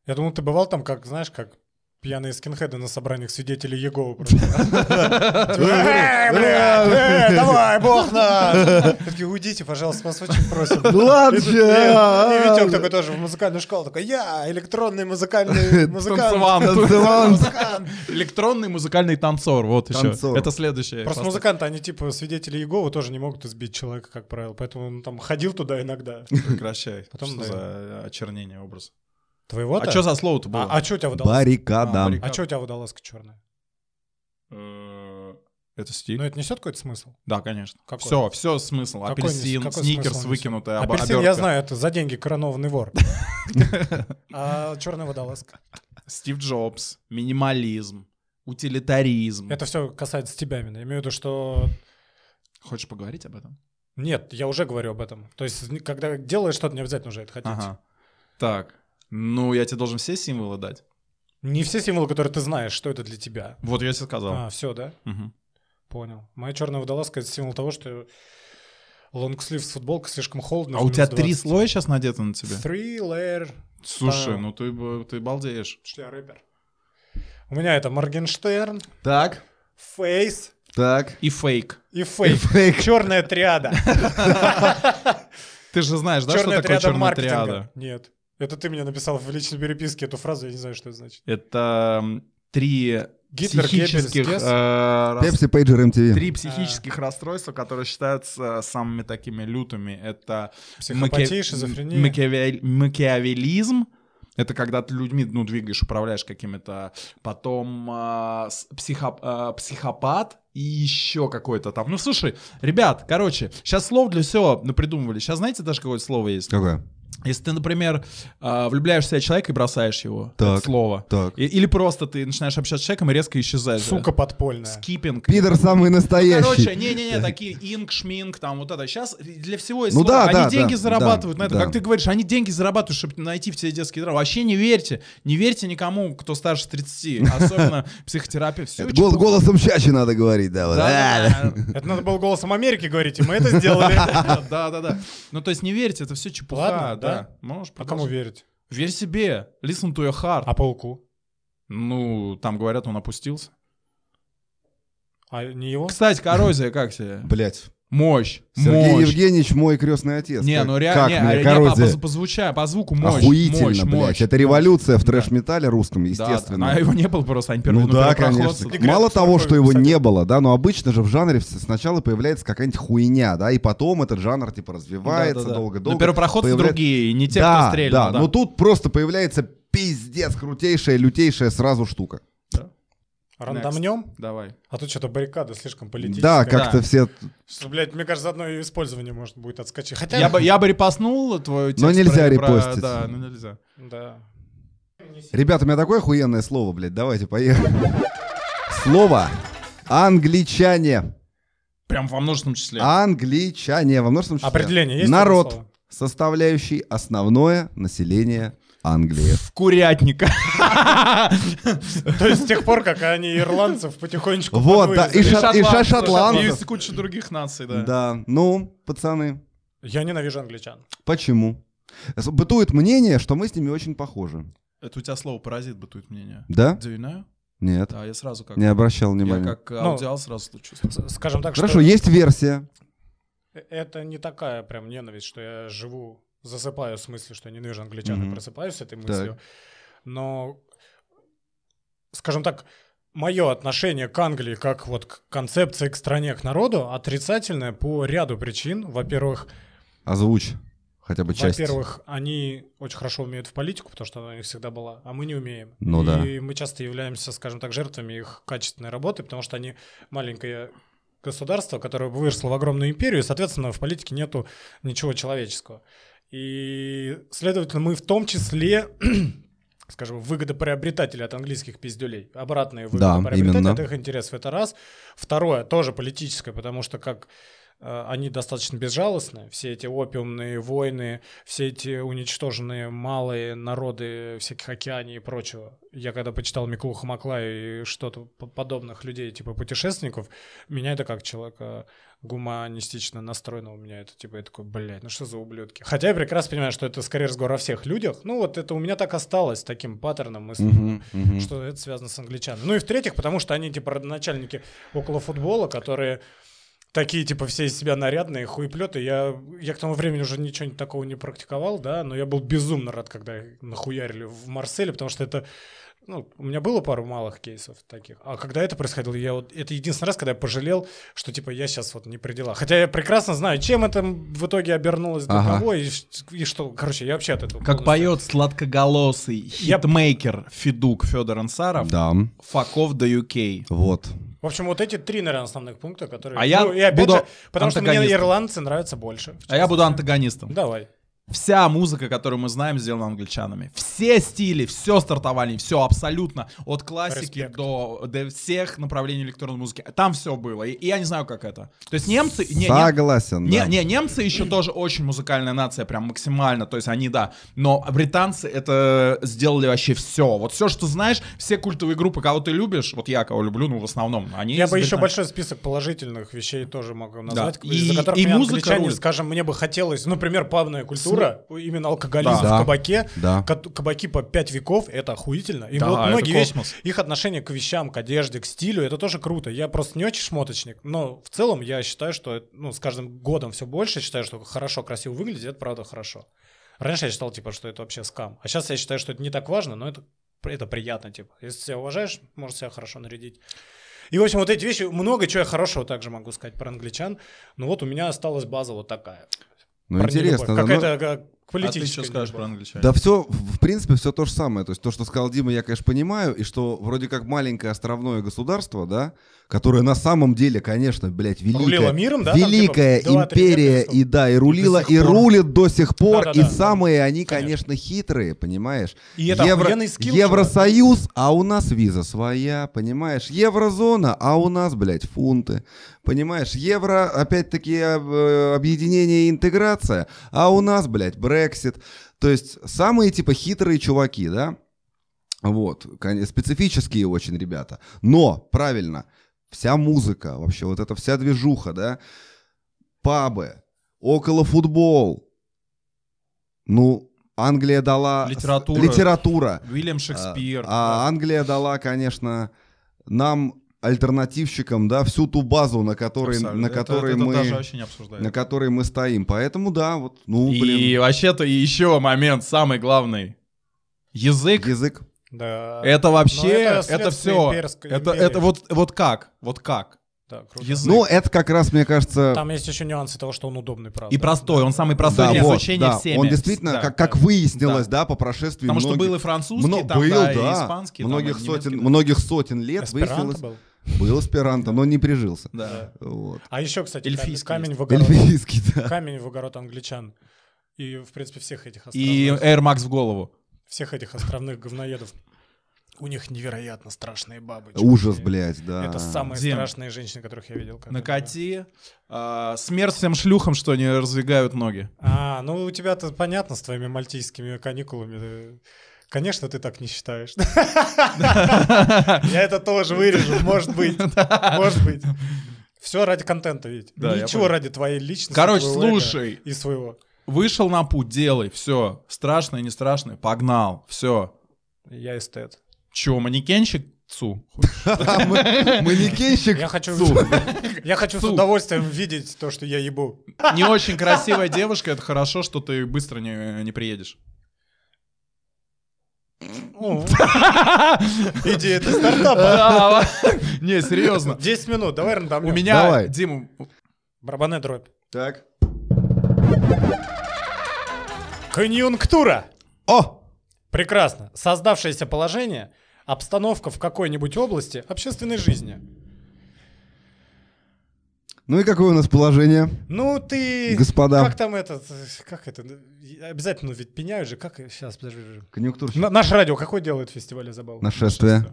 [SPEAKER 2] Я думал, ты бывал там, как, знаешь, как пьяные скинхеды на собраниях свидетелей
[SPEAKER 3] *laughs*
[SPEAKER 2] Еговы. просто. Типа,
[SPEAKER 3] Э,
[SPEAKER 2] «Эй, блядь, эй, Давай, бог
[SPEAKER 3] *laughs*
[SPEAKER 2] нас! Такие, уйдите, пожалуйста, вас очень просим.
[SPEAKER 4] Ладно,
[SPEAKER 2] И тут- И и
[SPEAKER 3] а,
[SPEAKER 2] Витек такой тоже в музыкальную школу, такой, я электронный музыкальный музыкант.
[SPEAKER 3] *laughs* Танцевал.
[SPEAKER 2] Музыкант.
[SPEAKER 3] *laughs* Электронный музыкальный танцор, вот еще.
[SPEAKER 4] Танцор.
[SPEAKER 3] Это следующее.
[SPEAKER 2] Просто музыканты, они типа свидетели Еговы тоже не могут избить человека, как правило. Поэтому он там ходил туда
[SPEAKER 3] *laughs*
[SPEAKER 2] иногда.
[SPEAKER 3] Прекращай.
[SPEAKER 2] *laughs* Потом
[SPEAKER 3] Что
[SPEAKER 2] да.
[SPEAKER 3] за очернение образа?
[SPEAKER 2] Твоего
[SPEAKER 3] А что за слово-то
[SPEAKER 2] А,
[SPEAKER 3] было?
[SPEAKER 2] а чё у тебя водолазка?
[SPEAKER 3] А,
[SPEAKER 4] Баррикада.
[SPEAKER 3] баррикада.
[SPEAKER 2] А чё у тебя водолазка черная?
[SPEAKER 3] Э, Это
[SPEAKER 2] Ну
[SPEAKER 3] стиль?
[SPEAKER 2] это несет какой-то смысл?
[SPEAKER 3] Да, конечно.
[SPEAKER 2] Какой?
[SPEAKER 3] Все, все смысл.
[SPEAKER 2] Какой
[SPEAKER 3] Апельсин,
[SPEAKER 2] нес- какой
[SPEAKER 3] сникерс,
[SPEAKER 2] смысл он
[SPEAKER 3] выкинутая об-
[SPEAKER 2] Апельсин, я
[SPEAKER 3] обертка.
[SPEAKER 2] знаю, это за деньги
[SPEAKER 3] *laughs*
[SPEAKER 2] коронованный вор. А черная водолазка.
[SPEAKER 3] Стив Джобс, минимализм, утилитаризм.
[SPEAKER 2] Это все касается тебя именно. Я имею в виду, что...
[SPEAKER 3] Хочешь поговорить об этом?
[SPEAKER 2] Нет, я уже говорю об этом. То есть, когда делаешь что-то, не обязательно уже это хотеть.
[SPEAKER 3] Ага. Так. Ну, я тебе должен все символы дать.
[SPEAKER 2] Не все символы, которые ты знаешь, что это для тебя.
[SPEAKER 3] Вот я тебе сказал.
[SPEAKER 2] А, все, да?
[SPEAKER 3] Мгм.
[SPEAKER 2] Понял. Моя черная водолазка это символ того, что лонгслив с футболкой слишком холодно.
[SPEAKER 3] А у
[SPEAKER 2] в минус
[SPEAKER 3] тебя три
[SPEAKER 2] 20.
[SPEAKER 3] слоя сейчас надето на тебе?
[SPEAKER 2] Three layer.
[SPEAKER 3] Слушай,
[SPEAKER 2] Да.
[SPEAKER 3] ну ты, б- ты балдеешь.
[SPEAKER 2] Что я а рэпер? У меня это Моргенштерн,
[SPEAKER 4] Так.
[SPEAKER 2] Фейс
[SPEAKER 4] Так.
[SPEAKER 3] И фейк.
[SPEAKER 2] и Фейк. Черная триада.
[SPEAKER 3] Ты же *laughs* знаешь, да,
[SPEAKER 2] Черная
[SPEAKER 3] что такое
[SPEAKER 2] триада
[SPEAKER 3] черная
[SPEAKER 2] маркетинга.
[SPEAKER 3] триада?
[SPEAKER 2] Нет. Это ты мне написал в личной переписке эту фразу, я не знаю, что это значит.
[SPEAKER 3] Это м, три
[SPEAKER 2] Гитлер,
[SPEAKER 3] психических,
[SPEAKER 2] Геббельс, Гесс. Э.
[SPEAKER 3] э, рас-
[SPEAKER 4] Пепси, пейджер, MTV.
[SPEAKER 3] три психических расстройства, которые считаются самыми такими лютыми. Это
[SPEAKER 2] Психопатия,
[SPEAKER 3] Макиа-
[SPEAKER 2] шизофрения.
[SPEAKER 3] макиавель- макиавелизм. Это когда ты людьми ну, двигаешь, управляешь какими-то. Потом а, с- психо- а, психопат и еще какой-то там. Ну, слушай, ребят, короче, сейчас слов для всего напридумывали. Сейчас знаете даже какое слово есть?
[SPEAKER 4] Какое?
[SPEAKER 3] Если ты, например, а, влюбляешься в себя человека и бросаешь его,
[SPEAKER 4] Так.
[SPEAKER 3] это слово.
[SPEAKER 4] Так.
[SPEAKER 3] И- или просто ты начинаешь общаться с человеком и резко исчезаешь.
[SPEAKER 2] Сука подпольная.
[SPEAKER 3] Скиппинг.
[SPEAKER 4] Пидор самый настоящий.
[SPEAKER 3] Короче, не-не-не, такие инк, шминк, там вот это. Сейчас для всего есть
[SPEAKER 4] Ну
[SPEAKER 3] слово.
[SPEAKER 4] да, да,
[SPEAKER 3] Они деньги
[SPEAKER 4] да,
[SPEAKER 3] зарабатывают
[SPEAKER 4] да,
[SPEAKER 3] на этом.
[SPEAKER 4] да.
[SPEAKER 3] Как ты говоришь, они деньги зарабатывают, чтобы найти в тебе детские дрова. Вообще не верьте. Не верьте никому, кто старше
[SPEAKER 4] *laughs*
[SPEAKER 3] 30. Особенно психотерапевт. Всё
[SPEAKER 4] Это гол-
[SPEAKER 3] чепуха.
[SPEAKER 4] голосом чаще надо говорить, да. вот. Э,
[SPEAKER 3] Да-да-да.
[SPEAKER 2] Это надо было голосом Америки говорить, и мы это
[SPEAKER 3] *laughs*
[SPEAKER 2] сделали.
[SPEAKER 3] Да-да-да. Ну, то есть не верьте, это все чепуха.
[SPEAKER 2] Ладно,
[SPEAKER 3] Да. Можешь
[SPEAKER 2] А кому
[SPEAKER 3] продолжить.
[SPEAKER 2] верить?
[SPEAKER 3] Верь себе. Listen to your heart.
[SPEAKER 2] А пауку?
[SPEAKER 3] Ну, там говорят, он опустился.
[SPEAKER 2] А не его?
[SPEAKER 3] Кстати, коррозия как тебе?
[SPEAKER 4] Блять.
[SPEAKER 3] Мощь.
[SPEAKER 4] Сергей
[SPEAKER 3] мощь.
[SPEAKER 4] Евгеньевич мой крестный отец.
[SPEAKER 3] Не,
[SPEAKER 4] Как-
[SPEAKER 3] ну реально,
[SPEAKER 4] как
[SPEAKER 3] не,
[SPEAKER 4] мне,
[SPEAKER 3] а- не,
[SPEAKER 4] короче,
[SPEAKER 3] по, по звуча- по звуку мощь,
[SPEAKER 4] Охуительно,
[SPEAKER 3] мощь,
[SPEAKER 4] блядь.
[SPEAKER 3] мощь.
[SPEAKER 4] Это революция в
[SPEAKER 3] Да.
[SPEAKER 4] трэш-металле русском,
[SPEAKER 3] Да,
[SPEAKER 4] естественно.
[SPEAKER 3] да, а его не было просто, они первые
[SPEAKER 4] Ну да, конечно.
[SPEAKER 2] И
[SPEAKER 4] Мало
[SPEAKER 2] Гребс
[SPEAKER 4] того, что
[SPEAKER 2] такой,
[SPEAKER 4] его
[SPEAKER 2] кстати.
[SPEAKER 4] не было, да, но обычно же в жанре с- сначала появляется какая-нибудь хуйня, да, и потом этот жанр типа развивается долго-долго.
[SPEAKER 3] Но первопроходцы
[SPEAKER 4] появля-
[SPEAKER 3] другие, не те, кто
[SPEAKER 4] да,
[SPEAKER 3] стрелял.
[SPEAKER 4] да, ну но тут просто появляется пиздец, крутейшая, лютейшая сразу штука.
[SPEAKER 2] Рандомнем?
[SPEAKER 3] Давай.
[SPEAKER 2] А тут что-то баррикада слишком политическая.
[SPEAKER 4] Да, как-то
[SPEAKER 3] Да.
[SPEAKER 4] все...
[SPEAKER 2] Что, блядь, мне кажется, одно ее использование может будет отскочить. Хотя...
[SPEAKER 3] Я бы, я бы репостнул твою текст.
[SPEAKER 4] Но нельзя
[SPEAKER 3] про- про-
[SPEAKER 4] репостить.
[SPEAKER 3] Да, ну нельзя.
[SPEAKER 2] Да.
[SPEAKER 4] Ребята, у меня такое охуенное слово, блядь, давайте, поехали. Слово Англичане.
[SPEAKER 3] Прям во множественном числе.
[SPEAKER 4] А? Англичане во множественном числе.
[SPEAKER 2] Определение есть?
[SPEAKER 4] Народ,
[SPEAKER 2] такое слово?
[SPEAKER 4] составляющий основное население Англии.
[SPEAKER 3] В курятника.
[SPEAKER 2] То есть с тех пор, как они ирландцев потихонечку
[SPEAKER 4] Вот, да,
[SPEAKER 2] подвыездили.
[SPEAKER 4] И шот- и шотландцев.
[SPEAKER 3] И куча других наций, да.
[SPEAKER 4] Да, ну, пацаны,
[SPEAKER 2] Я ненавижу англичан.
[SPEAKER 4] почему? С- Бытует мнение, что мы с ними очень похожи.
[SPEAKER 3] Это у тебя слово «паразит» бытует мнение.
[SPEAKER 4] Да?
[SPEAKER 3] Do you know?
[SPEAKER 4] Нет,
[SPEAKER 3] Да, я сразу как...
[SPEAKER 4] не обращал
[SPEAKER 3] Я
[SPEAKER 4] внимания.
[SPEAKER 3] как аудиал сразу чувствую.
[SPEAKER 2] С- Скажем так,
[SPEAKER 4] Хорошо,
[SPEAKER 2] что э,
[SPEAKER 4] есть версия.
[SPEAKER 2] это не такая прям ненависть, что я живу, засыпаю в смысле, что я ненавижу англичан
[SPEAKER 4] Мгм.
[SPEAKER 2] и просыпаюсь с этой мыслью. Но, скажем так, мое отношение к Англии как вот к концепции, к стране, к народу отрицательное по ряду причин. Во-первых,
[SPEAKER 4] Озвучь хотя бы часть.
[SPEAKER 2] Во-первых, они очень хорошо умеют в политику, потому что она у них всегда была, а мы не умеем.
[SPEAKER 4] Ну
[SPEAKER 2] и
[SPEAKER 4] да.
[SPEAKER 2] мы часто являемся, скажем так, жертвами их качественной работы, потому что они маленькое государство, которое выросло в огромную империю, и, соответственно, в политике нету ничего человеческого. И, следовательно, мы в том числе, *clears throat* скажем, выгодоприобретатели от английских пиздюлей. Обратные выгодоприобретатели
[SPEAKER 4] именно.
[SPEAKER 2] от их интересов. Это раз. Второе, тоже политическое, потому что как э, они достаточно безжалостны. Все эти опиумные войны, все эти уничтоженные малые народы всяких океаний и прочего. Я когда почитал Миклуха Маклая и что-то по- подобных людей, типа путешественников, меня это как человека гуманистично настроенного, меня это типа, я такой, блядь, ну что за ублюдки. Хотя я прекрасно понимаю, что это скорее разговор о всех людях. Ну вот это у меня так осталось таким паттерном мысли
[SPEAKER 4] Мгм, мгм.
[SPEAKER 2] что это связано с англичанами. Ну и в-третьих, потому что они типа родоначальники около футбола, которые такие типа все из себя нарядные, хуеплеты. Я, я к тому времени уже ничего такого не практиковал, да, но я был безумно рад, когда их нахуярили в Марселе, потому что это ну, у меня было пару малых кейсов таких. А когда это происходило, я вот... Это единственный раз, когда я пожалел, что, типа, я сейчас вот не при делах. Хотя я прекрасно знаю, чем это в итоге обернулось, для
[SPEAKER 4] Ага.
[SPEAKER 2] кого, и, ш- и что... Короче, я вообще от этого...
[SPEAKER 3] Как
[SPEAKER 2] полностью-
[SPEAKER 3] поет сладкоголосый
[SPEAKER 2] Я-
[SPEAKER 3] хитмейкер Федук Федор Ансаров,
[SPEAKER 4] Да,
[SPEAKER 3] fuck off the UK.
[SPEAKER 4] вот.
[SPEAKER 2] В общем, вот эти три, наверное, основных пункта, которые...
[SPEAKER 3] А я
[SPEAKER 2] ну, и опять
[SPEAKER 3] буду
[SPEAKER 2] же, потому что мне
[SPEAKER 3] антагонистом.
[SPEAKER 2] ирландцы нравятся больше. в
[SPEAKER 3] А я буду
[SPEAKER 2] частности.
[SPEAKER 3] антагонистом.
[SPEAKER 2] Давай.
[SPEAKER 3] Вся музыка, которую мы знаем, сделана англичанами. Все стили, все стартовали, все абсолютно. От классики
[SPEAKER 2] Респект.
[SPEAKER 3] до, до всех направлений электронной музыки. Там все было. И, и я не знаю, как это. То есть немцы... не- не-
[SPEAKER 4] Согласен.
[SPEAKER 3] Не,
[SPEAKER 4] да.
[SPEAKER 3] не, немцы еще тоже очень музыкальная нация, прям максимально, то есть они, да, но британцы это сделали вообще все. Вот все, что знаешь, все культовые группы, кого ты любишь, вот я кого люблю, ну, в основном, они...
[SPEAKER 2] я
[SPEAKER 3] из
[SPEAKER 2] бы еще
[SPEAKER 3] Британии.
[SPEAKER 2] большой список положительных вещей тоже могу назвать,
[SPEAKER 3] И-
[SPEAKER 2] из-за которых
[SPEAKER 3] и
[SPEAKER 2] меня
[SPEAKER 3] музыка
[SPEAKER 2] англичане,
[SPEAKER 3] рулит.
[SPEAKER 2] скажем, мне бы хотелось, ну, например, пабная культура, именно алкоголизм
[SPEAKER 4] Да. Да.
[SPEAKER 2] в кабаке,
[SPEAKER 4] Да.
[SPEAKER 2] Ка- Кабаки по пять веков, это охуительно. И
[SPEAKER 3] Да,
[SPEAKER 2] вот
[SPEAKER 3] это
[SPEAKER 2] многие вещи,
[SPEAKER 3] космос.
[SPEAKER 2] их отношение к вещам, к одежде, к стилю, это тоже круто. Я просто не очень шмоточник, но в целом я считаю, что это, ну, с каждым годом все больше считаю, что хорошо, красиво выглядит, это правда хорошо. Раньше я считал, типа, что это вообще скам. А сейчас я считаю, что это не так важно, но это, это приятно, типа. Если себя уважаешь, можешь себя хорошо нарядить. И, в общем, вот эти вещи, много чего я хорошего также могу сказать про англичан. Но вот у меня осталась база вот такая.
[SPEAKER 4] Ну,
[SPEAKER 2] Про
[SPEAKER 4] интересно.
[SPEAKER 2] нелюбовь.
[SPEAKER 4] да, ну,
[SPEAKER 2] Какая-то э,
[SPEAKER 3] А ты что
[SPEAKER 2] политическая
[SPEAKER 3] скажешь
[SPEAKER 2] нелюбовь.
[SPEAKER 3] про англичан?
[SPEAKER 4] Да все, в принципе, все то же самое. То есть то, что сказал Дима, я, конечно, понимаю, и что вроде как маленькое островное государство, да, которое на самом деле, конечно, блядь, великое,
[SPEAKER 2] Рулило миром, да, там, типа,
[SPEAKER 4] великая
[SPEAKER 2] два-три
[SPEAKER 4] империя,
[SPEAKER 2] века,
[SPEAKER 4] и да, и рулила,
[SPEAKER 3] сих
[SPEAKER 4] и
[SPEAKER 3] пор.
[SPEAKER 4] рулит до сих пор, и
[SPEAKER 2] Да-да-да.
[SPEAKER 4] самые они,
[SPEAKER 2] Конечно.
[SPEAKER 4] конечно. хитрые, понимаешь?
[SPEAKER 2] И это
[SPEAKER 4] Евро-
[SPEAKER 2] охуенный скилл,
[SPEAKER 4] Евросоюз, а у нас виза своя, понимаешь? Еврозона, а у нас, блядь, фунты. Понимаешь, евро, опять-таки, э, объединение и интеграция, а у нас, блядь, Брексит. То есть самые, типа, хитрые чуваки, да? Вот, кон- специфические очень ребята. Но, правильно, вся музыка, вообще вот эта вся движуха, да? Пабы, около футбол. Ну, Англия дала... с-
[SPEAKER 3] Литература.
[SPEAKER 4] Литература.
[SPEAKER 3] Уильям Шекспир.
[SPEAKER 4] А, а
[SPEAKER 3] да.
[SPEAKER 4] Англия дала, конечно, нам альтернативщикам, да, всю ту базу, на которой,
[SPEAKER 3] Абсолютно.
[SPEAKER 4] на
[SPEAKER 3] Это-
[SPEAKER 4] которой
[SPEAKER 3] это
[SPEAKER 4] мы,
[SPEAKER 3] даже вообще не обсуждается.
[SPEAKER 4] на которой мы стоим. Поэтому да, вот, ну,
[SPEAKER 3] И
[SPEAKER 4] блин,
[SPEAKER 3] вообще-то еще момент самый главный. Язык.
[SPEAKER 4] язык.
[SPEAKER 2] Да.
[SPEAKER 3] Это вообще,
[SPEAKER 2] Но это
[SPEAKER 3] это,
[SPEAKER 2] следствие
[SPEAKER 3] все.
[SPEAKER 2] имперской
[SPEAKER 3] Это,
[SPEAKER 2] империи.
[SPEAKER 3] это вот, вот как, вот как.
[SPEAKER 2] Да, круто.
[SPEAKER 3] Язык.
[SPEAKER 4] Ну, это как раз, мне кажется,
[SPEAKER 2] Там есть еще нюансы того, что он удобный, правда.
[SPEAKER 3] И простой, он самый простой
[SPEAKER 4] да,
[SPEAKER 3] для
[SPEAKER 4] вот,
[SPEAKER 3] изучения
[SPEAKER 4] да.
[SPEAKER 3] всеми.
[SPEAKER 4] он действительно,
[SPEAKER 3] Да.
[SPEAKER 4] как, как выяснилось, да. по прошествии
[SPEAKER 3] Потому что
[SPEAKER 4] многих,
[SPEAKER 3] был и французский,
[SPEAKER 4] мно-
[SPEAKER 3] там,
[SPEAKER 4] был,
[SPEAKER 3] да, и
[SPEAKER 4] да,
[SPEAKER 3] испанский, там,
[SPEAKER 4] многих
[SPEAKER 3] и
[SPEAKER 4] сотен,
[SPEAKER 3] немецкий, да.
[SPEAKER 4] многих сотен лет
[SPEAKER 2] Эсперанто
[SPEAKER 4] выяснилось,
[SPEAKER 2] был.
[SPEAKER 4] был эсперанто, но не прижился.
[SPEAKER 3] Да.
[SPEAKER 4] Вот.
[SPEAKER 2] А еще, кстати,
[SPEAKER 3] Эльфийский
[SPEAKER 2] камень в огород.
[SPEAKER 4] Эльфийский, да.
[SPEAKER 2] Камень в огород англичан. И, в принципе, всех этих
[SPEAKER 3] И э-
[SPEAKER 2] островных,
[SPEAKER 3] Air Max в голову.
[SPEAKER 2] всех этих островных говноедов. у них невероятно страшные бабы.
[SPEAKER 4] Ужас,
[SPEAKER 2] черные.
[SPEAKER 4] блядь, да.
[SPEAKER 2] Это самые
[SPEAKER 3] Дим.
[SPEAKER 2] страшные женщины, которых я видел. которые-
[SPEAKER 3] Накати. А, смерть всем шлюхам, что они раздвигают *laughs* ноги.
[SPEAKER 2] А, ну у тебя-то понятно с твоими мальтийскими каникулами. э, Конечно, ты так не считаешь. *laughs* Я это тоже вырежу,
[SPEAKER 3] *laughs*
[SPEAKER 2] может быть. Может быть. Все ради контента, ведь.
[SPEAKER 3] Да, я
[SPEAKER 2] Ничего
[SPEAKER 3] понял.
[SPEAKER 2] ради твоей личности.
[SPEAKER 3] Короче,
[SPEAKER 2] твоего эго
[SPEAKER 3] слушай.
[SPEAKER 2] И своего.
[SPEAKER 3] Вышел на путь, делай, все. Страшное, не страшное, погнал, все.
[SPEAKER 2] Я эстет.
[SPEAKER 3] Чё, манекенщик? Цу.
[SPEAKER 4] А, ма- Манекенщик.
[SPEAKER 2] Я хочу,
[SPEAKER 4] Цу.
[SPEAKER 2] *laughs* я хочу с
[SPEAKER 3] Цу.
[SPEAKER 2] удовольствием видеть то, что я ебу.
[SPEAKER 3] Не очень красивая девушка, это хорошо, что ты быстро не, не приедешь. *laughs*
[SPEAKER 2] Ну, Идея для стартапа.
[SPEAKER 3] А, *laughs* Не, серьезно.
[SPEAKER 2] 10 минут, давай рандомнем.
[SPEAKER 3] У меня,
[SPEAKER 4] Давай.
[SPEAKER 3] Дима,
[SPEAKER 2] Барабанная дробь.
[SPEAKER 4] Так.
[SPEAKER 2] Конъюнктура.
[SPEAKER 4] О!
[SPEAKER 2] Прекрасно. Создавшееся положение, обстановка в какой-нибудь области общественной жизни.
[SPEAKER 4] Ну и какое у нас положение?
[SPEAKER 2] Ну ты...
[SPEAKER 4] Господа.
[SPEAKER 2] Как там этот... э, Как это? э, Обязательно ведь пеняют же. Как... Сейчас, подожди. подожди.
[SPEAKER 4] Конъюнктурщик.
[SPEAKER 2] На- наше радио какой делает фестиваль, я забыл?
[SPEAKER 4] Нашествие.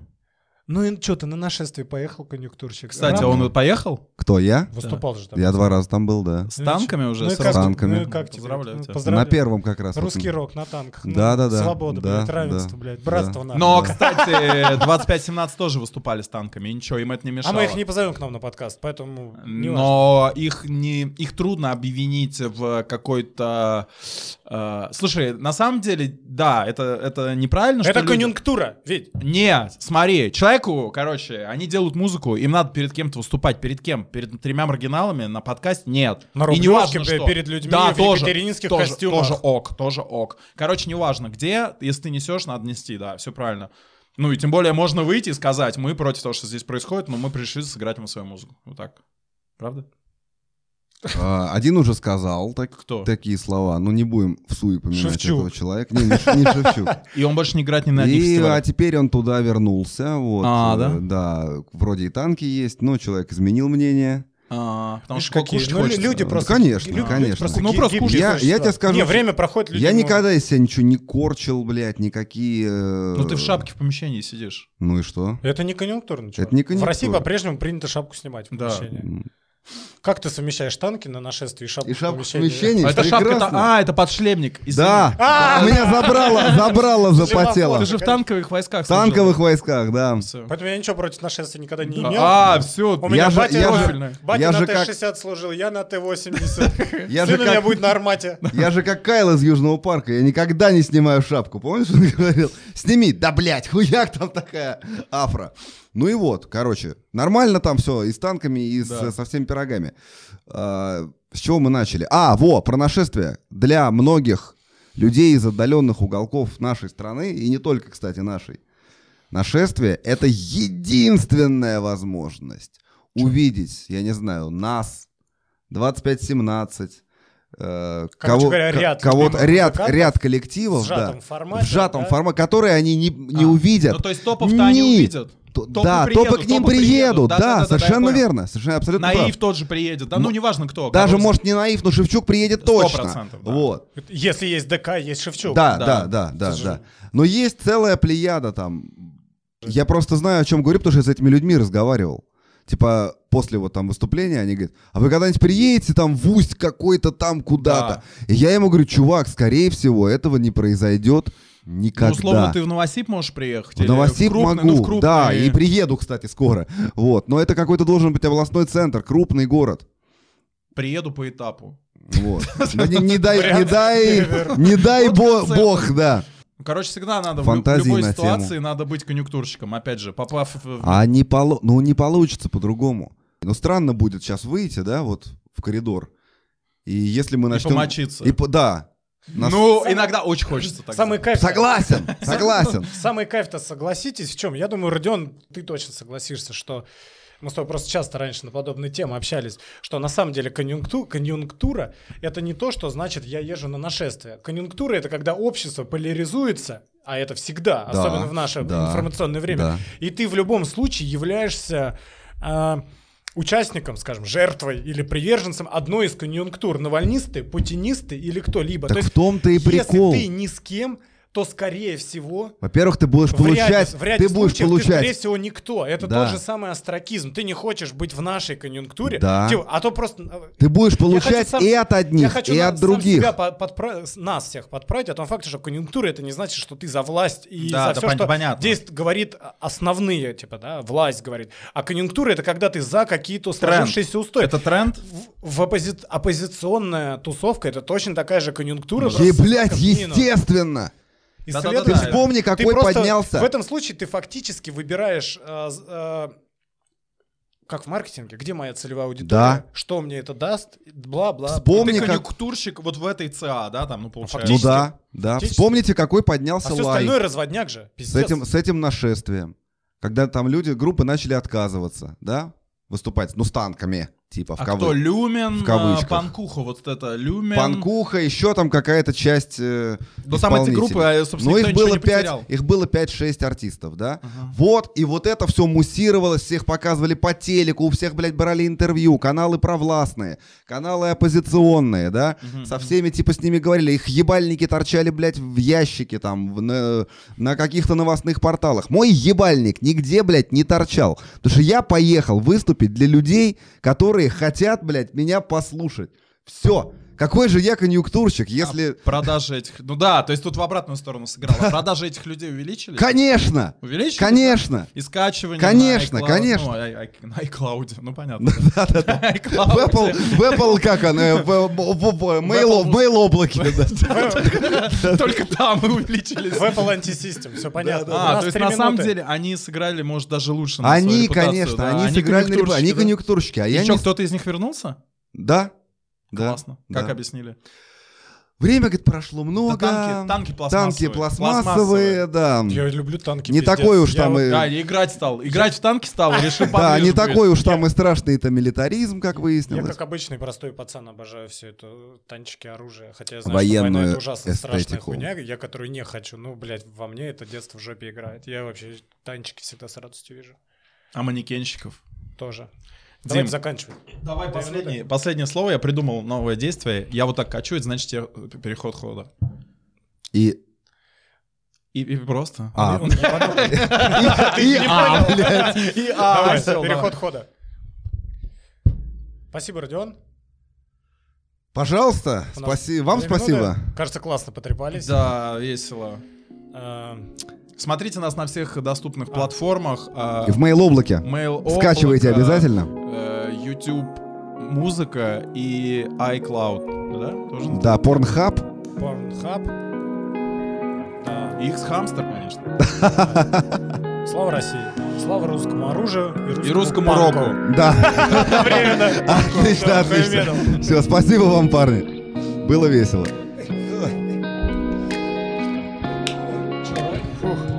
[SPEAKER 2] Ну и что, ты на нашествие поехал, конъюнктурщик?
[SPEAKER 3] кстати,
[SPEAKER 2] Рано.
[SPEAKER 3] он вот поехал?
[SPEAKER 4] Кто, я?
[SPEAKER 2] Выступал же там.
[SPEAKER 4] Я два раза там был, да.
[SPEAKER 3] С
[SPEAKER 2] Ну и
[SPEAKER 3] танками уже?
[SPEAKER 2] Ну и
[SPEAKER 3] с
[SPEAKER 2] как,
[SPEAKER 4] С
[SPEAKER 3] раз-
[SPEAKER 4] танками.
[SPEAKER 2] Ну и как тебе?
[SPEAKER 3] Поздравляю
[SPEAKER 2] Ну,
[SPEAKER 3] тебя.
[SPEAKER 2] поздравляю.
[SPEAKER 4] На первом как раз. вот.
[SPEAKER 2] Русский рок на танках. Ну,
[SPEAKER 4] Да-да-да.
[SPEAKER 2] Свобода,
[SPEAKER 4] Да,
[SPEAKER 2] блядь, равенство,
[SPEAKER 4] да.
[SPEAKER 2] блядь,
[SPEAKER 4] Да.
[SPEAKER 2] братство надо.
[SPEAKER 3] Но, кстати, 25-17 тоже выступали с танками, и ничего, им это не
[SPEAKER 2] А
[SPEAKER 3] мешало.
[SPEAKER 2] мы их не позовем к нам на подкаст, поэтому не важно.
[SPEAKER 3] Но их не, их трудно обвинить в какой-то. э, слушай, на самом деле, да, это это неправильно. ну, что
[SPEAKER 2] Это
[SPEAKER 3] люди-
[SPEAKER 2] конъюнктура, ведь.
[SPEAKER 3] Не, смотри, человеку, короче, они делают музыку, им надо перед кем-то выступать, перед кем? Перед тремя маргиналами на подкасте? Нет.
[SPEAKER 2] На
[SPEAKER 3] И не
[SPEAKER 2] Рублевке,
[SPEAKER 3] важно,
[SPEAKER 2] бля,
[SPEAKER 3] что.
[SPEAKER 2] перед людьми
[SPEAKER 3] да,
[SPEAKER 2] в
[SPEAKER 3] тоже,
[SPEAKER 2] екатерининских
[SPEAKER 3] тоже,
[SPEAKER 2] костюмах.
[SPEAKER 3] Тоже ок, тоже ок. Короче, неважно где, если ты несешь, надо нести, да, все правильно. Ну и тем более можно выйти и сказать, мы против того, что здесь происходит, но мы пришли сыграть вам свою музыку. Вот так. Правда?
[SPEAKER 4] А, Один уже сказал так-
[SPEAKER 3] Кто?
[SPEAKER 4] такие слова. Ну не будем в суе поминать
[SPEAKER 2] Шевчук.
[SPEAKER 4] этого человека. Не, не, Ш- не Шевчук.
[SPEAKER 3] И он больше не играть ни *laughs* на одних
[SPEAKER 4] И, а
[SPEAKER 3] фестивалях.
[SPEAKER 4] теперь он туда вернулся. Вот,
[SPEAKER 3] А, да?
[SPEAKER 4] Э, Да, вроде и танки есть, но человек изменил мнение.
[SPEAKER 3] А, потому
[SPEAKER 2] Видишь,
[SPEAKER 3] что
[SPEAKER 2] какие?
[SPEAKER 3] кушать
[SPEAKER 2] Ну, лю-
[SPEAKER 3] хочется.
[SPEAKER 2] люди
[SPEAKER 4] Ну,
[SPEAKER 2] просто...
[SPEAKER 4] конечно,
[SPEAKER 2] люди
[SPEAKER 4] конечно.
[SPEAKER 2] просто
[SPEAKER 3] Ну,
[SPEAKER 2] ги-
[SPEAKER 3] просто
[SPEAKER 2] гибкие
[SPEAKER 4] кушать. Я-
[SPEAKER 2] существа.
[SPEAKER 4] я тебе скажу,
[SPEAKER 2] Не,
[SPEAKER 4] что-
[SPEAKER 2] время проходит, люди...
[SPEAKER 4] Я
[SPEAKER 2] могут.
[SPEAKER 4] никогда из себя ничего не корчил, блядь, никакие... э,
[SPEAKER 3] Ну ты в шапке в помещении сидишь.
[SPEAKER 4] Ну и что?
[SPEAKER 2] Это не конъюнктурно, чувак.
[SPEAKER 4] Это не
[SPEAKER 2] В России
[SPEAKER 4] конъюнктура.
[SPEAKER 2] по-прежнему принято шапку снимать в
[SPEAKER 3] Да.
[SPEAKER 2] помещении. Как ты совмещаешь танки на нашествии и шапку
[SPEAKER 4] И
[SPEAKER 2] в
[SPEAKER 4] шапку в
[SPEAKER 2] помещении?
[SPEAKER 4] помещении.
[SPEAKER 3] А это шапка...
[SPEAKER 4] прекрасно.
[SPEAKER 3] А, это подшлемник. извини.
[SPEAKER 4] Да,
[SPEAKER 2] А,
[SPEAKER 4] меня забрало, забрало, запотело.
[SPEAKER 3] Ты же в танковых войсках.
[SPEAKER 4] В танковых войсках, да.
[SPEAKER 3] служил. Всё.
[SPEAKER 2] Поэтому я ничего против нашествия никогда не имел.
[SPEAKER 3] А, все.
[SPEAKER 2] У меня
[SPEAKER 4] же-
[SPEAKER 2] батя,
[SPEAKER 4] я
[SPEAKER 2] на-
[SPEAKER 4] же-
[SPEAKER 2] батя
[SPEAKER 4] я
[SPEAKER 2] на
[SPEAKER 4] же как-
[SPEAKER 2] Т-60 служил, я на Т-80.
[SPEAKER 4] *laughs* Я
[SPEAKER 2] Сын
[SPEAKER 4] же
[SPEAKER 2] у меня
[SPEAKER 4] как-
[SPEAKER 2] будет на
[SPEAKER 4] *laughs*
[SPEAKER 2] армате.
[SPEAKER 4] Я же как Кайл из Южного парка, я никогда не снимаю шапку. Помнишь, он говорил? Сними, да блядь, хуяк там такая афра. Ну и вот, короче, нормально там все, и с танками, и с-
[SPEAKER 3] Да.
[SPEAKER 4] со всеми пирогами. А, с чего мы начали? А, во, про нашествие. Для многих людей из отдаленных уголков нашей страны, и не только, кстати, нашей, нашествие — это единственная возможность увидеть, я не знаю, нас, 25-17, э,
[SPEAKER 2] Короче говоря,
[SPEAKER 4] ко-
[SPEAKER 2] ряд
[SPEAKER 4] кого-то,
[SPEAKER 2] любимых
[SPEAKER 4] ряд,
[SPEAKER 2] музыкантов
[SPEAKER 4] ряд
[SPEAKER 2] В
[SPEAKER 4] коллективов,
[SPEAKER 2] сжатом
[SPEAKER 4] Ну, да,
[SPEAKER 2] формате.
[SPEAKER 4] в сжатом
[SPEAKER 2] да?
[SPEAKER 4] формате, которые они не, не
[SPEAKER 3] А,
[SPEAKER 4] увидят.
[SPEAKER 3] Ну, то есть топов-то они
[SPEAKER 4] Ни-
[SPEAKER 3] увидят.
[SPEAKER 4] То-
[SPEAKER 3] топы
[SPEAKER 4] да,
[SPEAKER 3] приедут,
[SPEAKER 4] топы к ним
[SPEAKER 3] топы
[SPEAKER 4] приедут,
[SPEAKER 3] приедут.
[SPEAKER 4] да,
[SPEAKER 3] Да-да-да, да, я
[SPEAKER 4] совершенно
[SPEAKER 3] понял.
[SPEAKER 4] верно, совершенно абсолютно
[SPEAKER 3] Наив
[SPEAKER 4] прав.
[SPEAKER 3] тот же приедет. Да, ну,
[SPEAKER 4] Ну,
[SPEAKER 3] неважно кто.
[SPEAKER 4] Даже,
[SPEAKER 3] короче.
[SPEAKER 4] может, не наив, но Шевчук приедет
[SPEAKER 3] Сто
[SPEAKER 4] точно.
[SPEAKER 3] процентов, да.
[SPEAKER 4] Вот.
[SPEAKER 2] Если есть ДК, есть Шевчук.
[SPEAKER 4] Да,
[SPEAKER 3] Да.
[SPEAKER 4] да, да, да,
[SPEAKER 2] Это же-
[SPEAKER 4] да. Но есть целая плеяда там. Я просто знаю, о чем говорю, потому что я с этими людьми разговаривал. Типа, после вот там выступления они говорят, а вы когда-нибудь приедете там в Усть какой-то там куда-то? И я ему говорю, чувак, скорее всего, этого не произойдет
[SPEAKER 3] Ну,
[SPEAKER 4] никогда.
[SPEAKER 3] условно, ты в Новосиб можешь приехать.
[SPEAKER 4] В
[SPEAKER 3] или в
[SPEAKER 4] Новосиб
[SPEAKER 3] крупный,
[SPEAKER 4] могу,
[SPEAKER 3] ну, в крупный-
[SPEAKER 4] да, и приеду, кстати, скоро. Вот, но это какой-то должен быть областной центр, крупный город.
[SPEAKER 3] Приеду по этапу. *laughs*
[SPEAKER 4] Вот. Ну, Не не дай, не
[SPEAKER 2] Брянск,
[SPEAKER 4] дай,
[SPEAKER 2] север.
[SPEAKER 4] не дай
[SPEAKER 3] Вот
[SPEAKER 4] бо-
[SPEAKER 3] концепт.
[SPEAKER 4] бог, да.
[SPEAKER 3] Ну, Короче, всегда надо
[SPEAKER 4] Фантазии
[SPEAKER 3] в лю- любой
[SPEAKER 4] на тему.
[SPEAKER 3] ситуации надо быть конъюнктурщиком. Опять же, попав в...
[SPEAKER 4] А не поло... ну, не получится по-другому. Ну, странно будет сейчас выйти, да, вот в коридор. И если мы
[SPEAKER 3] И
[SPEAKER 4] начнем...
[SPEAKER 3] помочиться.
[SPEAKER 4] И по- Да. Нас-
[SPEAKER 3] Ну,
[SPEAKER 2] Самый-
[SPEAKER 3] иногда очень хочется так.
[SPEAKER 2] Самый кайф.
[SPEAKER 4] Согласен, согласен.
[SPEAKER 2] Самый кайф-то, согласитесь, в чем? Я думаю, Родион, ты точно согласишься, что мы с тобой просто часто раньше на подобные темы общались, что на самом деле конъюнкту- конъюнктура — это не то, что значит «я езжу на нашествие». Конъюнктура — это когда общество поляризуется, а это всегда,
[SPEAKER 4] Да,
[SPEAKER 2] *laughs* особенно в наше
[SPEAKER 4] да,
[SPEAKER 2] информационное время.
[SPEAKER 4] да.
[SPEAKER 2] И ты в любом случае являешься а, участником, скажем, жертвой или приверженцем одной из конъюнктур. Навальнисты, путинисты или кто-либо.
[SPEAKER 4] Так
[SPEAKER 2] То
[SPEAKER 4] в
[SPEAKER 2] есть
[SPEAKER 4] том-то и
[SPEAKER 2] если
[SPEAKER 4] прикол.
[SPEAKER 2] ты ни с кем, то, скорее всего,
[SPEAKER 4] Во-первых, ты будешь
[SPEAKER 2] в ряде-
[SPEAKER 4] получать,
[SPEAKER 2] в ряде
[SPEAKER 4] ты будешь
[SPEAKER 2] случаев ты, скорее
[SPEAKER 4] получать.
[SPEAKER 2] всего, никто. Это
[SPEAKER 4] Да.
[SPEAKER 2] тот же самый астракизм. Ты не хочешь быть в нашей конъюнктуре.
[SPEAKER 4] Да.
[SPEAKER 2] Типа, а то просто...
[SPEAKER 4] Ты будешь
[SPEAKER 2] Я хочу
[SPEAKER 4] получать
[SPEAKER 2] сам-
[SPEAKER 4] и от
[SPEAKER 2] Я
[SPEAKER 4] одних,
[SPEAKER 2] хочу
[SPEAKER 4] и
[SPEAKER 2] на-
[SPEAKER 4] от
[SPEAKER 2] сам
[SPEAKER 4] других.
[SPEAKER 2] себя по- подпра- с- нас всех подправить о том факте, что конъюнктура это не значит, что ты за власть и
[SPEAKER 3] Да,
[SPEAKER 2] за
[SPEAKER 3] это
[SPEAKER 2] все,
[SPEAKER 3] пон-
[SPEAKER 2] что
[SPEAKER 3] понятно.
[SPEAKER 2] здесь говорит основные, типа, да, власть говорит. А конъюнктура это когда ты за какие-то сложившиеся устои.
[SPEAKER 3] Это тренд?
[SPEAKER 2] В- в оппози- оппозиционная тусовка это точно такая же конъюнктура.
[SPEAKER 4] И,
[SPEAKER 2] просто с
[SPEAKER 4] блядь,
[SPEAKER 2] знаком минус.
[SPEAKER 4] естественно.
[SPEAKER 2] Исследование.
[SPEAKER 4] Ты
[SPEAKER 3] Да,
[SPEAKER 4] вспомни,
[SPEAKER 2] Ты
[SPEAKER 4] какой
[SPEAKER 2] просто-
[SPEAKER 4] поднялся.
[SPEAKER 2] В этом случае ты фактически выбираешь, э, з- э, как в маркетинге, где моя целевая аудитория,
[SPEAKER 4] Да.
[SPEAKER 2] что мне это даст, бла-бла.
[SPEAKER 4] Вспомни,
[SPEAKER 3] ты
[SPEAKER 4] как...
[SPEAKER 3] конъюнктурщик вот в этой ЦА, да, там, ну, получается.
[SPEAKER 4] Ну да, да.
[SPEAKER 2] фактически.
[SPEAKER 4] Вспомните, какой
[SPEAKER 2] А
[SPEAKER 4] поднялся
[SPEAKER 2] все
[SPEAKER 4] лай
[SPEAKER 2] остальное разводняк же.
[SPEAKER 4] с
[SPEAKER 2] Пиздец.
[SPEAKER 4] этим, с этим нашествием. Когда там люди, группы начали отказываться, да, выступать, ну, с танками, типа, в
[SPEAKER 3] А кто?
[SPEAKER 4] кавычках.
[SPEAKER 3] Люмен,
[SPEAKER 4] в кавычках.
[SPEAKER 3] а, Панкуха, вот это Люмен.
[SPEAKER 4] Панкуха, еще там какая-то часть э,
[SPEAKER 3] Ну, там эти
[SPEAKER 4] исполнителей.
[SPEAKER 3] группы, а, собственно,
[SPEAKER 4] Но
[SPEAKER 3] никто
[SPEAKER 4] их
[SPEAKER 3] ничего
[SPEAKER 4] было,
[SPEAKER 3] не
[SPEAKER 4] пять,
[SPEAKER 3] потерял.
[SPEAKER 4] их было 5-6 артистов, да?
[SPEAKER 3] Ага.
[SPEAKER 4] Вот, и вот это все муссировалось, всех показывали по телеку, у всех, блядь, брали интервью, каналы провластные, каналы оппозиционные, да?
[SPEAKER 3] Мгм,
[SPEAKER 4] Со
[SPEAKER 3] мгм.
[SPEAKER 4] всеми, типа, с ними говорили, их ебальники торчали, блядь, в ящике там, в- на, на каких-то новостных порталах. Мой ебальник нигде, блядь, не торчал, потому что я поехал выступить для людей, которые хотят, блядь, меня послушать. Все. Какой же я конъюнктурщик, если...
[SPEAKER 3] А продажи этих... Ну да, то есть тут в обратную сторону сыграло.
[SPEAKER 4] *laughs*
[SPEAKER 3] А Продажи этих людей увеличились?
[SPEAKER 4] Конечно!
[SPEAKER 3] Увеличились?
[SPEAKER 4] Конечно!
[SPEAKER 3] И скачивание
[SPEAKER 4] Конечно,
[SPEAKER 3] на iCloud,
[SPEAKER 4] конечно.
[SPEAKER 3] Ну, ай- ай- на iCloud, ну понятно.
[SPEAKER 4] Да-да-да.
[SPEAKER 3] *laughs*
[SPEAKER 4] В
[SPEAKER 3] iCloud.
[SPEAKER 4] Apple, в Apple как она? В, в- в- в- mail- в mail облаке. да.
[SPEAKER 3] Только там *laughs* мы увеличились.
[SPEAKER 2] В Apple Anti-System, все понятно. У
[SPEAKER 3] А,
[SPEAKER 2] нас
[SPEAKER 3] то есть
[SPEAKER 2] три
[SPEAKER 3] на самом
[SPEAKER 2] минуты.
[SPEAKER 3] деле они сыграли, может, даже лучше на свою
[SPEAKER 4] Они,
[SPEAKER 3] репутацию,
[SPEAKER 4] конечно,
[SPEAKER 3] да.
[SPEAKER 4] они сыграли на репу- Они
[SPEAKER 3] конъюнктурщики, да?
[SPEAKER 4] конъюнктурщики, а
[SPEAKER 3] И
[SPEAKER 4] я
[SPEAKER 3] чё,
[SPEAKER 4] не...
[SPEAKER 3] кто-то из них вернулся?
[SPEAKER 4] Да. Да.
[SPEAKER 3] Классно.
[SPEAKER 4] да.
[SPEAKER 3] Как объяснили?
[SPEAKER 4] Время, говорит, прошло много.
[SPEAKER 3] танки- танки пластмассовые.
[SPEAKER 4] Танки пластмассовые, да.
[SPEAKER 2] Я люблю танки.
[SPEAKER 4] Не
[SPEAKER 2] пиздец.
[SPEAKER 4] такой уж
[SPEAKER 2] Я
[SPEAKER 4] там
[SPEAKER 2] вот-
[SPEAKER 4] и...
[SPEAKER 3] Да, и играть стал. Играть в танки стал, решил
[SPEAKER 4] Да,
[SPEAKER 3] поближе
[SPEAKER 4] не
[SPEAKER 3] быть.
[SPEAKER 4] такой уж там и страшный-то милитаризм, как
[SPEAKER 2] Я
[SPEAKER 4] выяснилось.
[SPEAKER 2] как обычный простой пацан обожаю все это, танчики, оружие. Хотя я знаю,
[SPEAKER 4] Военную
[SPEAKER 2] что война это ужасно страшная
[SPEAKER 4] эстетику.
[SPEAKER 2] хуйня, я которую не хочу. Ну, блядь, во мне это детство в жопе играет. Я вообще танчики всегда с радостью вижу.
[SPEAKER 3] А манекенщиков?
[SPEAKER 2] Тоже.
[SPEAKER 3] Дим.
[SPEAKER 2] Давайте заканчивать.
[SPEAKER 3] Давай
[SPEAKER 2] Две
[SPEAKER 3] последнее.
[SPEAKER 2] минуты.
[SPEAKER 3] Последнее слово. Я придумал новое действие. Я вот так качу, это значит я- переход хода.
[SPEAKER 4] И...
[SPEAKER 3] И, и просто.
[SPEAKER 4] А.
[SPEAKER 2] Он
[SPEAKER 4] *laughs*
[SPEAKER 2] ебанул.
[SPEAKER 4] И... и- А, блядь.
[SPEAKER 3] *laughs* И, а,
[SPEAKER 2] Давай,
[SPEAKER 3] всё,
[SPEAKER 2] переход
[SPEAKER 3] да.
[SPEAKER 2] хода. Спасибо, Родион.
[SPEAKER 4] Пожалуйста,
[SPEAKER 2] У нас
[SPEAKER 4] спаси- вам
[SPEAKER 2] две минуты.
[SPEAKER 4] спасибо.
[SPEAKER 2] Кажется, классно потрепались.
[SPEAKER 3] Да, весело.
[SPEAKER 2] А,
[SPEAKER 3] Смотрите нас на всех доступных платформах. а,
[SPEAKER 4] И в mail облаке.
[SPEAKER 3] Mail
[SPEAKER 4] Скачивайте
[SPEAKER 3] облако,
[SPEAKER 4] обязательно.
[SPEAKER 3] э, YouTube музыка и iCloud. Да? Тоже
[SPEAKER 4] Да, порнхаб.
[SPEAKER 2] Pornhub. Да.
[SPEAKER 3] Их хамстер, конечно.
[SPEAKER 2] Слава России. Слава русскому оружию
[SPEAKER 3] И русскому
[SPEAKER 2] панку.
[SPEAKER 3] року.
[SPEAKER 4] Да,
[SPEAKER 3] *laughs*
[SPEAKER 2] Временно.
[SPEAKER 4] отлично, отлично. Все, спасибо вам, парни. Было весело.
[SPEAKER 2] Фух.